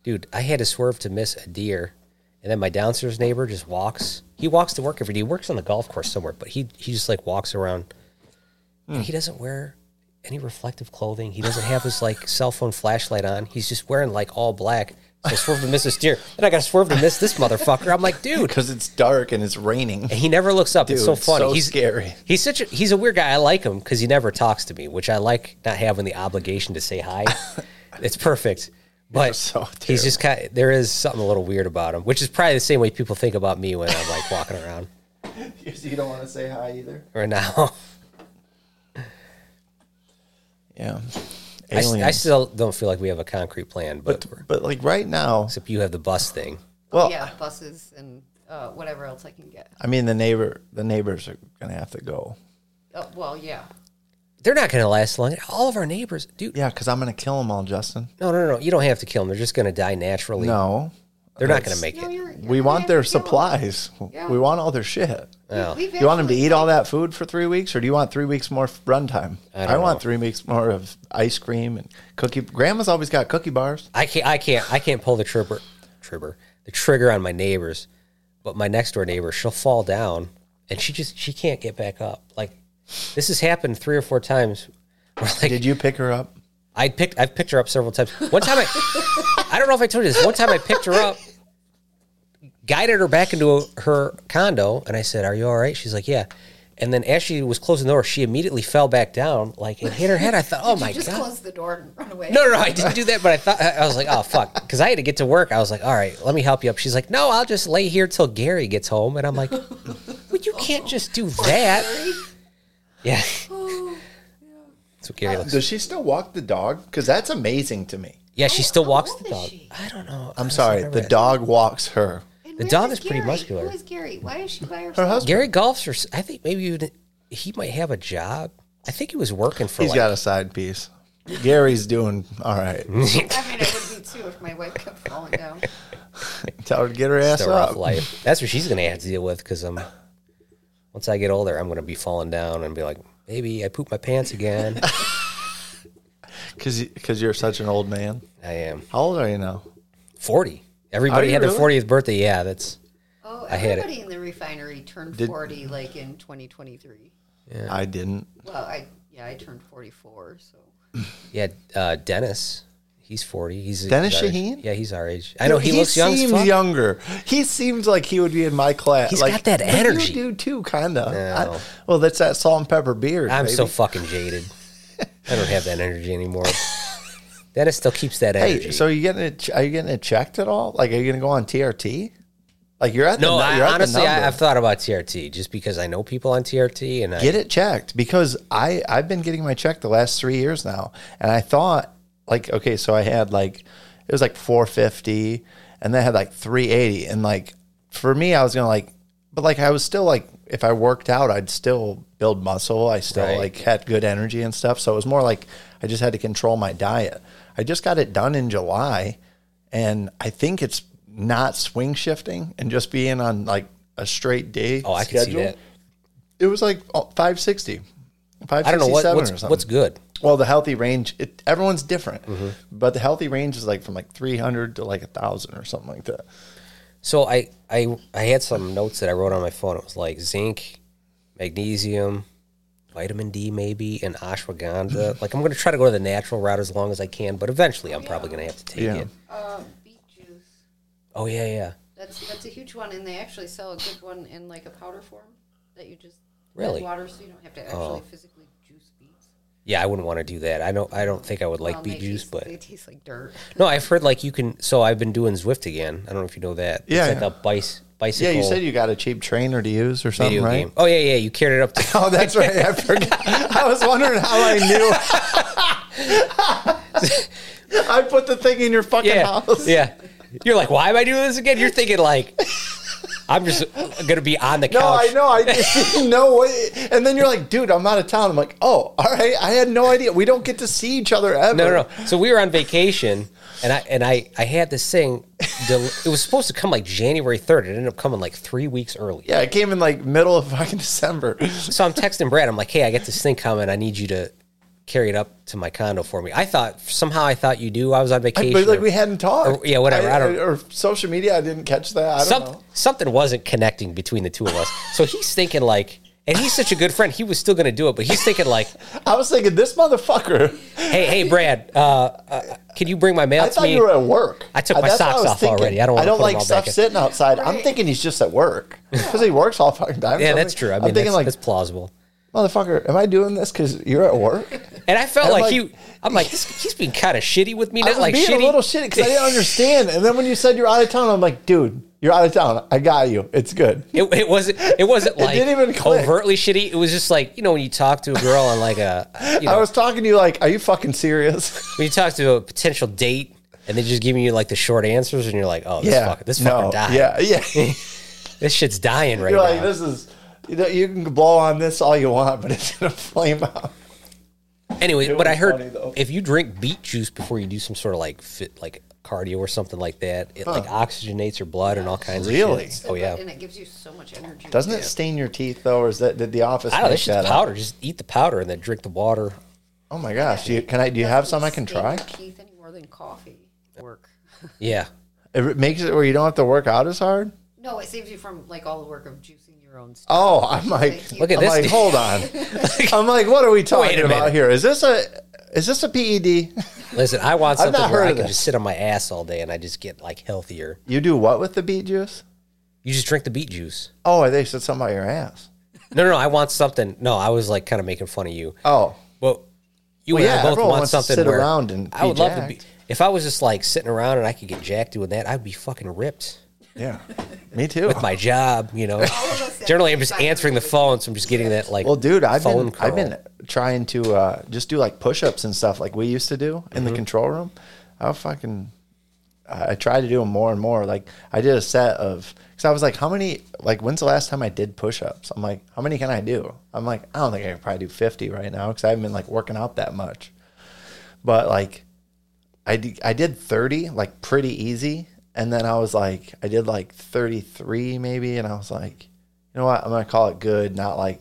S3: Dude, I had to swerve to miss a deer, and then my downstairs neighbor just walks. He walks to work every day. He works on the golf course somewhere, but he he just like walks around. And He doesn't wear any reflective clothing. He doesn't have his like cell phone flashlight on. He's just wearing like all black. So I swerved to miss this deer. Then I got to swerve to miss this motherfucker. I'm like, dude.
S2: Because it's dark and it's raining.
S3: And he never looks up. it's
S2: Dude,
S3: so funny.
S2: so
S3: he's
S2: scary.
S3: He's such a he's a weird guy. I like him because he never talks to me, which I like not having the obligation to
S2: [laughs]
S3: say hi. it's perfect. But
S2: so
S3: he's just kind. Of, there is something a little weird about him, which is probably the same way people think about me when I'm like walking around
S2: [laughs] You don't want to say hi either.
S3: right now. [laughs]
S2: Yeah.
S3: I, s- I
S2: Aliens.
S3: still don't feel like we have a concrete plan, but,
S2: but like right now,
S3: except you have the bus thing.
S2: well,
S4: Oh, yeah, buses and uh, whatever else I can get.
S2: I mean the neighbor, the neighbors are gonna have to go.
S4: Oh, well, yeah.
S3: They're not going to last long. All of our neighbors, dude.
S2: Yeah, because I'm gonna kill them all, Justin.
S3: No, no, no. You don't have to kill them. They're just going to die naturally.
S2: No,
S3: They're not going to make
S4: No,
S3: it.
S4: you're, you're
S2: we
S4: gonna
S2: want
S4: have
S2: their
S4: to kill 'em.
S2: supplies.
S4: Yeah.
S2: We want all their shit.
S4: We've
S2: You want them to
S4: actually-
S2: eat all that food for three weeks, or do you want three weeks more f- runtime? I,
S3: don't
S2: want
S3: know.
S2: three weeks more of ice cream and cookie. Grandma's always got cookie bars.
S3: I can't. I can't. I can't pull the trigger. Trigger. The trigger on my neighbors, but my next door neighbor, she'll fall down and she just she can't get back up. Like this has happened three or four times. Where like
S2: Did you pick her up?
S3: I picked. I've picked her up several times. One time I. I don't know if I told you this. One time I picked her up, guided her back into her condo, and I said, "Are you all right?" She's like, "Yeah." And then as she was closing the door, she immediately fell back down, like and hit her head. I thought, "Oh my
S4: You just
S3: god!"
S4: close the door and run away.
S3: No, no, no, I didn't do that, but I thought I was like, oh fuck, because I had to get to work. I was like, all right, let me help you up. She's like, no, I'll just lay here till Gary gets home, and I'm like, well, you can't just do that. Yeah,
S4: Oh,
S3: that's what Gary looks.
S2: Does she still walk the dog? Because that's amazing to me.
S3: Yeah, she still
S4: How
S3: walks
S4: old
S3: the
S4: is
S3: dog.
S4: she?
S3: I don't know.
S2: I'm sorry, the dog walks her.
S4: And
S3: The
S4: where
S3: dog is pretty
S4: Gary?
S3: muscular.
S4: Who is Gary? Why is she by herself?
S2: Her husband.
S3: Gary golfs, or s- I think maybe you'd, he might have a job. I think he was working for.
S2: He's
S3: like,
S2: got a side piece. Gary's doing all right.
S4: I mean, I would be too if my wife kept falling down.
S2: Tell her to get her ass
S3: the rough
S2: up.
S3: life. That's what she's gonna have to deal with because I'm. Once I get older, I'm gonna be falling down and be like, "Baby, I pooped my pants
S2: [laughs]
S3: again."
S2: Because you're such an old man.
S3: I am.
S2: How old are you now?
S3: 40. Everybody
S2: you
S3: had their
S2: Oh, really?
S3: 40th birthday. Yeah, that's
S4: Oh,
S3: I had it.
S4: everybody in the refinery turned
S2: Did-
S4: 40 like in 2023.
S2: I didn't.
S4: Well, I yeah, I turned 44, so
S3: yeah. Uh, Dennis, he's 40. He's
S2: Dennis
S3: he's our age.
S2: Shaheen?
S3: Yeah, he's our age. I know he, looks young.
S2: seems
S3: as fuck.
S2: younger. He seems like he would be in my class.
S3: He's
S2: He's like,
S3: got that
S2: but
S3: energy.
S2: You do too, kind of.
S3: No.
S2: Well, that's that salt and pepper beard.
S3: I'm
S2: baby.
S3: so fucking jaded. I don't have that energy
S2: [laughs]
S3: anymore. Dennis still keps that
S2: Hey,
S3: energy.
S2: so you getting it? Are you getting it checked at all? Like, are you gonna go on TRT? Like, you're at the,
S3: no,
S2: nu-
S3: I,
S2: you're at
S3: honestly,
S2: the number.
S3: I, I've thought about TRT just because I know people on TRT and I,
S2: get it checked because I I've been getting my check the last three years now, and I thought like okay, so I had like it was like four fifty, and then I had like three eighty, and like for me, I was gonna like, but like I was still like if I worked out, I'd still build muscle, I still
S3: Right.
S2: like had good energy and stuff, so it was more like I just had to control my diet. I just got it done in July, and I think it's not swing shifting and just being on like a straight day.
S3: oh, I can see that.
S2: It was like oh, 560.
S3: I don't know what
S2: 567 or
S3: what's,
S2: something.
S3: what's Mm-hmm. good.
S2: well, the healthy range, it, everyone's different, but the healthy range is like from like 300 to like a thousand or something like that.
S3: So I, I I had some notes that I wrote on my phone. It was like zinc, magnesium, vitamin D maybe, and
S2: [laughs]
S3: ashwagandha. like I'm gonna try to go to the natural route as long as I can, but eventually I'm probably gonna have to take
S2: Yeah.
S3: it.
S4: uh, beet juice.
S3: Oh yeah, yeah.
S4: That's that's a huge one, and they actually sell a good one in like a powder form that you just add
S3: Really?
S4: water, so you don't have to actually physically juice beets.
S3: Yeah, I wouldn't want to do that. I don't I don't think I would like
S4: Well,
S3: beet
S4: they
S3: juice,
S4: taste-
S3: but
S4: they taste like dirt.
S3: no, I've heard like you can so I've been doing Zwift again. I don't know if you know that.
S2: Yeah,
S3: It's
S2: yeah.
S3: like a bice,
S2: Yeah,
S3: bicycle
S2: you said you got a cheap trainer to use or something,
S3: video
S2: right?
S3: game. Oh yeah, yeah. You carried it up to
S2: [laughs] Oh, that's right. I forgot. I was wondering how I knew.
S3: [laughs]
S2: I put the thing in your fucking
S3: yeah,
S2: house.
S3: Yeah. You're like, why am I doing this again? You're thinking like I'm just gonna be on the
S2: No,
S3: couch.
S2: I know. I just didn't know. What, and then you're like, dude, I'm out of town. I'm like, oh, all right. I had no idea. We don't get to see each other ever.
S3: No, no, no. So we were on vacation, and I and I I had this thing. Del- it was supposed to come like January third. It ended up coming like three weeks early.
S2: Yeah, it came in like middle of fucking [laughs] December.
S3: So I'm texting Brad. I'm like, hey, I got this thing coming. I need you to carry it up to my condo for me. I thought somehow I thought you do. I was on vacation.
S2: But like
S3: or-
S2: we hadn't talked.
S3: Or- yeah, whatever, I don't-
S2: or social media. I didn't catch that. I don't
S3: Some-
S2: know.
S3: something wasn't connecting between the two of us. So he's thinking like, and he's such a good friend. He was still going to do it, but he's thinking like,
S2: I was thinking this motherfucker. [laughs]
S3: hey, hey, Brad, uh, uh, can you bring my mail
S2: I
S3: to
S2: thought
S3: me?
S2: you were at work.
S3: I took my
S2: That's what
S3: socks
S2: was
S3: off already. I don't
S2: I
S3: wanna
S2: don't
S3: put 'em
S2: like
S3: all
S2: stuff
S3: back in.
S2: sitting outside. I'm
S4: Right.
S2: thinking he's just at work because he works all fucking time.
S3: yeah,
S2: So
S3: that's
S2: I'm-
S3: true. I mean,
S2: I'm thinking
S3: that's,
S2: like,
S3: that's plausible.
S2: motherfucker, am I doing this because you're at
S3: [laughs]
S2: work?
S3: And I felt
S2: I'm
S3: like,
S2: like-
S3: he, I'm like, this, he's been kind of shitty with me.
S2: I
S3: Not
S2: was
S3: like
S2: being
S3: shitty.
S2: a little shitty
S3: [laughs]
S2: because I didn't understand. And then when you said you're out of town, I'm like, dude, you're out of town. I got you. It's good.
S3: It, it wasn't. It
S2: [laughs]
S3: wasn't like
S2: didn't even click.
S3: overtly shitty. It was just like you know when you talk to a girl on like a you
S2: [laughs]
S3: know
S2: I was talking to you like, are you fucking serious? [laughs]
S3: when you talk to a potential date and they're just giving you like the short answers and you're like, oh, this
S2: yeah.
S3: fucker, this
S2: no.
S3: fucker died.
S2: Yeah,
S3: [laughs]
S2: yeah.
S3: This shit's dying right
S2: You're
S3: now.
S2: like, this is. You, know, you can blow on this all you want, but it's gonna [laughs] flame out.
S3: Anyway, but
S2: was
S3: I heard
S2: funny, though.
S3: if you drink beet juice before you do some sort of like fit like cardio or something like that, it like oxygenates your blood and all kinds
S2: Really?
S3: of shit. Oh yeah.
S4: And it gives you so much energy.
S2: Doesn't it stain your teeth though, or is that did the office?
S3: I don't know,
S2: make
S3: it's
S2: that
S3: just
S2: up?
S3: powder. Just eat the powder and then drink the water.
S2: Oh my gosh! Do you, can I? Do you have some I can
S4: Stain
S2: try?
S4: your Teeth any more than coffee work.
S3: Yeah.
S2: It makes it where you don't have to work out as hard.
S4: No, it saves you from like all the work of juicing your own stuff.
S2: Oh, I'm like,
S4: Look
S3: at
S2: I'm
S3: this
S2: Like,
S3: dude.
S2: hold
S3: [laughs]
S2: on. I'm like, what are we talking
S3: Wait a
S2: about
S3: minute.
S2: here? Is this a is this a E PED?
S3: Listen, I want
S2: I've not
S3: something where
S2: heard
S3: I
S2: of
S3: can
S2: this.
S3: just sit on my ass all day and I just get like healthier.
S2: You do what with the beet juice?
S3: You just drink the beet juice.
S2: Oh, I think you said something about your ass.
S3: No, no, no. I want something. No, I was like kind of making fun of you.
S2: Oh,
S3: But you
S2: Well,
S3: and
S2: yeah,
S3: I both
S2: everyone
S3: want
S2: wants to
S3: something
S2: sit
S3: where
S2: around and
S3: I would
S2: be
S3: love to be.
S2: jacked.
S3: If I was just like sitting around and I could get jacked doing that, I'd be fucking ripped
S2: yeah, me too.
S3: with my job. You know, [laughs]
S4: us have
S3: generally I'm just
S4: anxiety
S3: answering the phone, so I'm just getting that like.
S2: well, dude, I've
S3: phone
S2: been
S3: curl.
S2: I've been trying to uh, just do like push-ups and stuff like we used to do in
S3: Mm-hmm.
S2: the control room. I fucking I I try to do them more and more. Like I did a set of because I was like, how many? Like when's the last time I did push-ups? I'm like, how many can I do? I'm like, I don't think I can probably do 50 right now because I haven't been like working out that much. But like, I did, I did 30 like pretty easy, and then I was like, I did like 33 maybe, and I was like, you know what? I'm gonna call it good, not like.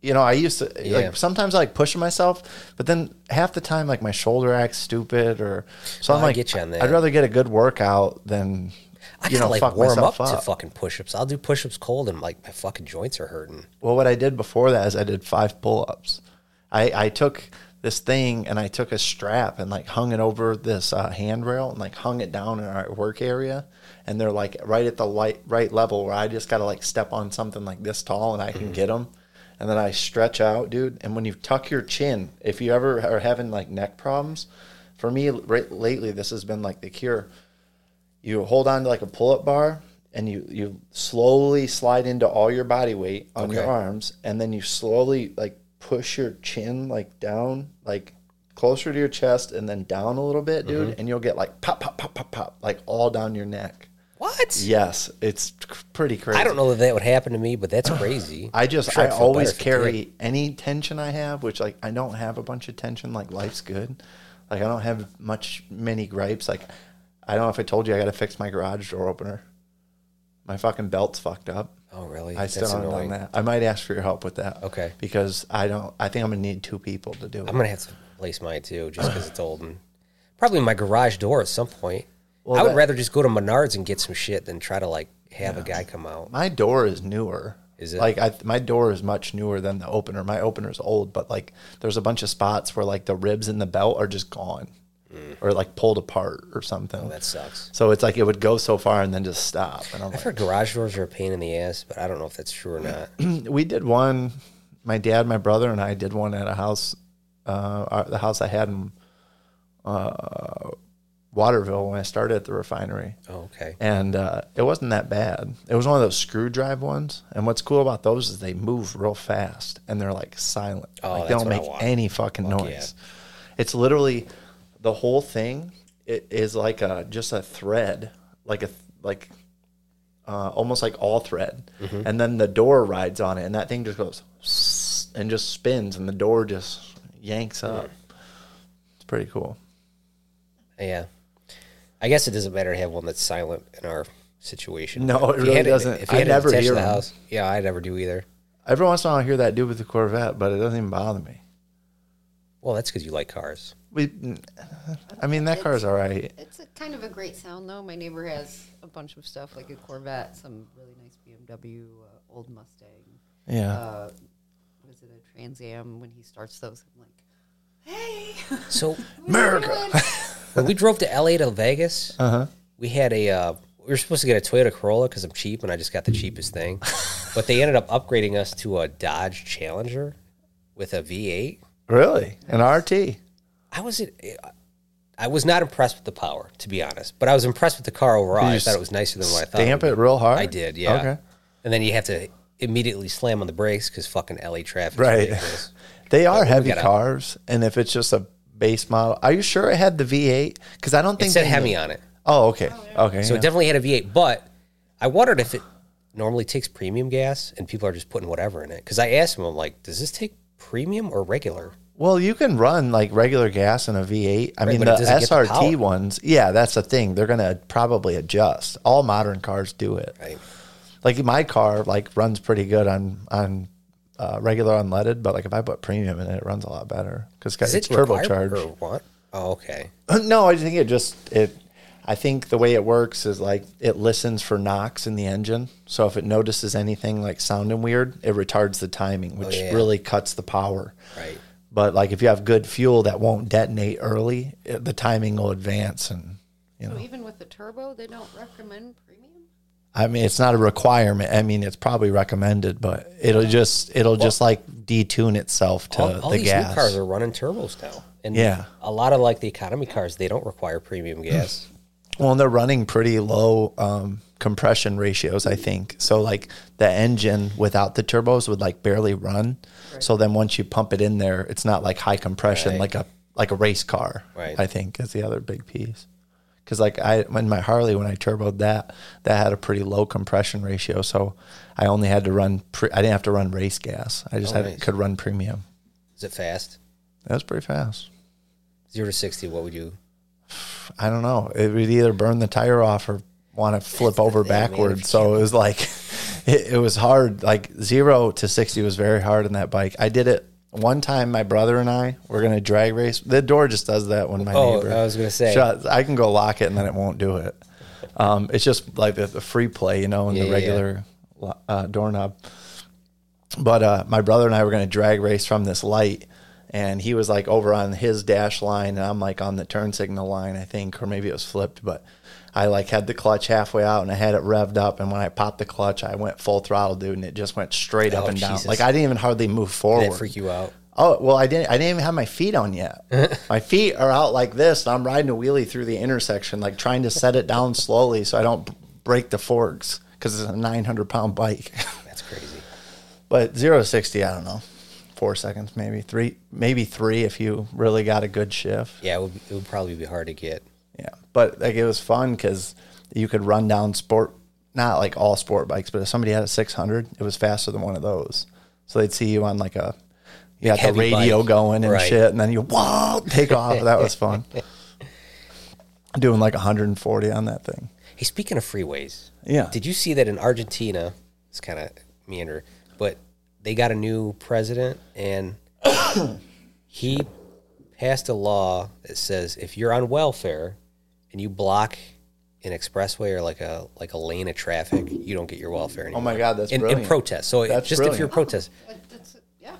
S2: You know, I used to
S3: Yeah.
S2: like sometimes I like pushing myself, but then half the time like my shoulder acts stupid or so I'm
S3: I
S2: like
S3: get you on that.
S2: I'd rather get a good workout than
S3: I
S2: you
S3: gotta
S2: know
S3: like
S2: fuck
S3: warm up,
S2: myself
S3: to
S2: up.
S3: fucking push-ups. I'll do push-ups cold and like my fucking joints are hurting.
S2: Well, what I did before that is I did five pull-ups. I, I took this thing and I took a strap and like hung it over this uh, handrail and like hung it down in our work area, and they're like right at the light right level where I just gotta like step on something like this tall and I can get 'em. get them. And then I stretch out, dude. And when you tuck your chin, if you ever are having like neck problems, for me right lately, this has been like the cure you hold on to like a pull-up bar and you you slowly slide into all your body weight on your
S3: Okay.
S2: arms and then you slowly like push your chin like down like closer to your chest and then down a little bit dude
S3: Mm-hmm.
S2: and you'll get like pop pop pop pop pop like all down your neck
S3: What?
S2: yes it's c- pretty crazy
S3: I don't know that that would happen to me, but that's crazy.
S2: I just
S3: Sure, I'd
S2: I
S3: feel
S2: always
S3: better if it did.
S2: carry any tension I have, which like I don't have a bunch of tension. Like life's good. Like I don't have much many gripes. Like I don't know if I told you I got to fix my garage door opener. My fucking belt's fucked up.
S3: Oh really?
S2: I still haven't done that. I might ask for your help with that.
S3: Okay.
S2: Because I don't. I think I'm gonna need two people to do it.
S3: I'm gonna have to replace mine too, just because it's old and probably my garage door at some point.
S2: Well,
S3: I would
S2: that-
S3: rather just go to Menards and get some shit than try to like have a guy come out.
S2: my door is newer.
S3: Is it?
S2: like I, my door is much newer than the opener? My opener's old, but like there's a bunch of spots where like the ribs in the belt are just gone,
S3: Mm.
S2: or like pulled apart or something.
S3: That sucks.
S2: So it's like it would go so far and then just stop. And I'm
S3: I've heard garage doors are a pain in the ass, but I don't know if that's true
S2: [clears throat]
S3: or not.
S2: like, we did one. My dad, my brother, and I did one at a house, uh, our, the house I had in uh, Waterville when I started at the refinery.
S3: Oh, okay.
S2: And uh, it wasn't that bad. It was one of those screw drive ones. And what's cool about those is they move real fast and they're like silent.
S3: Oh,
S2: like they
S3: that's
S2: don't
S3: what I
S2: make
S3: want.
S2: any fucking noise. It's literally the whole thing. It is like a just a thread, like a like uh, almost like all thread,
S3: Mm-hmm.
S2: and then the door rides on it, and that thing just goes and just spins, and the door just yanks up.
S3: Mm.
S2: It's pretty cool.
S3: Yeah. I guess it doesn't matter to have one that's silent in our situation.
S2: No,
S3: but
S2: it
S3: if you
S2: really
S3: had
S2: doesn't.
S3: If you
S2: I
S3: had
S2: never
S3: it attached
S2: hear
S3: to the
S2: 'em.
S3: house, yeah, I never do either.
S2: Every once in a while, I hear that dude with the Corvette, but it doesn't even bother me.
S3: Well, that's because you like cars.
S2: We, I mean, that car's all right.
S4: It's a kind of a great sound though. My neighbor has a bunch of stuff like a Corvette, some really nice BMW, uh, old Mustang.
S2: Yeah.
S4: Uh, was it a Trans Am? When he starts those,
S2: [laughs]
S4: I'm like, hey,
S3: So
S4: America.
S3: when we drove to LA to Vegas,
S2: Uh-huh.
S3: we had a. Uh, we were supposed to get a Toyota Corolla because I'm cheap, and I just got the
S2: [laughs]
S3: cheapest thing. but they ended up upgrading us to a Dodge Challenger with a V8.
S2: really? An RT.
S3: I was I was not impressed with the power, to be honest. But I was impressed with the car overall. I
S2: you
S3: thought it was nicer than what I thought.
S2: Stamp
S3: would
S2: it real hard.
S3: be. I did, yeah.
S2: Okay.
S3: And then you have to immediately slam on the brakes because fucking LA traffic.
S2: Right. [laughs]
S3: Ridiculous.
S2: They are heavy
S3: gotta-
S2: cars, and if it's just a base model, are you sure it had the V8? Because I don't
S3: It
S2: think
S3: said
S2: they-
S3: Hemi on it,
S2: Oh, okay, okay.
S3: so
S2: yeah.
S3: it definitely had a V8. But I wondered if it normally takes premium gas and people are just putting whatever in it. Because I asked him, I'm like, does this take premium or regular?
S2: well, you can run like regular gas in a V8. I mean,
S3: but it
S2: the
S3: doesn't get the
S2: SRT
S3: power.
S2: ones, yeah, that's the thing. They're gonna probably adjust. All modern cars do it.
S3: Right.
S2: Like my car, like runs pretty good on on uh, regular unleaded, but like if I put premium in it, it runs a lot better because
S3: Is
S2: it's
S3: it required
S2: turbocharged.
S3: or what? Oh, okay.
S2: [clears throat] no, I think it just it. I think the way it works is like it listens for knocks in the engine. So if it notices anything like sounding weird, it retards the timing, which
S3: Oh, yeah.
S2: really cuts the power.
S3: Right.
S2: But like if you have good fuel that won't detonate early, it, the timing will advance. And you
S4: so
S2: know,
S4: even with the turbo, they don't recommend premium.
S2: I mean, it's not a requirement. I mean, it's probably recommended, but it'll just it'll just like detune itself to
S3: all, all
S2: the
S3: these
S2: gas.
S3: new cars are running turbos now, and
S2: Yeah.
S3: a lot of like the economy cars they don't require premium gas.
S2: Well, and they're running pretty low um, compression ratios, I think. So, like the engine without the turbos would like barely run. So then, once you pump it in there, it's not like high compression,
S3: Right.
S2: like a like a race car.
S3: Right.
S2: I think is the other big piece. Because like I, in my Harley, when I turboed that, that had a pretty low compression ratio. So I only had to run. Pre- I didn't have to run race gas. I just had
S3: Oh, nice.
S2: could run premium.
S3: Is it fast?
S2: That was pretty fast.
S3: Zero to sixty, what would you?
S2: I don't know. It would either burn the tire off or want to flip over backwards. so it was like, [laughs] it, it was hard. Like zero to 60 was very hard on that bike. I did it one time. My brother and I were going to drag race. The door just does that when my
S3: Oh,
S2: neighbor.
S3: I was gonna say.
S2: shuts. I can go lock it and then it won't do it. Um, it's just like the, the free play, you know, and
S3: Yeah,
S2: the
S3: yeah, yeah.
S2: regular lo- Uh, doorknob but uh, my brother and I were going to drag race from this light, and he was like over on his dash line, and I'm like on the turn signal line, I think, or maybe it was flipped, but I like had the clutch halfway out and I had it revved up, and when I popped the clutch, I went full throttle, dude, and it just went straight up
S3: Oh,
S2: and
S3: Jesus.
S2: down. Like I didn't even hardly move
S3: Did
S2: forward.
S3: that freak you out?
S2: Oh well, I didn't. I didn't even have my feet on
S3: [laughs]
S2: yet. my feet are out like this, and I'm riding a wheelie through the intersection, like trying to set it down [laughs] slowly so I don't b- break the forks because it's a 900 pound bike. [laughs]
S3: That's crazy.
S2: But zero to sixty, I don't know, four seconds, maybe three, maybe three if you really got a good shift.
S3: Yeah, it would, it would probably be hard to get.
S2: Yeah, but like it was fun because you could run down sport, not like all sport bikes, but if somebody had a six hundred, it was faster than one of those. So they'd see you on like a, you got the
S3: heavy
S2: radio
S3: bike.
S2: going and
S3: Right.
S2: shit, and then you wow take off. That was
S3: [laughs]
S2: fun. Doing like 140 on that thing.
S3: Hey, speaking of freeways,
S2: Yeah.
S3: did you see that in Argentina? It's kind of meander, but they got a new president, and [coughs] he passed a law that says if you're on welfare and you block an expressway or like a like a lane of traffic, you don't get your welfare anymore.
S2: Oh my God, that's
S3: in, in
S2: brilliant.
S3: protest. So it-
S2: That's
S3: just if you're
S2: brilliant.
S3: protest,
S4: But that's yeah.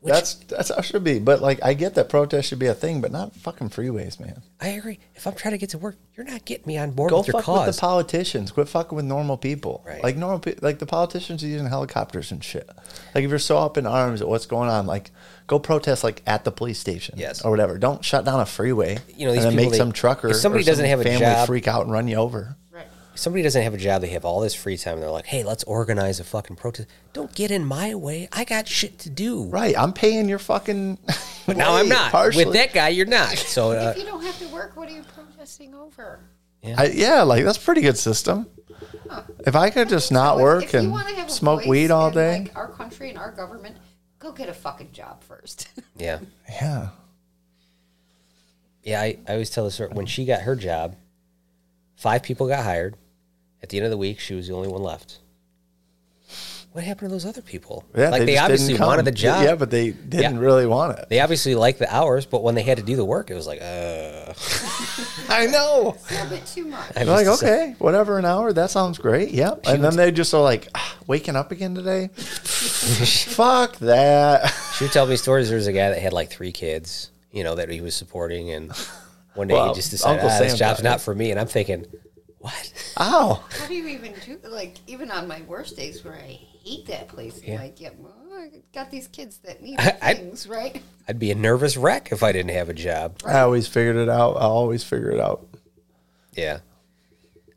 S3: which
S2: that's that's how it should be. But like, I get that protest should be a thing, but not fucking freeways, man.
S3: I agree. If I'm trying to get to work, you're not getting me on board
S2: Go
S3: with your
S2: fuck
S3: cause.
S2: with the politicians. Quit fucking with normal people.
S3: Right.
S2: Like normal, pe- like the politicians are using helicopters and shit. Like if you're so up in arms at what's going on, like go protest like at the police station,
S3: Yes.
S2: or whatever. Don't shut down a freeway.
S3: You know, these
S2: and then
S3: people,
S2: make
S3: they-
S2: some trucker
S3: if somebody
S2: or some
S3: doesn't have a
S2: family
S3: job-
S2: freak out and run you over.
S4: Right.
S3: somebody doesn't have a job, they have all this free time, and they're like, hey, let's organize a fucking protest. Don't get in my way. I got shit to do.
S2: Right, I'm paying your fucking. [laughs]
S3: But now I'm
S2: way,
S3: not.
S2: partially.
S3: With that guy, you're not. So, uh,
S4: If you don't have to work, what are you protesting over?
S3: Yeah.
S2: I, yeah, like that's a pretty good system. If I could just not
S4: If-
S2: work
S4: if you
S2: and
S4: wanna have a
S2: smoke
S4: voice
S2: weed all
S4: in,
S2: day,
S4: Like our country and our government, go get a fucking job first. [laughs]
S3: Yeah.
S2: yeah,
S3: Yeah, I, I always tell this story. when she got her job, five people got hired. At the end of the week, she was the only one left. What happened to those other people?
S2: yeah.
S3: like they,
S2: just
S3: obviously
S2: didn't come.
S3: wanted the job.
S2: Yeah, but they didn't really want it.
S3: they obviously liked the hours, but when they had to do the work, it was like, uh,
S2: I know.
S4: a little bit too much.
S3: I
S2: They're like,
S3: just-
S2: okay, whatever, an hour. That sounds great. Yep. And then they just are like, ah, waking up again
S3: [laughs]
S2: today. Fuck that.
S3: She would tell me stories. There was a guy that had like three kids, you know, that he was supporting, and one day
S2: Well,
S3: he just decided,
S2: Uncle
S3: ah, this
S2: Sam
S3: job's
S2: died.
S3: not for me. And I'm thinking, what?
S2: Ow.
S4: How do you even do [laughs] like even on my worst days where I hate that place? I'm like, yeah, well, I got these kids that need
S3: I-
S4: things, right?
S3: I'd be a nervous wreck if I didn't have a job.
S2: I always figured it out. I always figure it out.
S3: Yeah.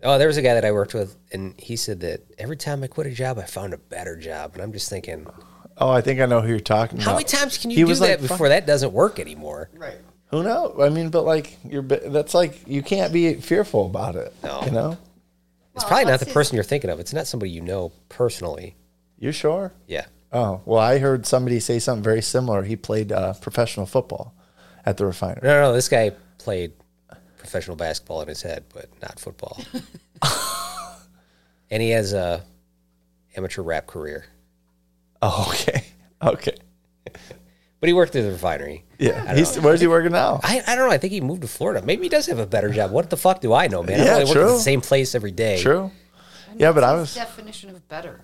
S3: Oh, there was a guy that I worked with, and he said that every time I quit a job, I found a better job. And I'm just thinking,
S2: Oh, I think I know who you're talking about.
S3: how many times can you
S2: He
S3: do
S2: was
S3: that
S2: like,
S3: before
S2: "Fuck."
S3: that doesn't work anymore?
S4: Right.
S2: Who knows? I mean, but like, you're bi- that's like you can't be fearful about it.
S3: No.
S2: You know?
S3: It's probably not the person you're thinking of. It's not somebody you know personally.
S2: You sure?
S3: Yeah.
S2: Oh well, I heard somebody say something very similar. He played uh, professional football at the refinery.
S3: No, no, no. This guy played professional basketball in his head, but
S2: [laughs]
S3: not football. and he has a amateur rap career.
S2: Oh, okay, [laughs] okay,
S3: But he worked at the refinery.
S2: yeah. He's where's he working
S3: [laughs]
S2: now?
S3: I, I don't know. I think he moved to Florida. Maybe he does have a better job. What the fuck do I know, man? I
S2: Yeah,
S3: only work at the
S2: true.
S3: same place every day.
S2: True. Yeah, but I was.
S4: definition of better.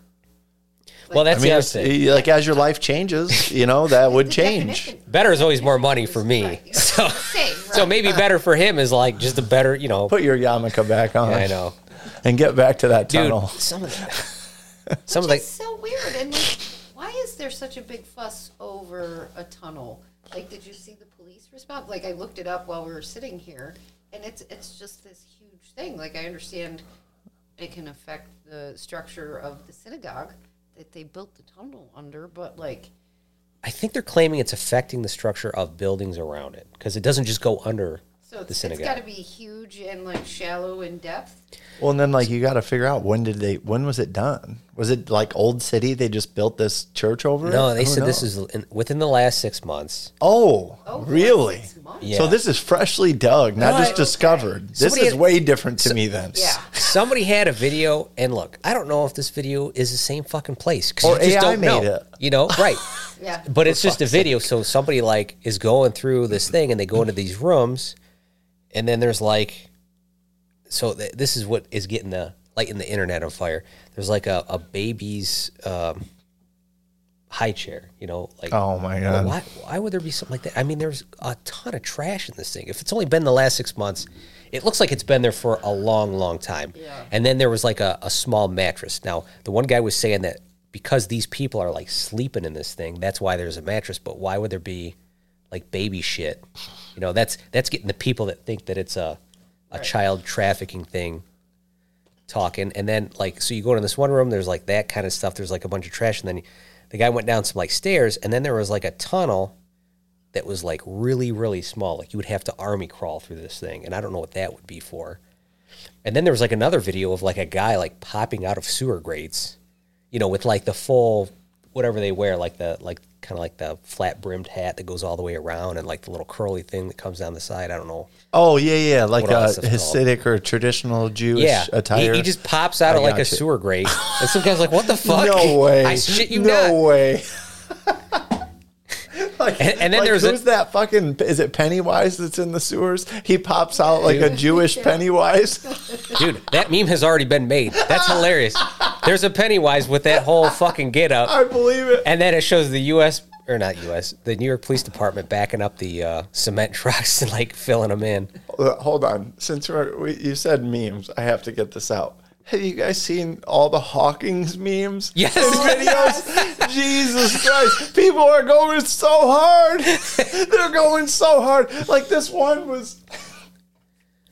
S3: Well, that's
S2: I mean,
S3: the other
S2: it's-
S3: thing.
S2: like as your life changes, you know that would
S4: The [laughs]
S2: change.
S4: definition-
S3: Better is always more money for me.
S4: Right.
S3: [laughs] So,
S4: Same, right.
S3: so
S4: [laughs]
S3: maybe better for him is like just a better, you know.
S2: Put your yarmulke back on.
S3: I know,
S2: And get back to that
S3: dude.
S2: tunnel.
S3: Some of the, some of
S4: It's
S3: the,
S4: so weird. And like, why is there such a big fuss over a tunnel? Like, did you see the police response? Like, I looked it up while we were sitting here, and it's it's just this huge thing. Like, I understand it can affect the structure of the synagogue that they built the tunnel under, but like,
S3: I think they're claiming it's affecting the structure of buildings around it because it doesn't just go under
S4: so
S3: the
S4: it's, it's
S3: synagogue.
S4: got to be huge and like shallow in depth.
S2: Well, and then like you got to figure out when did they? When was it done? Was it like Old City? They just built this church over.
S3: No,
S2: it?
S3: they
S2: Who
S3: said this
S2: knows?
S3: is in, within the last six months.
S2: Oh,
S4: Oh,
S2: really?
S4: six months.
S3: Yeah.
S2: So this is freshly dug, not just
S3: Right.
S2: discovered. This
S3: Somebody
S2: is
S3: had-
S2: way different to me than.
S4: Yeah.
S3: Somebody had a video, and look, I don't know if this video is the same fucking place because
S2: Or
S3: you just
S2: AI
S3: don't know.
S2: made it.
S3: You know, right?
S4: Yeah.
S3: But it's just a video, so somebody like is going through this thing, and they go into these rooms, and then there's like, so th- this is what is getting the lighting the internet on fire. There's like a, a baby's um, high chair, you know, like
S2: Oh my
S3: well,
S2: god.
S3: Why, why would there be something like that? I mean, there's a ton of trash in this thing. If it's only been the last six months, it looks like it's been there for a long, long time.
S4: Yeah.
S3: And then there was like a, a small mattress. Now, the one guy was saying that because these people are like sleeping in this thing, that's why there's a mattress. But why would there be like baby shit? You know, that's that's getting the people that think that it's a, a child trafficking thing talking and then like so you go into this one room there's like that kind of stuff there's like a bunch of trash and then the guy went down some like stairs and then there was like a tunnel that was like really really small like you would have to army crawl through this thing and i don't know what that would be for and then there was like another video of like a guy like popping out of sewer grates you know with like the full whatever they wear like the like kind of like the flat brimmed hat that goes all the way around and like the little curly thing that comes down the side i don't know
S2: Oh yeah, yeah, like
S3: What
S2: a
S3: else is it called?
S2: Hasidic or traditional Jewish
S3: yeah, he-
S2: attire.
S3: He, just pops out
S2: I
S3: of like a
S2: gotcha.
S3: sewer grate, and some guy's like, "What the
S2: [laughs]
S3: fuck?
S2: No way.
S3: I shit you
S2: no
S3: not."
S2: way. [laughs] like,
S3: And- and then
S2: like,
S3: there's a-
S2: who's that fucking is it Pennywise that's in the sewers? He pops out like a Jewish Pennywise. [laughs]
S3: Dude, that meme has already been made. That's hilarious. There's a Pennywise with that whole fucking get up,
S2: I believe it.
S3: and then it shows the U.S. or not U.S. the New York Police Department backing up the uh, cement trucks and like filling them in.
S2: Uh, Hold on, since we're, we, you said memes, I have to get this out. Have you guys seen all the Hawking's memes?
S3: Yes.
S2: And
S3: [laughs]
S2: videos? Jesus Christ. People are going so hard. [laughs] They're going so hard. Like this one was.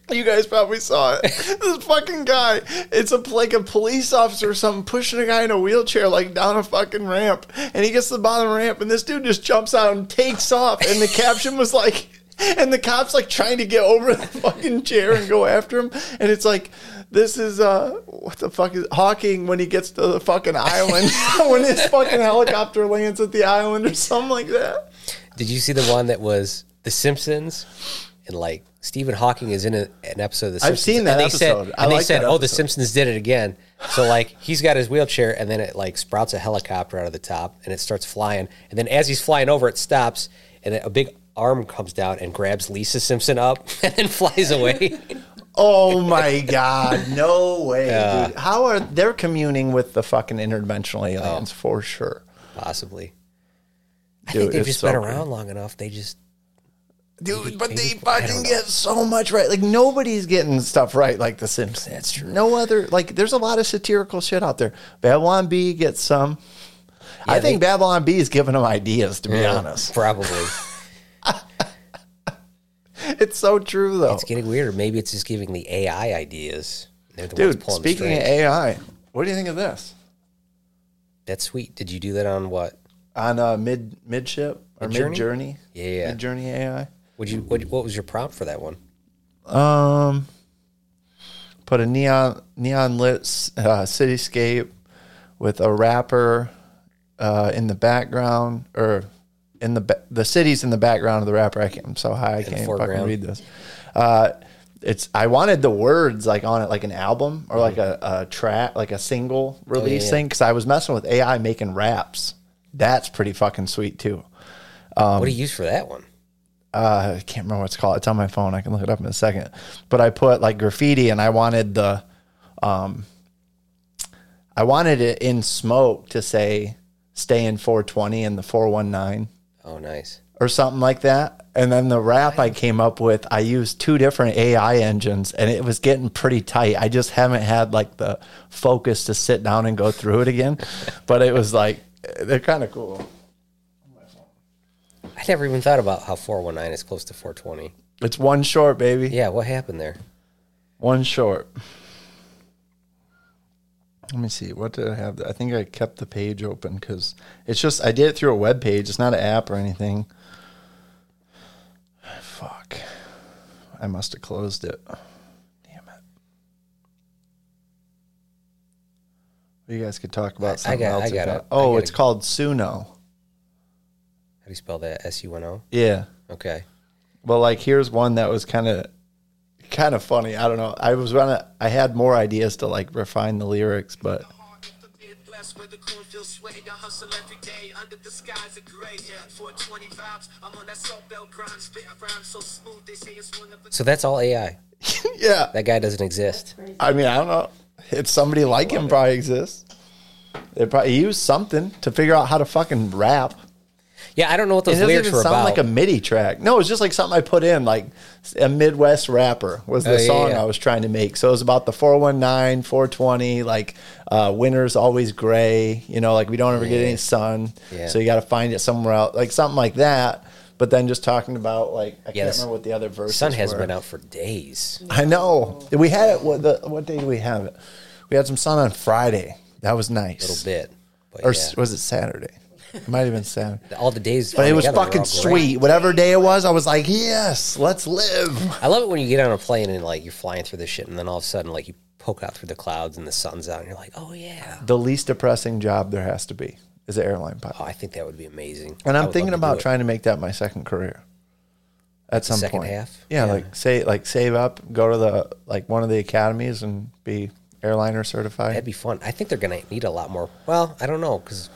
S2: You guys probably saw it. This fucking guy, it's a, like a police officer or something pushing a guy in a wheelchair like down a fucking ramp, and he gets to the bottom of the ramp, and this dude just jumps out and takes off. And the caption was like, [laughs] and the cops like trying to get over [laughs] the fucking chair and go after him and it's like this is uh what the fuck is hawking when he gets to the fucking island [laughs] when his fucking helicopter lands at the island or something like that
S3: Did you see the one that was The Simpsons? And like Stephen Hawking is in a, an episode of The
S2: I've
S3: Simpsons.
S2: seen that
S3: and they
S2: episode.
S3: Said,
S2: I
S3: and they
S2: like
S3: said,
S2: that
S3: "Oh, The
S2: episode."
S3: Simpsons did it again." So like he's got his wheelchair, and then it like sprouts a helicopter out of the top, and it starts flying. And then as he's flying over, it stops, and then a big arm comes down and grabs Lisa Simpson up, [laughs] and then flies
S2: [laughs]
S3: away.
S2: oh my god no way dude. how are they're communing with the fucking interdimensional aliens for sure
S3: Possibly. I
S2: Dude,
S3: think they've
S2: it's
S3: just
S2: so
S3: been
S2: cool.
S3: around long enough. They just
S2: dude but
S3: maybe-
S2: they
S3: I don't
S2: fucking
S3: know.
S2: get so much right like nobody's getting stuff right like the simpsons that's true no other like there's a lot of satirical shit out there babylon b gets some i
S3: Yeah,
S2: think
S3: they-
S2: babylon b is giving them ideas to be
S3: Yeah,
S2: honest [laughs]
S3: probably.
S2: it's so true though
S3: It's getting weirder. Maybe it's just giving the AI ideas. They're the ones
S2: dude
S3: pulling the
S2: speaking of
S3: strings.
S2: ai what do you think of this
S3: That's sweet. Did you do that on what?
S2: on uh mid midship or
S3: Midjourney?
S2: mid journey
S3: Yeah.
S2: mid journey ai
S3: Would you? What, what was your prompt for that one?
S2: Um, put a neon neon lit uh, cityscape with a rapper uh, in the background, or in the ba- the city's in the background of the rapper. I can't, I'm so high, I can't even fucking
S3: foreground.
S2: read this. Uh, it's I wanted the words like on it, like an album or like a, a track, like a single release
S3: Mm-hmm. yeah.
S2: thing, because I was messing with AI making raps. That's pretty fucking sweet too. Um,
S3: what do you use for that one?
S2: uh, I can't remember what it's called. It's on my phone. I can look it up in a second. But I put like graffiti, and I wanted the, um, I wanted it in smoke to say "stay in 420" and the 419
S3: Oh, nice.
S2: or something like that. And then the rap I came up with, I used two different AI engines, and it was getting pretty tight. I just haven't had like the focus to sit down and go through it again. but it was like they're kind of cool.
S3: I never even thought about how 419 is close to 420.
S2: It's one short, baby.
S3: Yeah, what happened there?
S2: One short. Let me see. What did I have? I think I kept the page open because it's just I did it through a web page. It's not an app or anything. Fuck. I must have closed it. Damn it. You guys could talk about
S3: I- I
S2: something
S3: got-
S2: else.
S3: I
S2: if
S3: got
S2: I-
S3: it. I
S2: Oh,
S3: got
S2: it's
S3: it.
S2: called Suno.
S3: How do you spell that? S U N O.
S2: Yeah.
S3: Okay.
S2: Well, like here's one that was kind of kind of funny. I don't know. I was gonna. I had more ideas to like refine the lyrics, but
S5: hard to get blessed with the cornfield sweat. I hustle every day under the skies of gray. 420 vibes, I'm on that salt belt grind. Spit rhymes so smooth, they say it's one of a
S3: So that's all AI.
S2: yeah.
S3: That guy doesn't exist.
S2: I mean, I don't know if somebody like him probably exists. They probably used something to figure out how to fucking rap.
S3: Yeah, I don't know what
S2: It
S3: those
S2: doesn't
S3: lyrics
S2: even
S3: were
S2: sound
S3: about.
S2: like a MIDI track. No, it's just like something I put in, like a Midwest rapper was the
S3: Oh, yeah,
S2: song
S3: yeah.
S2: I was trying to make. So it was about the 419, 420, like uh, winter's always gray, you know, like we don't ever get any sun.
S3: Yeah.
S2: So you got to find it somewhere else, like something like that. But then just talking about, like, I can't
S3: this-
S2: remember what the other verse
S3: Sun has been out for days.
S2: I know. We had it, what, the, what day did we have it? We had some sun on Friday. That was nice.
S3: A little bit. But
S2: Or
S3: yeah.
S2: s- was it Saturday? It might have been Saturday.
S3: all the days.
S2: But it
S3: thrown
S2: was
S3: together were
S2: fucking
S3: all great.
S2: sweet. Whatever day it was, I was like, yes, let's live.
S3: I love it when you get on a plane and like you're flying through this shit, and then all of a sudden like you poke out through the clouds and the sun's out, and you're like, oh yeah.
S2: The least depressing job there has to be is an airline
S3: Oh,
S2: pilot.
S3: I think that would be amazing.
S2: And
S3: I
S2: I'm
S3: would
S2: thinking
S3: love to do
S2: about
S3: it.
S2: trying to make that my second career. At some
S3: second
S2: point,
S3: half?
S2: Yeah,
S3: Yeah.
S2: like say, like save up, go to the like one of the academies and be airliner certified.
S3: That'd be fun. I think they're gonna need a lot more. Well, I don't know because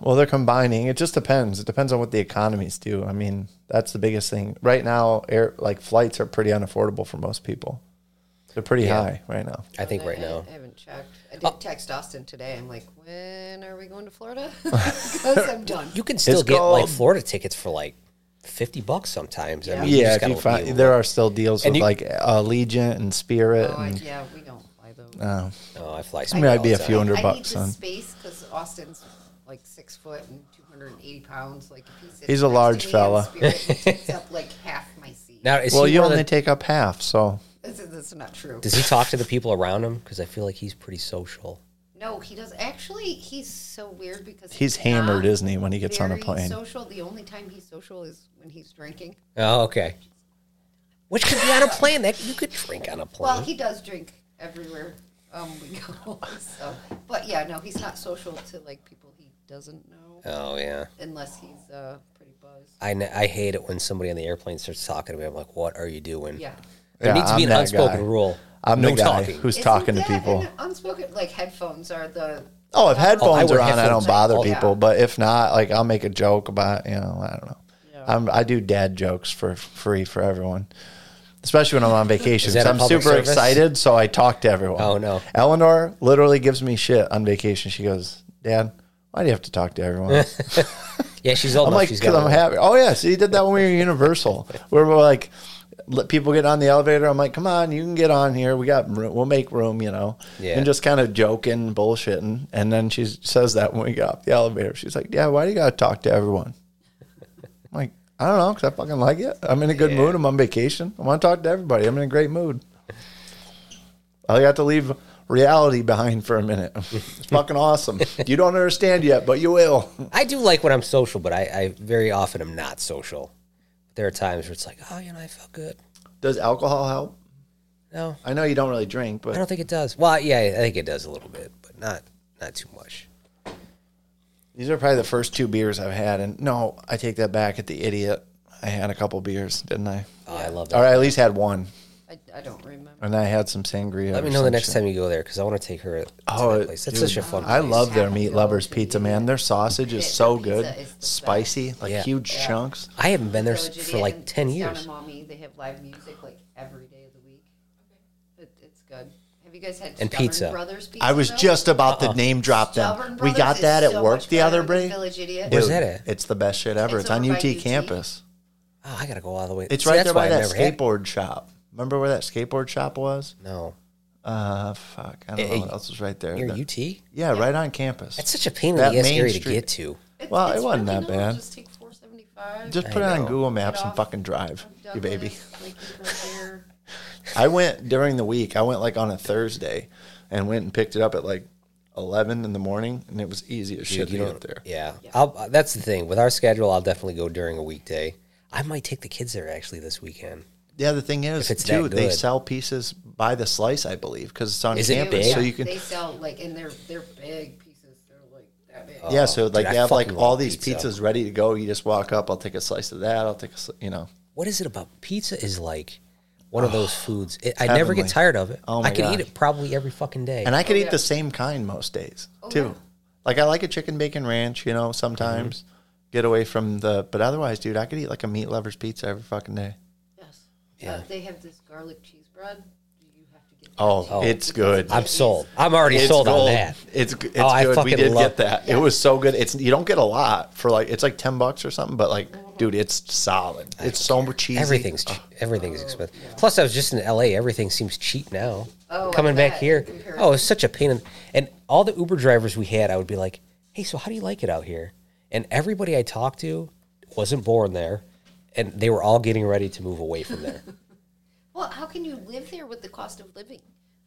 S2: Well, they're combining. It just depends. It depends on what the economies do. I mean, that's the biggest thing right now. Air like flights are pretty unaffordable for most people. They're pretty
S3: Yeah.
S2: high right now.
S3: I think
S4: I-
S3: right
S4: I-
S3: now Oh.
S4: I haven't checked. I did text Austin today. I'm like, when are we going
S3: [laughs]
S4: to Florida? [laughs] Because I'm done.
S3: you can still get like
S2: called-
S3: Florida tickets for like fifty bucks sometimes. I
S4: Yeah.
S3: mean, you
S2: Yeah,
S3: just
S2: if you
S3: gotta
S2: find,
S3: be-
S2: there are still deals
S3: And
S2: with
S3: you-
S2: like Allegiant and Spirit,
S4: Oh, I,
S2: and
S4: yeah, we don't fly those.
S2: uh,
S3: Oh, I fly.
S2: might be a
S3: Spirit's
S2: few
S3: out.
S2: hundred
S4: I
S2: bucks.
S4: need the
S2: On.
S4: space because Austin's like six foot and 280 pounds. Like if he sits
S2: He's a
S4: next to
S2: large
S4: me in
S2: fella.
S4: spirit,
S3: [laughs]
S4: he takes up like half my seat.
S3: Now, is
S2: Well,
S3: he
S2: you
S3: one of
S2: only
S3: the-
S2: take up half, so
S4: [laughs] This is, this is not true.
S3: does he talk to the people around him? Because I feel like he's pretty social.
S4: No, he does. Actually, he's so weird because
S2: he's hammered,
S4: not
S2: isn't he, when he gets on a
S4: very
S2: plane?
S4: Social. The only time he's social is when he's drinking.
S3: Oh, okay. which could be on a plane. That you could drink on a plane.
S4: Well, he does drink everywhere um, we [laughs] go. So, but yeah, no, he's not social to like people he doesn't know
S3: oh yeah.
S4: unless he's uh, pretty buzzed.
S3: I, kn- I hate it when somebody on the airplane starts talking to me. I'm like, what are you doing?
S4: Yeah.
S2: Yeah,
S3: There needs to be
S2: I'm
S3: an
S2: that
S3: unspoken
S2: guy.
S3: rule.
S2: I'm
S3: no
S2: the guy
S3: talking.
S2: who's
S4: Isn't
S2: talking to
S4: that
S2: people.
S4: an unspoken, like headphones are the.
S2: Oh, if headphones
S3: wear
S2: are on, I
S3: headphones.
S2: don't bother
S3: Oh,
S4: yeah.
S2: people. But if not, like I'll make a joke about you know I don't know. I'm, I do dad jokes for free for everyone, especially when I'm on vacation.
S3: Is that
S2: 'cause
S3: a
S2: I'm
S3: public
S2: super
S3: service?
S2: excited, so I talk to everyone.
S3: Oh, no.
S2: Eleanor literally gives me shit on vacation. She goes, "Dad, why do you have to talk to
S3: [laughs]
S2: everyone?"
S3: Yeah, she's old
S2: I'm
S3: enough.
S2: like,
S3: she's
S2: because
S3: got
S2: I'm happy. Oh yeah, so you did that when we were at
S3: [laughs]
S2: Universal, where we're like, let people get on the elevator. I'm like, come on, you can get on here. We got, room. we'll make room, you know.
S3: Yeah.
S2: And just kind of joking, bullshitting, and then she says that when we got off the elevator, she's like, yeah, why do you gotta talk to
S3: [laughs]
S2: everyone? I'm like, I don't know, because I fucking like it. I'm in a good mood. I'm on vacation. I want to talk to everybody. I'm in a great mood. I got to leave reality behind for a minute. [laughs] It's fucking
S3: [laughs]
S2: awesome. You don't understand yet, but you will.
S3: I do like when I'm social, but I, I very often am not social. There are times where it's like, oh, you know, I felt good.
S2: Does alcohol help?
S3: No,
S2: I know you don't really drink, but
S3: I don't think it does. Well, yeah, I think it does a little bit, but not not too much.
S2: these are probably the first two beers I've had. And no, I take that back. At the idiot, I had a couple beers, didn't I?
S3: Oh, I love that.
S2: Or I at least had one,
S4: I, I don't remember.
S2: and I had some sangria.
S3: Let me know the next time you go there because I want to take her to
S2: Oh,
S3: that place. That's
S2: dude,
S3: such a fun.
S2: I
S3: place.
S2: love their
S4: Yeah.
S2: meat lovers pizza, man. Their sausage is
S4: Yeah,
S2: so
S4: their pizza
S2: good,
S4: is the best.
S2: spicy, like
S3: Yeah.
S2: huge chunks.
S3: I haven't been there
S4: Village
S3: s- for
S4: Idiot
S3: like
S4: in-
S3: ten
S4: it's
S3: years.
S4: Down in Maumee, they have live music like every day of the week. It, it's good. Have you guys had
S3: And
S4: Stubborn
S3: pizza.
S4: Brothers pizza?
S2: I was
S4: though?
S2: just about
S3: Uh-uh.
S2: to name drop
S4: Stubborn
S2: them. We got
S4: Brothers is
S2: that at
S4: so
S2: work
S4: much
S2: the
S4: better
S2: other
S4: than
S2: break.
S4: Village Idiot.
S3: Where's
S2: Dude,
S3: that at?
S2: It's the best shit ever.
S4: It's
S2: It's, on
S4: over by
S2: UT,
S4: UT.
S2: campus.
S3: Oh, I gotta go all the way.
S2: It's
S3: See,
S2: right
S3: that's
S2: there
S3: why
S2: by that
S3: I never had-
S2: skateboard shop. Remember where that skateboard shop was?
S3: No,
S2: Uh, fuck. I don't
S3: Eh,
S2: know what else was right there.
S3: near
S2: The-
S3: UT.
S2: Yeah, right on campus.
S3: That's such a pain in
S2: That
S3: the ass
S2: Main
S3: area to
S2: Street-
S3: get to.
S4: It's-
S2: Well, it
S4: it's
S2: wasn't
S4: really
S2: that
S4: not.
S2: bad.
S4: Just take 475.
S2: Just put it on
S3: know.
S2: Google Maps and
S4: off.
S2: fucking drive, you
S4: Douglas,
S2: baby.
S4: like, you go
S2: [laughs]
S4: there.
S2: I went during the week. I went like on a Thursday, and went and picked it up at like eleven in the morning, and it was easy as shit
S3: Dude,
S2: to
S3: you
S2: get
S3: don't-
S2: up there.
S3: Yeah, I'll, uh, that's the thing with our schedule. I'll definitely go during a weekday. I might take the kids there actually this weekend.
S2: The other thing is,
S3: If it's
S2: too,
S3: that
S2: they
S3: good.
S2: sell pieces by the slice, I believe, because it's on
S3: Is it
S2: campus,
S3: big?
S2: so you can.
S4: They sell like and they're they're big pieces. They're like that big.
S2: yeah, so like
S3: Oh. dude,
S2: they
S3: I
S2: have like
S3: fucking
S2: all
S3: love
S2: these
S3: pizza.
S2: pizzas ready to go. You just walk up. I'll take a slice of that. I'll take a, sli- you know.
S3: What is it about pizza? Is like one
S2: [sighs]
S3: of those foods. It, I never get
S2: heavenly.
S3: tired of it.
S2: Oh
S3: I
S2: my
S3: could eat
S2: gosh.
S3: it probably every fucking day.
S2: And I could eat
S4: Oh, yeah. Oh,
S2: the same kind most days too.
S4: yeah.
S2: Like I like a chicken bacon ranch, you know, sometimes
S3: Mm-hmm.
S2: get away from the but otherwise, dude, I could eat like a meat lover's pizza every fucking day.
S4: Yes.
S3: Yeah.
S4: Uh, they have this garlic cheese bread. You have to get. that
S2: Oh,
S4: too.
S3: Oh.
S2: it's good.
S3: I'm sold. I'm already
S2: It's
S3: sold on
S2: gold.
S3: that.
S2: It's g- it's
S3: Oh, I
S2: good.
S3: fucking
S2: we did get
S3: love
S2: that. It was so good. It's you don't get a lot for like it's like ten bucks or something, but
S4: Oh,
S2: like, dude, it's solid. It's so much cheesy.
S3: Everything's che- everything's expensive. Plus, I was just in L.A. Everything seems cheap now.
S4: Oh, I
S3: Coming back
S4: bet,
S3: here,
S4: in comparison.
S3: oh, it's such a pain. In, and all the Uber drivers we had, I would be like, "Hey, so how do you like it out here?" And everybody I talked to wasn't born there, and they were all getting ready to move away from
S4: [laughs]
S3: there.
S4: Well, how can you live there with the cost of living?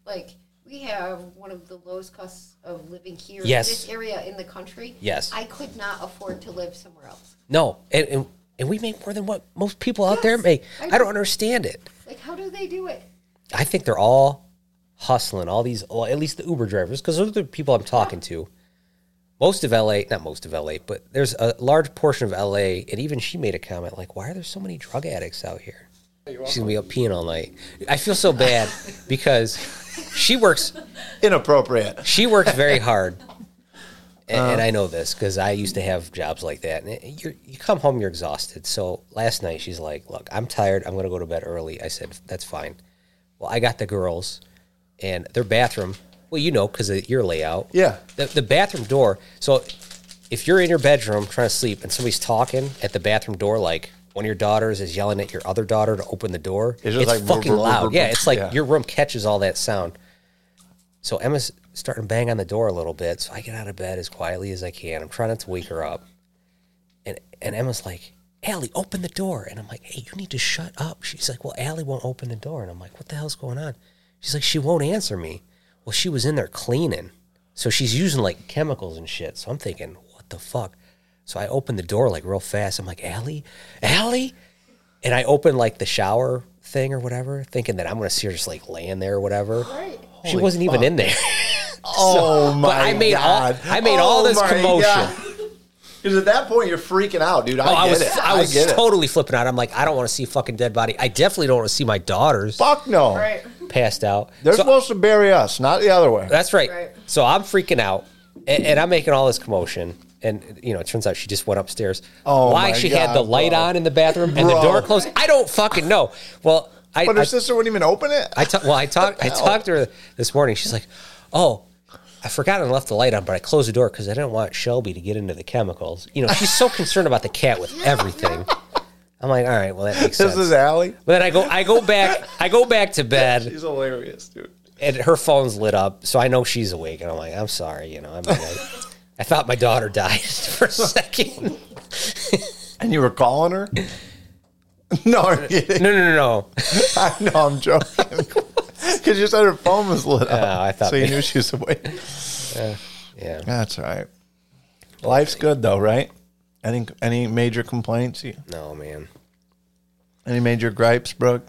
S4: Like we have one of the lowest costs of living here
S3: Yes.
S4: in this area in the country.
S3: Yes.
S4: I could not afford to live somewhere else.
S3: no, and, and and we make more than what most people out there
S4: Yes,
S3: make.
S4: I
S3: I
S4: know.
S3: don't understand it.
S4: Like how do they do it?
S3: I think they're all hustling. All these, well, at least the Uber drivers, because those are the people I'm talking to. Most of LA, not most of LA, but there's a large portion of LA, and even she made a comment like, "Why are there so many drug addicts out here?" She's gonna be up peeing all night. I feel so bad because she works. [laughs]
S2: Inappropriate.
S3: She works very hard, and, and I know this because I used to have jobs like that. And it- you're, you come home, you're exhausted. So last night, she's like, "Look, I'm tired. I'm gonna go to bed early." I said, "That's fine." Well, I got the girls, and their bathroom. Well, you know, because of your layout.
S2: Yeah.
S3: The, the bathroom door. So if you're in your bedroom trying to sleep and somebody's talking at the bathroom door, like one of your daughters is yelling at your other daughter to open the door,
S2: It's
S3: it's,
S2: just like vroom,
S3: fucking
S2: vroom, vroom,
S3: loud.
S2: vroom,
S3: yeah,
S2: vroom.
S3: it's like
S2: Yeah.
S3: your room catches all that sound. So Emma's starting to bang on the door a little bit. So I get out of bed as quietly as I can. I'm trying not to wake her up. And and Emma's like, Allie, open the door. And I'm like, hey, you need to shut up. She's like, well, Allie won't open the door. And I'm like, what the hell's going on? She's like, she won't answer me. Well, she was in there cleaning. So she's using like chemicals and shit. So I'm thinking, what the fuck? So I open the door like real fast. I'm like, Allie, Allie? And I open like the shower thing or whatever, thinking that I'm going to see her just like laying there or whatever.
S4: Right.
S3: She wasn't even in there.
S2: Oh my
S3: but I made all-
S2: god! Oh
S3: I made all this commotion.
S2: Because at that point you're freaking out, dude. [laughs] I,
S3: Oh, I
S2: get
S3: was
S2: it.
S3: I was
S2: get it.
S3: totally flipping out. I'm like, I don't want to see fucking dead body. I definitely don't want to see my daughters
S2: Fuck no.
S3: passed out.
S2: They're
S3: So-
S2: supposed to bury us, not the other way.
S3: That's right.
S4: Right.
S3: So I'm freaking out, and, and I'm making all this commotion. And you know, it turns out she just went upstairs.
S2: Oh,
S3: why
S2: my
S3: she had
S2: God,
S3: the light
S2: bro.
S3: on in the bathroom and the
S2: Bro.
S3: door closed? I don't fucking know. Well, I
S2: But her
S3: I,
S2: sister wouldn't even open it.
S3: I ta-
S2: [laughs]
S3: well, I talked I talked to her this morning. She's like, "Oh, I forgot I left the light on, but I closed the door because I didn't want Shelby to get into the chemicals." You know,
S2: [laughs]
S3: she's so concerned about the cat with everything. I'm like, "All right, well that makes
S2: this
S3: sense."
S2: is Allie.
S3: but then I go I go back I go back to bed
S2: She's hilarious, dude.
S3: and her phone's lit up, so I know she's awake. And I'm like, I'm sorry, you know, I'm awake. I thought my daughter died [laughs] for a second.
S2: And you were calling her? [laughs] no, I'm kidding. [laughs]
S3: No, no, no, no.
S2: I know I'm joking. [laughs] Because you said her phone was lit up.
S3: Yeah, I thought-
S2: so. You knew she was awake. [laughs]
S3: Yeah,
S2: That's all right. Life's good though, right? Any any major complaints? You-
S3: no, man.
S2: Any major gripes, Brooke?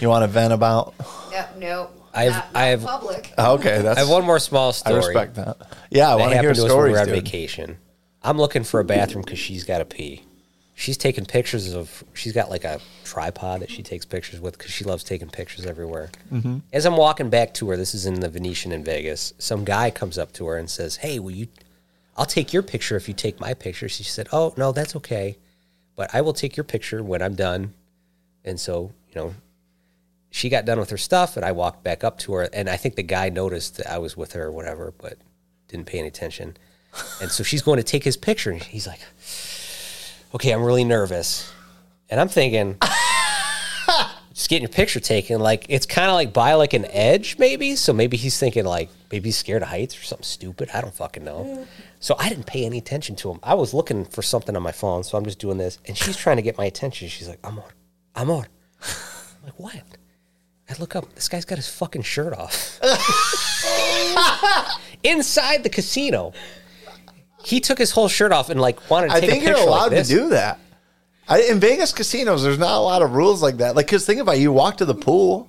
S2: You want to vent
S3: [laughs]
S2: about?
S4: Yeah, no.
S3: I've-
S4: not, not
S3: I've- uh,
S4: public.
S2: Okay, that's
S3: I have one more small
S2: I
S3: story.
S2: respect that. Yeah, I want
S3: That
S2: to hear
S3: happened to us when we
S2: stories,
S3: were on
S2: dude.
S3: vacation. I'm looking for a bathroom because she's got to pee. She's taking pictures of. She's got like a tripod that she takes pictures with because she loves taking pictures everywhere.
S2: Mm-hmm.
S3: As I'm walking back to her, this is in the Venetian in Vegas. Some guy comes up to her and says, "Hey, will you? I'll take your picture if you take my picture." She said, "Oh no, that's okay, but I will take your picture when I'm done." And so, you know, she got done with her stuff and I walked back up to her and I think the guy noticed that I was with her or whatever, but didn't pay any attention. And so she's going to take his picture and he's like, Okay, I'm really nervous. And I'm
S2: [laughs]
S3: thinking just getting your picture taken, like it's kinda like by like an edge, maybe. So maybe he's thinking like maybe he's scared of heights or something stupid. I don't fucking know. So I didn't pay any attention to him. I was looking for something on my phone, so I'm just doing this. And she's trying to get my attention. She's like, Amor, Amor. I'm like, what? I look up. This guy's got his fucking shirt off.
S2: [laughs]
S3: Inside the casino, he took his whole shirt off and like wanted to
S2: I
S3: take a
S2: think
S3: picture
S2: you're allowed
S3: like this.
S2: to do that. I, in Vegas casinos, there's not a lot of rules like that. Like, cause think about it, you walk to the pool,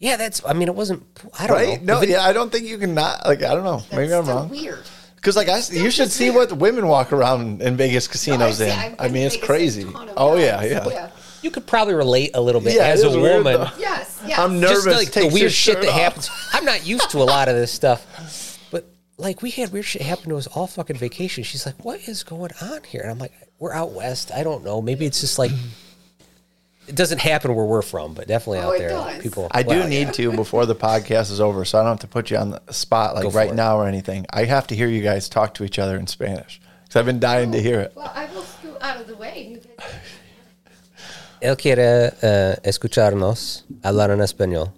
S3: Yeah, that's. I mean, it wasn't. I don't
S2: right?
S3: know.
S2: No, yeah, I don't think you can not. Like, I don't know. Maybe
S4: That's
S2: I'm
S4: still
S2: wrong.
S4: Weird.
S2: Because like I, you should see what women walk around in Vegas casinos
S4: seen-
S2: in.
S4: I've
S2: I
S4: been
S2: mean, it's
S4: Vegas a
S2: crazy.
S4: ton of
S2: Oh
S4: times.
S2: yeah, yeah.
S3: You could probably relate a little bit
S2: Yeah, it
S3: as a
S2: is weird,
S3: woman. [laughs]
S2: though.
S4: Yes. Yes.
S2: I'm
S3: Just
S2: nervous.
S3: like the
S2: takes
S3: weird
S2: his
S3: shit
S2: shirt
S3: that
S2: off.
S3: happens. I'm not used to a lot of this stuff, but like we had weird shit happen to us all fucking vacation. She's like, "What is going on here?" And I'm like, "We're out west. I don't know. Maybe it's just like." It doesn't happen where we're from, but definitely
S4: Oh,
S3: out
S4: it
S3: there,
S4: does.
S3: people.
S2: I
S3: well,
S2: do need to before the podcast is over, so I don't have to put you on the spot
S3: Go
S2: like
S3: for
S2: right
S3: it.
S2: now or anything. I have to hear you guys talk to each other in Spanish because I've been dying to
S4: [laughs]
S2: hear it.
S4: Well, I will scoot out of the way. You guys-
S3: Él quiere eh, escucharnos hablar en español.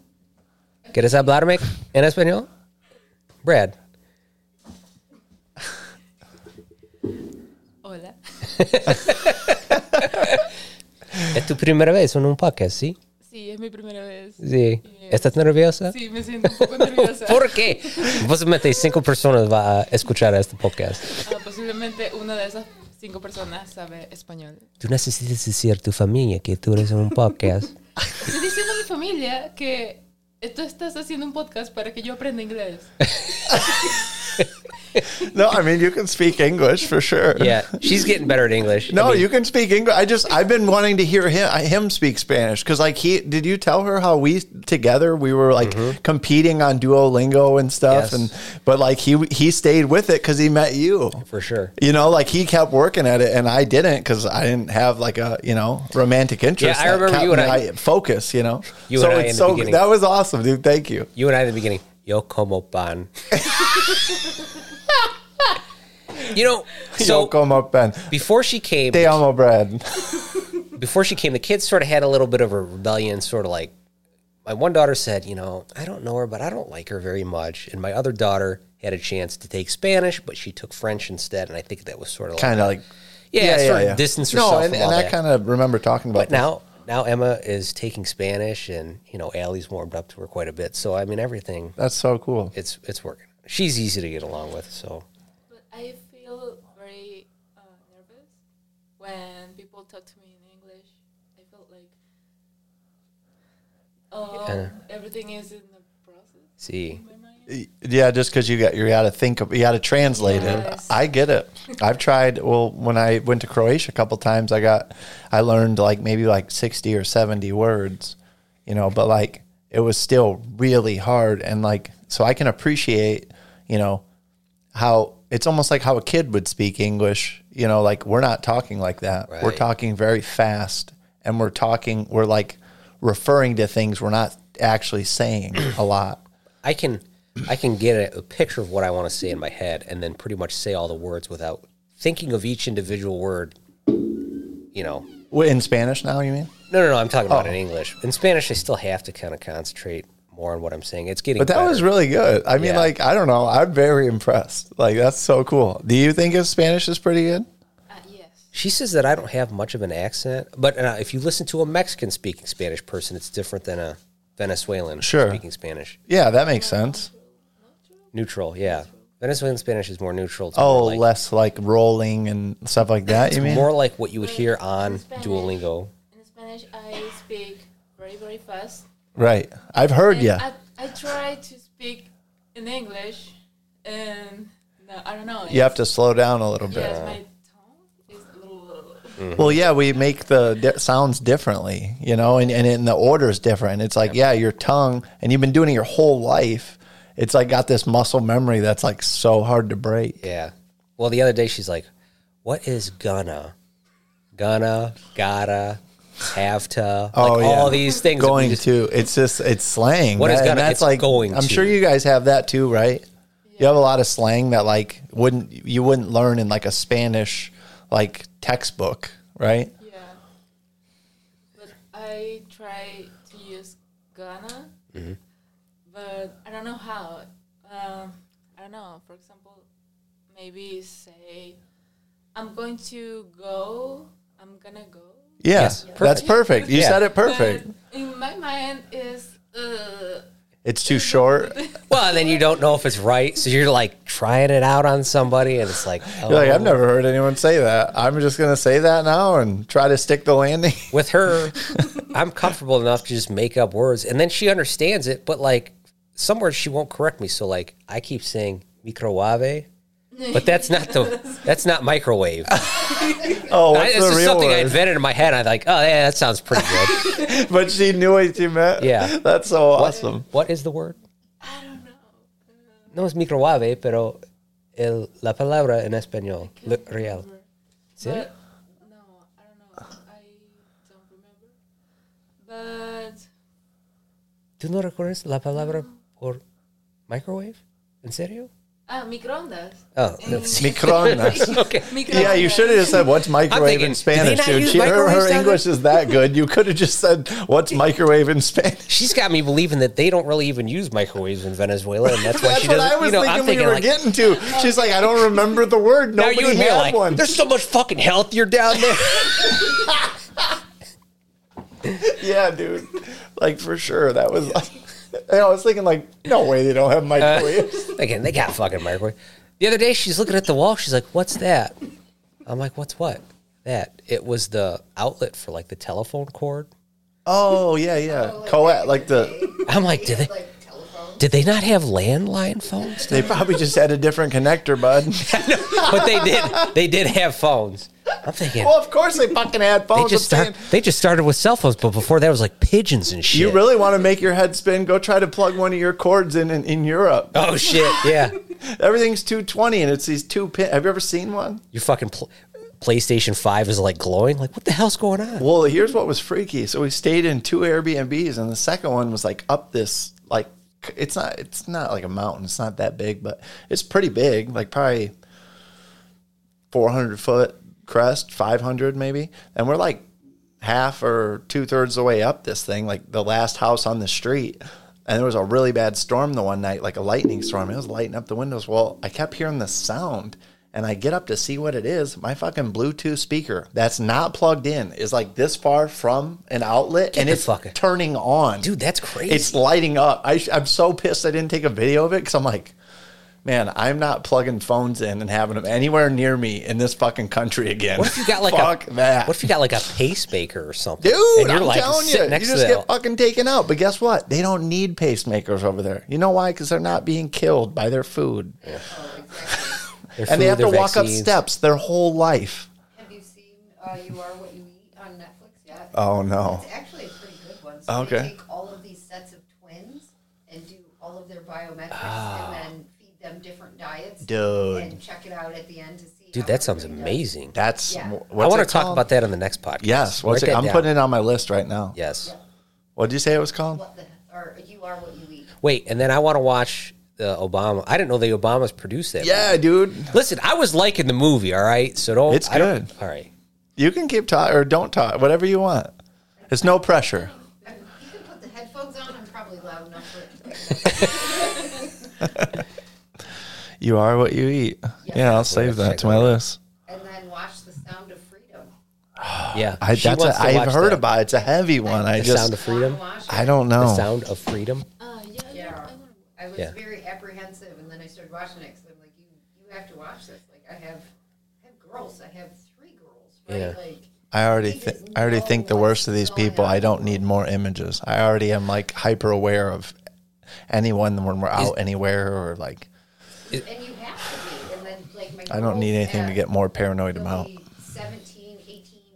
S3: ¿Quieres hablarme en español? Brad.
S6: Hola.
S3: Es tu primera vez en un podcast, ¿sí?
S6: [laughs] Sí, es mi primera vez.
S3: Sí. ¿Estás nerviosa?
S6: Sí, me siento un poco [laughs] nerviosa.
S3: ¿Por qué? Posiblemente cinco personas va a escuchar este podcast.
S6: Ah, posiblemente una de esas cinco personas sabe español.
S3: Tú necesitas decir a tu familia que tú eres en un podcast.
S6: Estoy diciendo a mi familia que tú estás haciendo un podcast para que yo aprenda inglés.
S2: No, I mean you can speak English for sure.
S3: [laughs] yeah, she's getting better at English.
S2: No,
S3: I mean,
S2: you can speak English. I just I've been wanting to hear him him speak Spanish because like he did you tell her how we together we were like competing on Duolingo and stuff
S3: Mm-hmm. Yes.
S2: and but like he he stayed with it because he met you
S3: for sure.
S2: You know, like he kept working at it, and I didn't because I didn't have like a you know romantic interest.
S3: Yeah, I
S2: that
S3: remember
S2: kept
S3: you and
S2: me-
S3: I-
S2: focus. You know,
S3: You
S2: so
S3: and I in
S2: it's
S3: the
S2: so
S3: beginning.
S2: that was awesome, dude. Thank you.
S3: You and I in the beginning. Yo como pan. [laughs] you know,
S2: So
S3: so
S2: come up and
S3: before she came,
S2: te amo, Brad. [laughs]
S3: before she came, the kids sort of had a little bit of a rebellion, sort of like my one daughter said, you know, I don't know her, but I don't like her very much. And my other daughter had a chance to take Spanish, but she took French instead. And I think that was sort of like,
S2: Kind of like
S3: yeah, sort of distance herself.
S2: No, and,
S3: from
S2: and
S3: all
S2: I
S3: that.
S2: kind of remember talking about
S3: But now, now Emma is taking Spanish, and you know, Allie's warmed up to her quite a bit. So I mean, everything
S2: That's so cool.
S3: it's it's working. She's easy to get along with. So
S6: But I feel very uh, nervous when people talk to me in English. I felt like Oh,
S3: Kinda.
S6: everything is in the process.
S3: See,
S6: Am I-
S2: Yeah, just because you got you got to think of you got to translate
S6: Yes.
S2: it. I get it. I've tried. Well, when I went to Croatia a couple times, I got I learned like maybe like sixty or seventy words, you know. But like it was still really hard, and like so I can appreciate, you know, how it's almost like how a kid would speak English. You know, like we're not talking like that. We're
S3: Right.
S2: talking very fast, and we're talking. We're like referring to things we're not actually saying a lot.
S3: I can I can get a, a picture of what I want to say in my head and then pretty much say all the words without thinking of each individual word. You know,
S2: What, in Spanish now, you mean?
S3: no, no, no. I'm talking about
S2: Oh.
S3: in English. In Spanish, I still have to kind of concentrate more on what I'm saying. It's getting.
S2: But that
S3: better.
S2: was really good. I mean,
S3: Yeah.
S2: like, I don't know. I'm very impressed. Like, that's so cool. Do you think his Spanish is pretty good?
S6: Ah, yes.
S3: She says that I don't have much of an accent, but uh, if you listen to a Mexican speaking Spanish person, it's different than a Venezuelan
S2: Sure.
S3: speaking Spanish.
S2: Yeah, that makes sense.
S3: Neutral, yeah. Venezuelan Spanish is more neutral. It's
S2: Oh,
S3: more like,
S2: less like rolling and stuff like that, you mean?
S3: more like what you would
S6: Like
S3: hear on
S6: Spanish.
S3: Duolingo.
S6: In Spanish, I speak very, very fast.
S2: right. I've heard
S6: And
S2: you.
S6: I, I try to speak in English, and no, I don't know.
S2: You have to slow down a little bit.
S6: Yes, my tongue is a little.
S2: Well, yeah, we make the di- sounds differently, you know, and, and, and the order is different. It's like, yeah, your tongue, and you've been doing it your whole life. It's like got this muscle memory that's like so hard to break.
S3: Yeah. Well, the other day she's like, "What is gonna, gonna, gotta, have to, like
S2: Oh, yeah.
S3: all these things that we
S2: going
S3: just-
S2: to. It's just it's slang.
S3: What is
S2: That- and
S3: gonna-
S2: that's
S3: it's
S2: like
S3: going
S2: I'm
S3: to.
S2: sure you guys have that too, right? You have a lot of slang that like wouldn't you wouldn't learn in like a Spanish like textbook, right?
S6: Yeah. But I try to use Ghana,
S2: Mm-hmm.
S6: but I don't know how. Um, I don't know. For example, maybe say, I'm going to go, I'm gonna go.
S2: Yeah,
S3: Yes.
S2: that's
S3: Perfect.
S2: perfect. You
S3: Yeah.
S2: said it perfect.
S6: But in my mind, is uh,
S2: It's too short.
S3: Well, and then you don't know if it's right, so you're like trying it out on somebody, and it's like, oh.
S2: You're like I've never heard anyone say that. I'm just gonna say that now and try to stick the
S3: [laughs]
S2: landing.
S3: with her, I'm comfortable enough to just make up words, and then she understands it. But like somewhere she won't correct me, so like I keep saying microwave, but that's not
S2: [laughs]
S3: the that's not microwave.
S2: Oh,
S3: I,
S2: what's
S3: it's
S2: the
S3: just
S2: real
S3: something I
S2: word?
S3: invented in my head. I'm like, oh yeah, that sounds pretty good.
S2: but she knew what you meant.
S3: Yeah.
S2: that's so awesome.
S3: what is the word?
S6: I don't know.
S3: No es microwave, pero el, la palabra en español, le, real. Is it?
S6: But no, I don't know. I don't remember. But
S3: ¿Tú no recuerdas la palabra por microwave? ¿En serio?
S6: ah, microondas.
S3: Oh, no. [laughs]
S2: Micronas.
S3: okay.
S2: Yeah, you should have just said what's microwave
S3: thinking,
S2: in Spanish,
S3: did they not
S2: dude.
S3: use
S2: She, her
S3: microwave
S2: her
S3: down
S2: English is that good. You could have just said
S3: [laughs]
S2: what's microwave in Spanish.
S3: She's got me believing that they don't really even use microwaves in Venezuela, and that's why
S2: That's
S3: she
S2: what
S3: doesn't.
S2: I was
S3: you know,
S2: thinking,
S3: I'm thinking
S2: we were
S3: like,
S2: getting to. She's like, I don't remember the word.
S3: now
S2: Nobody
S3: you and me
S2: had
S3: are like,
S2: one.
S3: there's so much fucking healthier down there.
S2: Yeah, dude. Like for sure, that was. Like, and [laughs] I was thinking, like, no way they
S3: Uh,
S2: don't have
S3: [laughs]
S2: microwaves.
S3: Again, they got fucking microwave. The other day, she's looking at the wall. She's like, "What's that?" I'm like, "What's what?" That it was the outlet for like the telephone cord.
S2: oh yeah, yeah. Coet, like the
S3: I'm like, "Did they?
S4: Like telephone.
S3: Did they not have landline phones?" [laughs]
S2: they probably just had a different connector, bud.
S3: but they did. They did have phones. I'm thinking
S2: well, of course they fucking had
S3: they
S2: phones.
S3: just
S2: Oh, I'm
S3: start,
S2: saying,
S3: They just started with cell phones, but before that it was like pigeons and shit.
S2: you really want to make your head spin? Go try to plug one of your cords in in, in Europe.
S3: Oh shit! Yeah,
S2: Everything's 220 and it's these two pin. Have you ever seen one?
S3: your fucking pl- PlayStation Five is like glowing. Like, what the hell's going on?
S2: Well, here's what was freaky. So we stayed in two Airbnbs and the second one was like up this like c- it's not it's not like a mountain. It's not that big, but it's pretty big, like probably 400 foot crest, 500 maybe. And we're like half or two thirds the way up this thing, like the last house on the street. And there was a really bad storm the one night, like a lightning storm. It was lighting up the windows. Well, I kept hearing the sound. And I get up to see what it is. My fucking Bluetooth speaker that's not plugged in is like this far from an outlet and
S3: the
S2: it's
S3: fuck-
S2: turning on.
S3: Dude, that's crazy.
S2: It's lighting up. I, sh- I'm so pissed I didn't take a video of it because I'm like, man, I'm not plugging phones in and having them anywhere near me in this fucking country again.
S3: What if you got like
S2: Fuck
S3: a
S2: that?
S3: what if you got like a pacemaker or something?
S2: Dude,
S3: and you're
S2: I'm
S3: like
S2: telling you,
S3: sitting
S2: you
S3: next
S2: just
S3: to
S2: get
S3: that.
S2: fucking taken out. But guess what? They don't need pacemakers over there. You know why? Because they're not being killed by their food,
S3: their
S2: and they
S3: food,
S2: have to
S3: their
S2: walk up
S3: vaccines.
S2: steps their whole life.
S4: Have you seen uh, You Are What You Eat on Netflix yet?
S2: Oh no!
S4: It's actually a pretty good one. So
S2: Okay.
S4: they take all of these sets of twins and do all of their biometrics and then feed them different diets.
S2: Ah. Dude.
S4: And check it out at the end to see.
S3: Dude,
S4: how
S3: that sounds
S4: everybody does.
S3: amazing.
S2: That's
S4: Yeah.
S2: what's
S3: I want
S2: it
S3: to talk
S2: called?
S3: about that on the next podcast.
S2: Yes, what's
S3: Write
S2: it?
S3: that
S2: I'm
S3: down.
S2: putting it on my list right now.
S3: Yes.
S2: What did you say it was called?
S4: What the, or You Are What You Eat.
S3: Wait, and then I want to watch the Obama. I didn't know the Obamas produced that.
S2: Yeah, dude.
S3: Listen, I was liking the movie. All right, so don't.
S2: It's
S3: I don't-
S2: good.
S3: all right.
S2: You can keep talking or don't talk, whatever you want. It's no pressure.
S4: I mean, you can put the headphones on. I'm probably loud enough for it.
S2: You are what you eat. Yeah, I'll save
S3: Well,
S2: that
S3: check
S2: to my
S3: it out.
S2: list.
S4: and then watch The Sound of Freedom.
S3: Yeah,
S2: I,
S3: She
S2: that's
S3: wants
S2: a,
S3: to watch
S2: I've heard
S3: that.
S2: about it. It's a heavy one. I
S3: the
S2: just
S3: sound of freedom.
S4: Watch it.
S2: I don't
S3: The
S2: know.
S3: sound of freedom.
S6: Uh, yeah, yeah.
S4: Yeah.
S6: I wanna-
S4: I was
S3: Yeah.
S4: very apprehensive, and then I started watching it because I'm like, you, you have to watch this. Like, I have, I have girls. I have three girls, right?
S3: Yeah.
S4: Like,
S2: I already
S4: He
S2: th-
S4: doesn't
S2: I already
S4: know
S2: think the worst of
S4: what's
S2: these
S4: going
S2: people. I
S4: on.
S2: don't need more images. I already am like hyper aware of anyone when we're out anywhere or like
S4: and you have to be. And then, like, my
S2: I don't need
S4: girls
S2: anything to
S4: at-
S2: get more paranoid
S4: they'll
S2: about.
S4: be 17,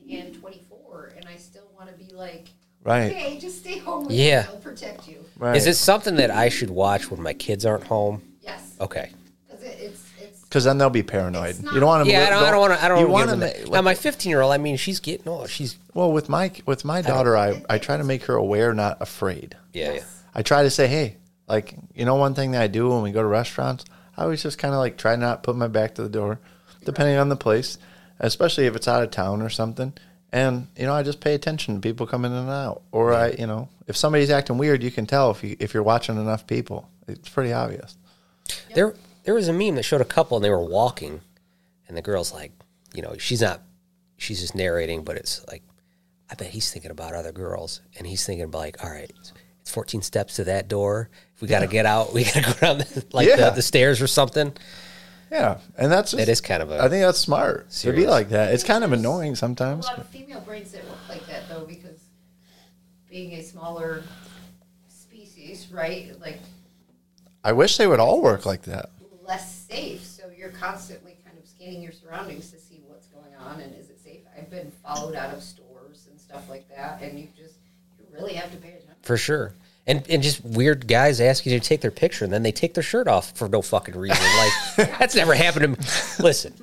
S4: 18, and 24, and I still want to be like,
S2: Right.
S4: okay, just stay home. With
S3: Yeah.
S4: I'll protect you.
S2: Right.
S3: Is it something that I should watch when my kids aren't home?
S4: Yes.
S2: Oh.
S3: Okay.
S4: Because it, it's, it's,
S2: Cuz then they'll be paranoid.
S4: It's not-
S2: You don't want to
S3: Yeah, I don't, I don't want to. I don't
S2: You
S3: want
S2: want
S3: to.
S2: to
S3: Now, my 15 year old, I mean, she's getting old. She's
S2: Well, with my with my daughter, I, I try to make her aware, not afraid.
S3: yeah, yeah.
S2: I try to say, hey, like you know, one thing that I do when we go to restaurants, I always just kind of like try not put my back to the door, depending on the place, especially if it's out of town or something. And you know, I just pay attention to people coming in and out, or I, you know, if somebody's acting weird, you can tell if you if you're watching enough people. It's pretty obvious.
S3: There, there was a meme that showed a couple and they were walking, and the girl's like, you know, she's not, she's just narrating, but it's like, I bet he's thinking about other girls, and he's thinking about like, all right, it's 14 steps to that door. If we got to get out, we got to go down the, like
S2: Yeah.
S3: the, the stairs or something.
S2: Yeah, and that's
S3: That is kind of a.
S2: I think that's smart to be
S3: Serious.
S2: like that. It's kind of annoying
S4: a
S2: sometimes.
S4: lot of female brains that work like that, though, because being a smaller species, right? Like,
S2: I wish they would all work like that.
S4: less safe. So you're constantly kind of scanning your surroundings to see what's going on and is it safe. I've been followed out of stores and stuff like that, and you just you really have to pay attention.
S3: for sure. And, and just weird guys ask you to take their picture and then they take their shirt off for no fucking reason. Like that's never happened to me. Listen,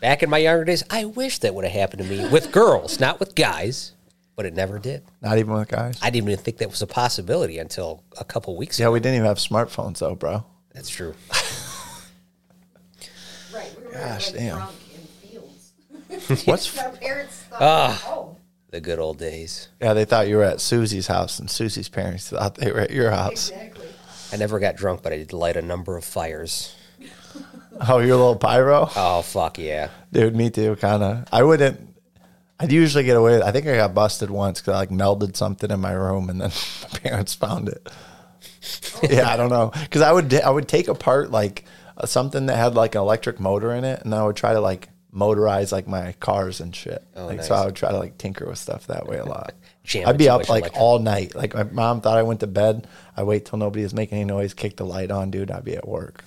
S3: back in my younger days, I wish that would have happened to me with girls, not with guys, but it never did.
S2: Not even with guys.
S3: I didn't even think that was a possibility until a couple weeks
S2: Yeah,
S3: ago.
S2: we didn't even have smartphones though, bro.
S3: [laughs] That's true.
S4: Right, we were
S2: Gosh,
S4: like
S2: damn.
S4: drunk in fields. [laughs]
S2: What's
S4: Our parents thought,
S2: Ah.
S4: oh,
S3: The good old days.
S2: Yeah, they thought you were at Susie's house, and Susie's parents thought they were at your house.
S4: exactly.
S3: I never got drunk, but I did light a number of fires.
S2: Oh, you're a little pyro,
S3: Oh fuck yeah.
S2: dude. Me too, kind of. I wouldn't. I'd usually get away. With, I think I got busted once because I like melded something in my room, and then [laughs] my parents found it. yeah, I don't know because I would I would take apart like uh, something that had like an electric motor in it, and I would try to like motorize like my cars and shit. like so,
S3: Oh, nice.
S2: I would try to like tinker with stuff that way a lot.
S3: [laughs] Jam
S2: I'd
S3: it
S2: be
S3: too
S2: up
S3: much
S2: like
S3: electric.
S2: all night. Like my mom thought I went to bed. I wait till nobody is making any noise, kick the light on, dude. I'd be at work.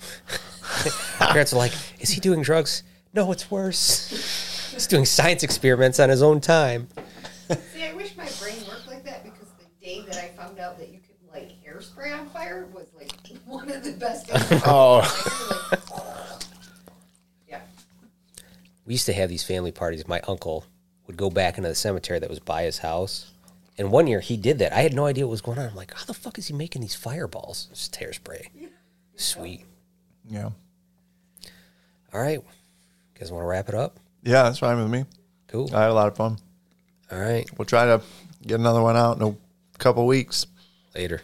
S3: My parents are like, is he doing drugs? No, it's worse. [laughs] He's doing science experiments on his own time.
S4: See, I wish my brain worked like that because the day that I found out that you could like hairspray on fire was like [laughs] one of the best days.
S2: Oh,
S4: yeah.
S3: we used to have these family parties. My uncle would go back into the cemetery that was by his house. And one year he did that. I had no idea what was going on. I'm like, how the fuck is he making these fireballs? It's just hairspray. Sweet.
S2: [laughs] yeah,
S3: All right. You guys want to wrap it up?
S2: yeah. That's fine with me.
S3: Cool.
S2: I had a lot of fun.
S3: All right.
S2: We'll try to get another one out in a couple weeks.
S3: Later.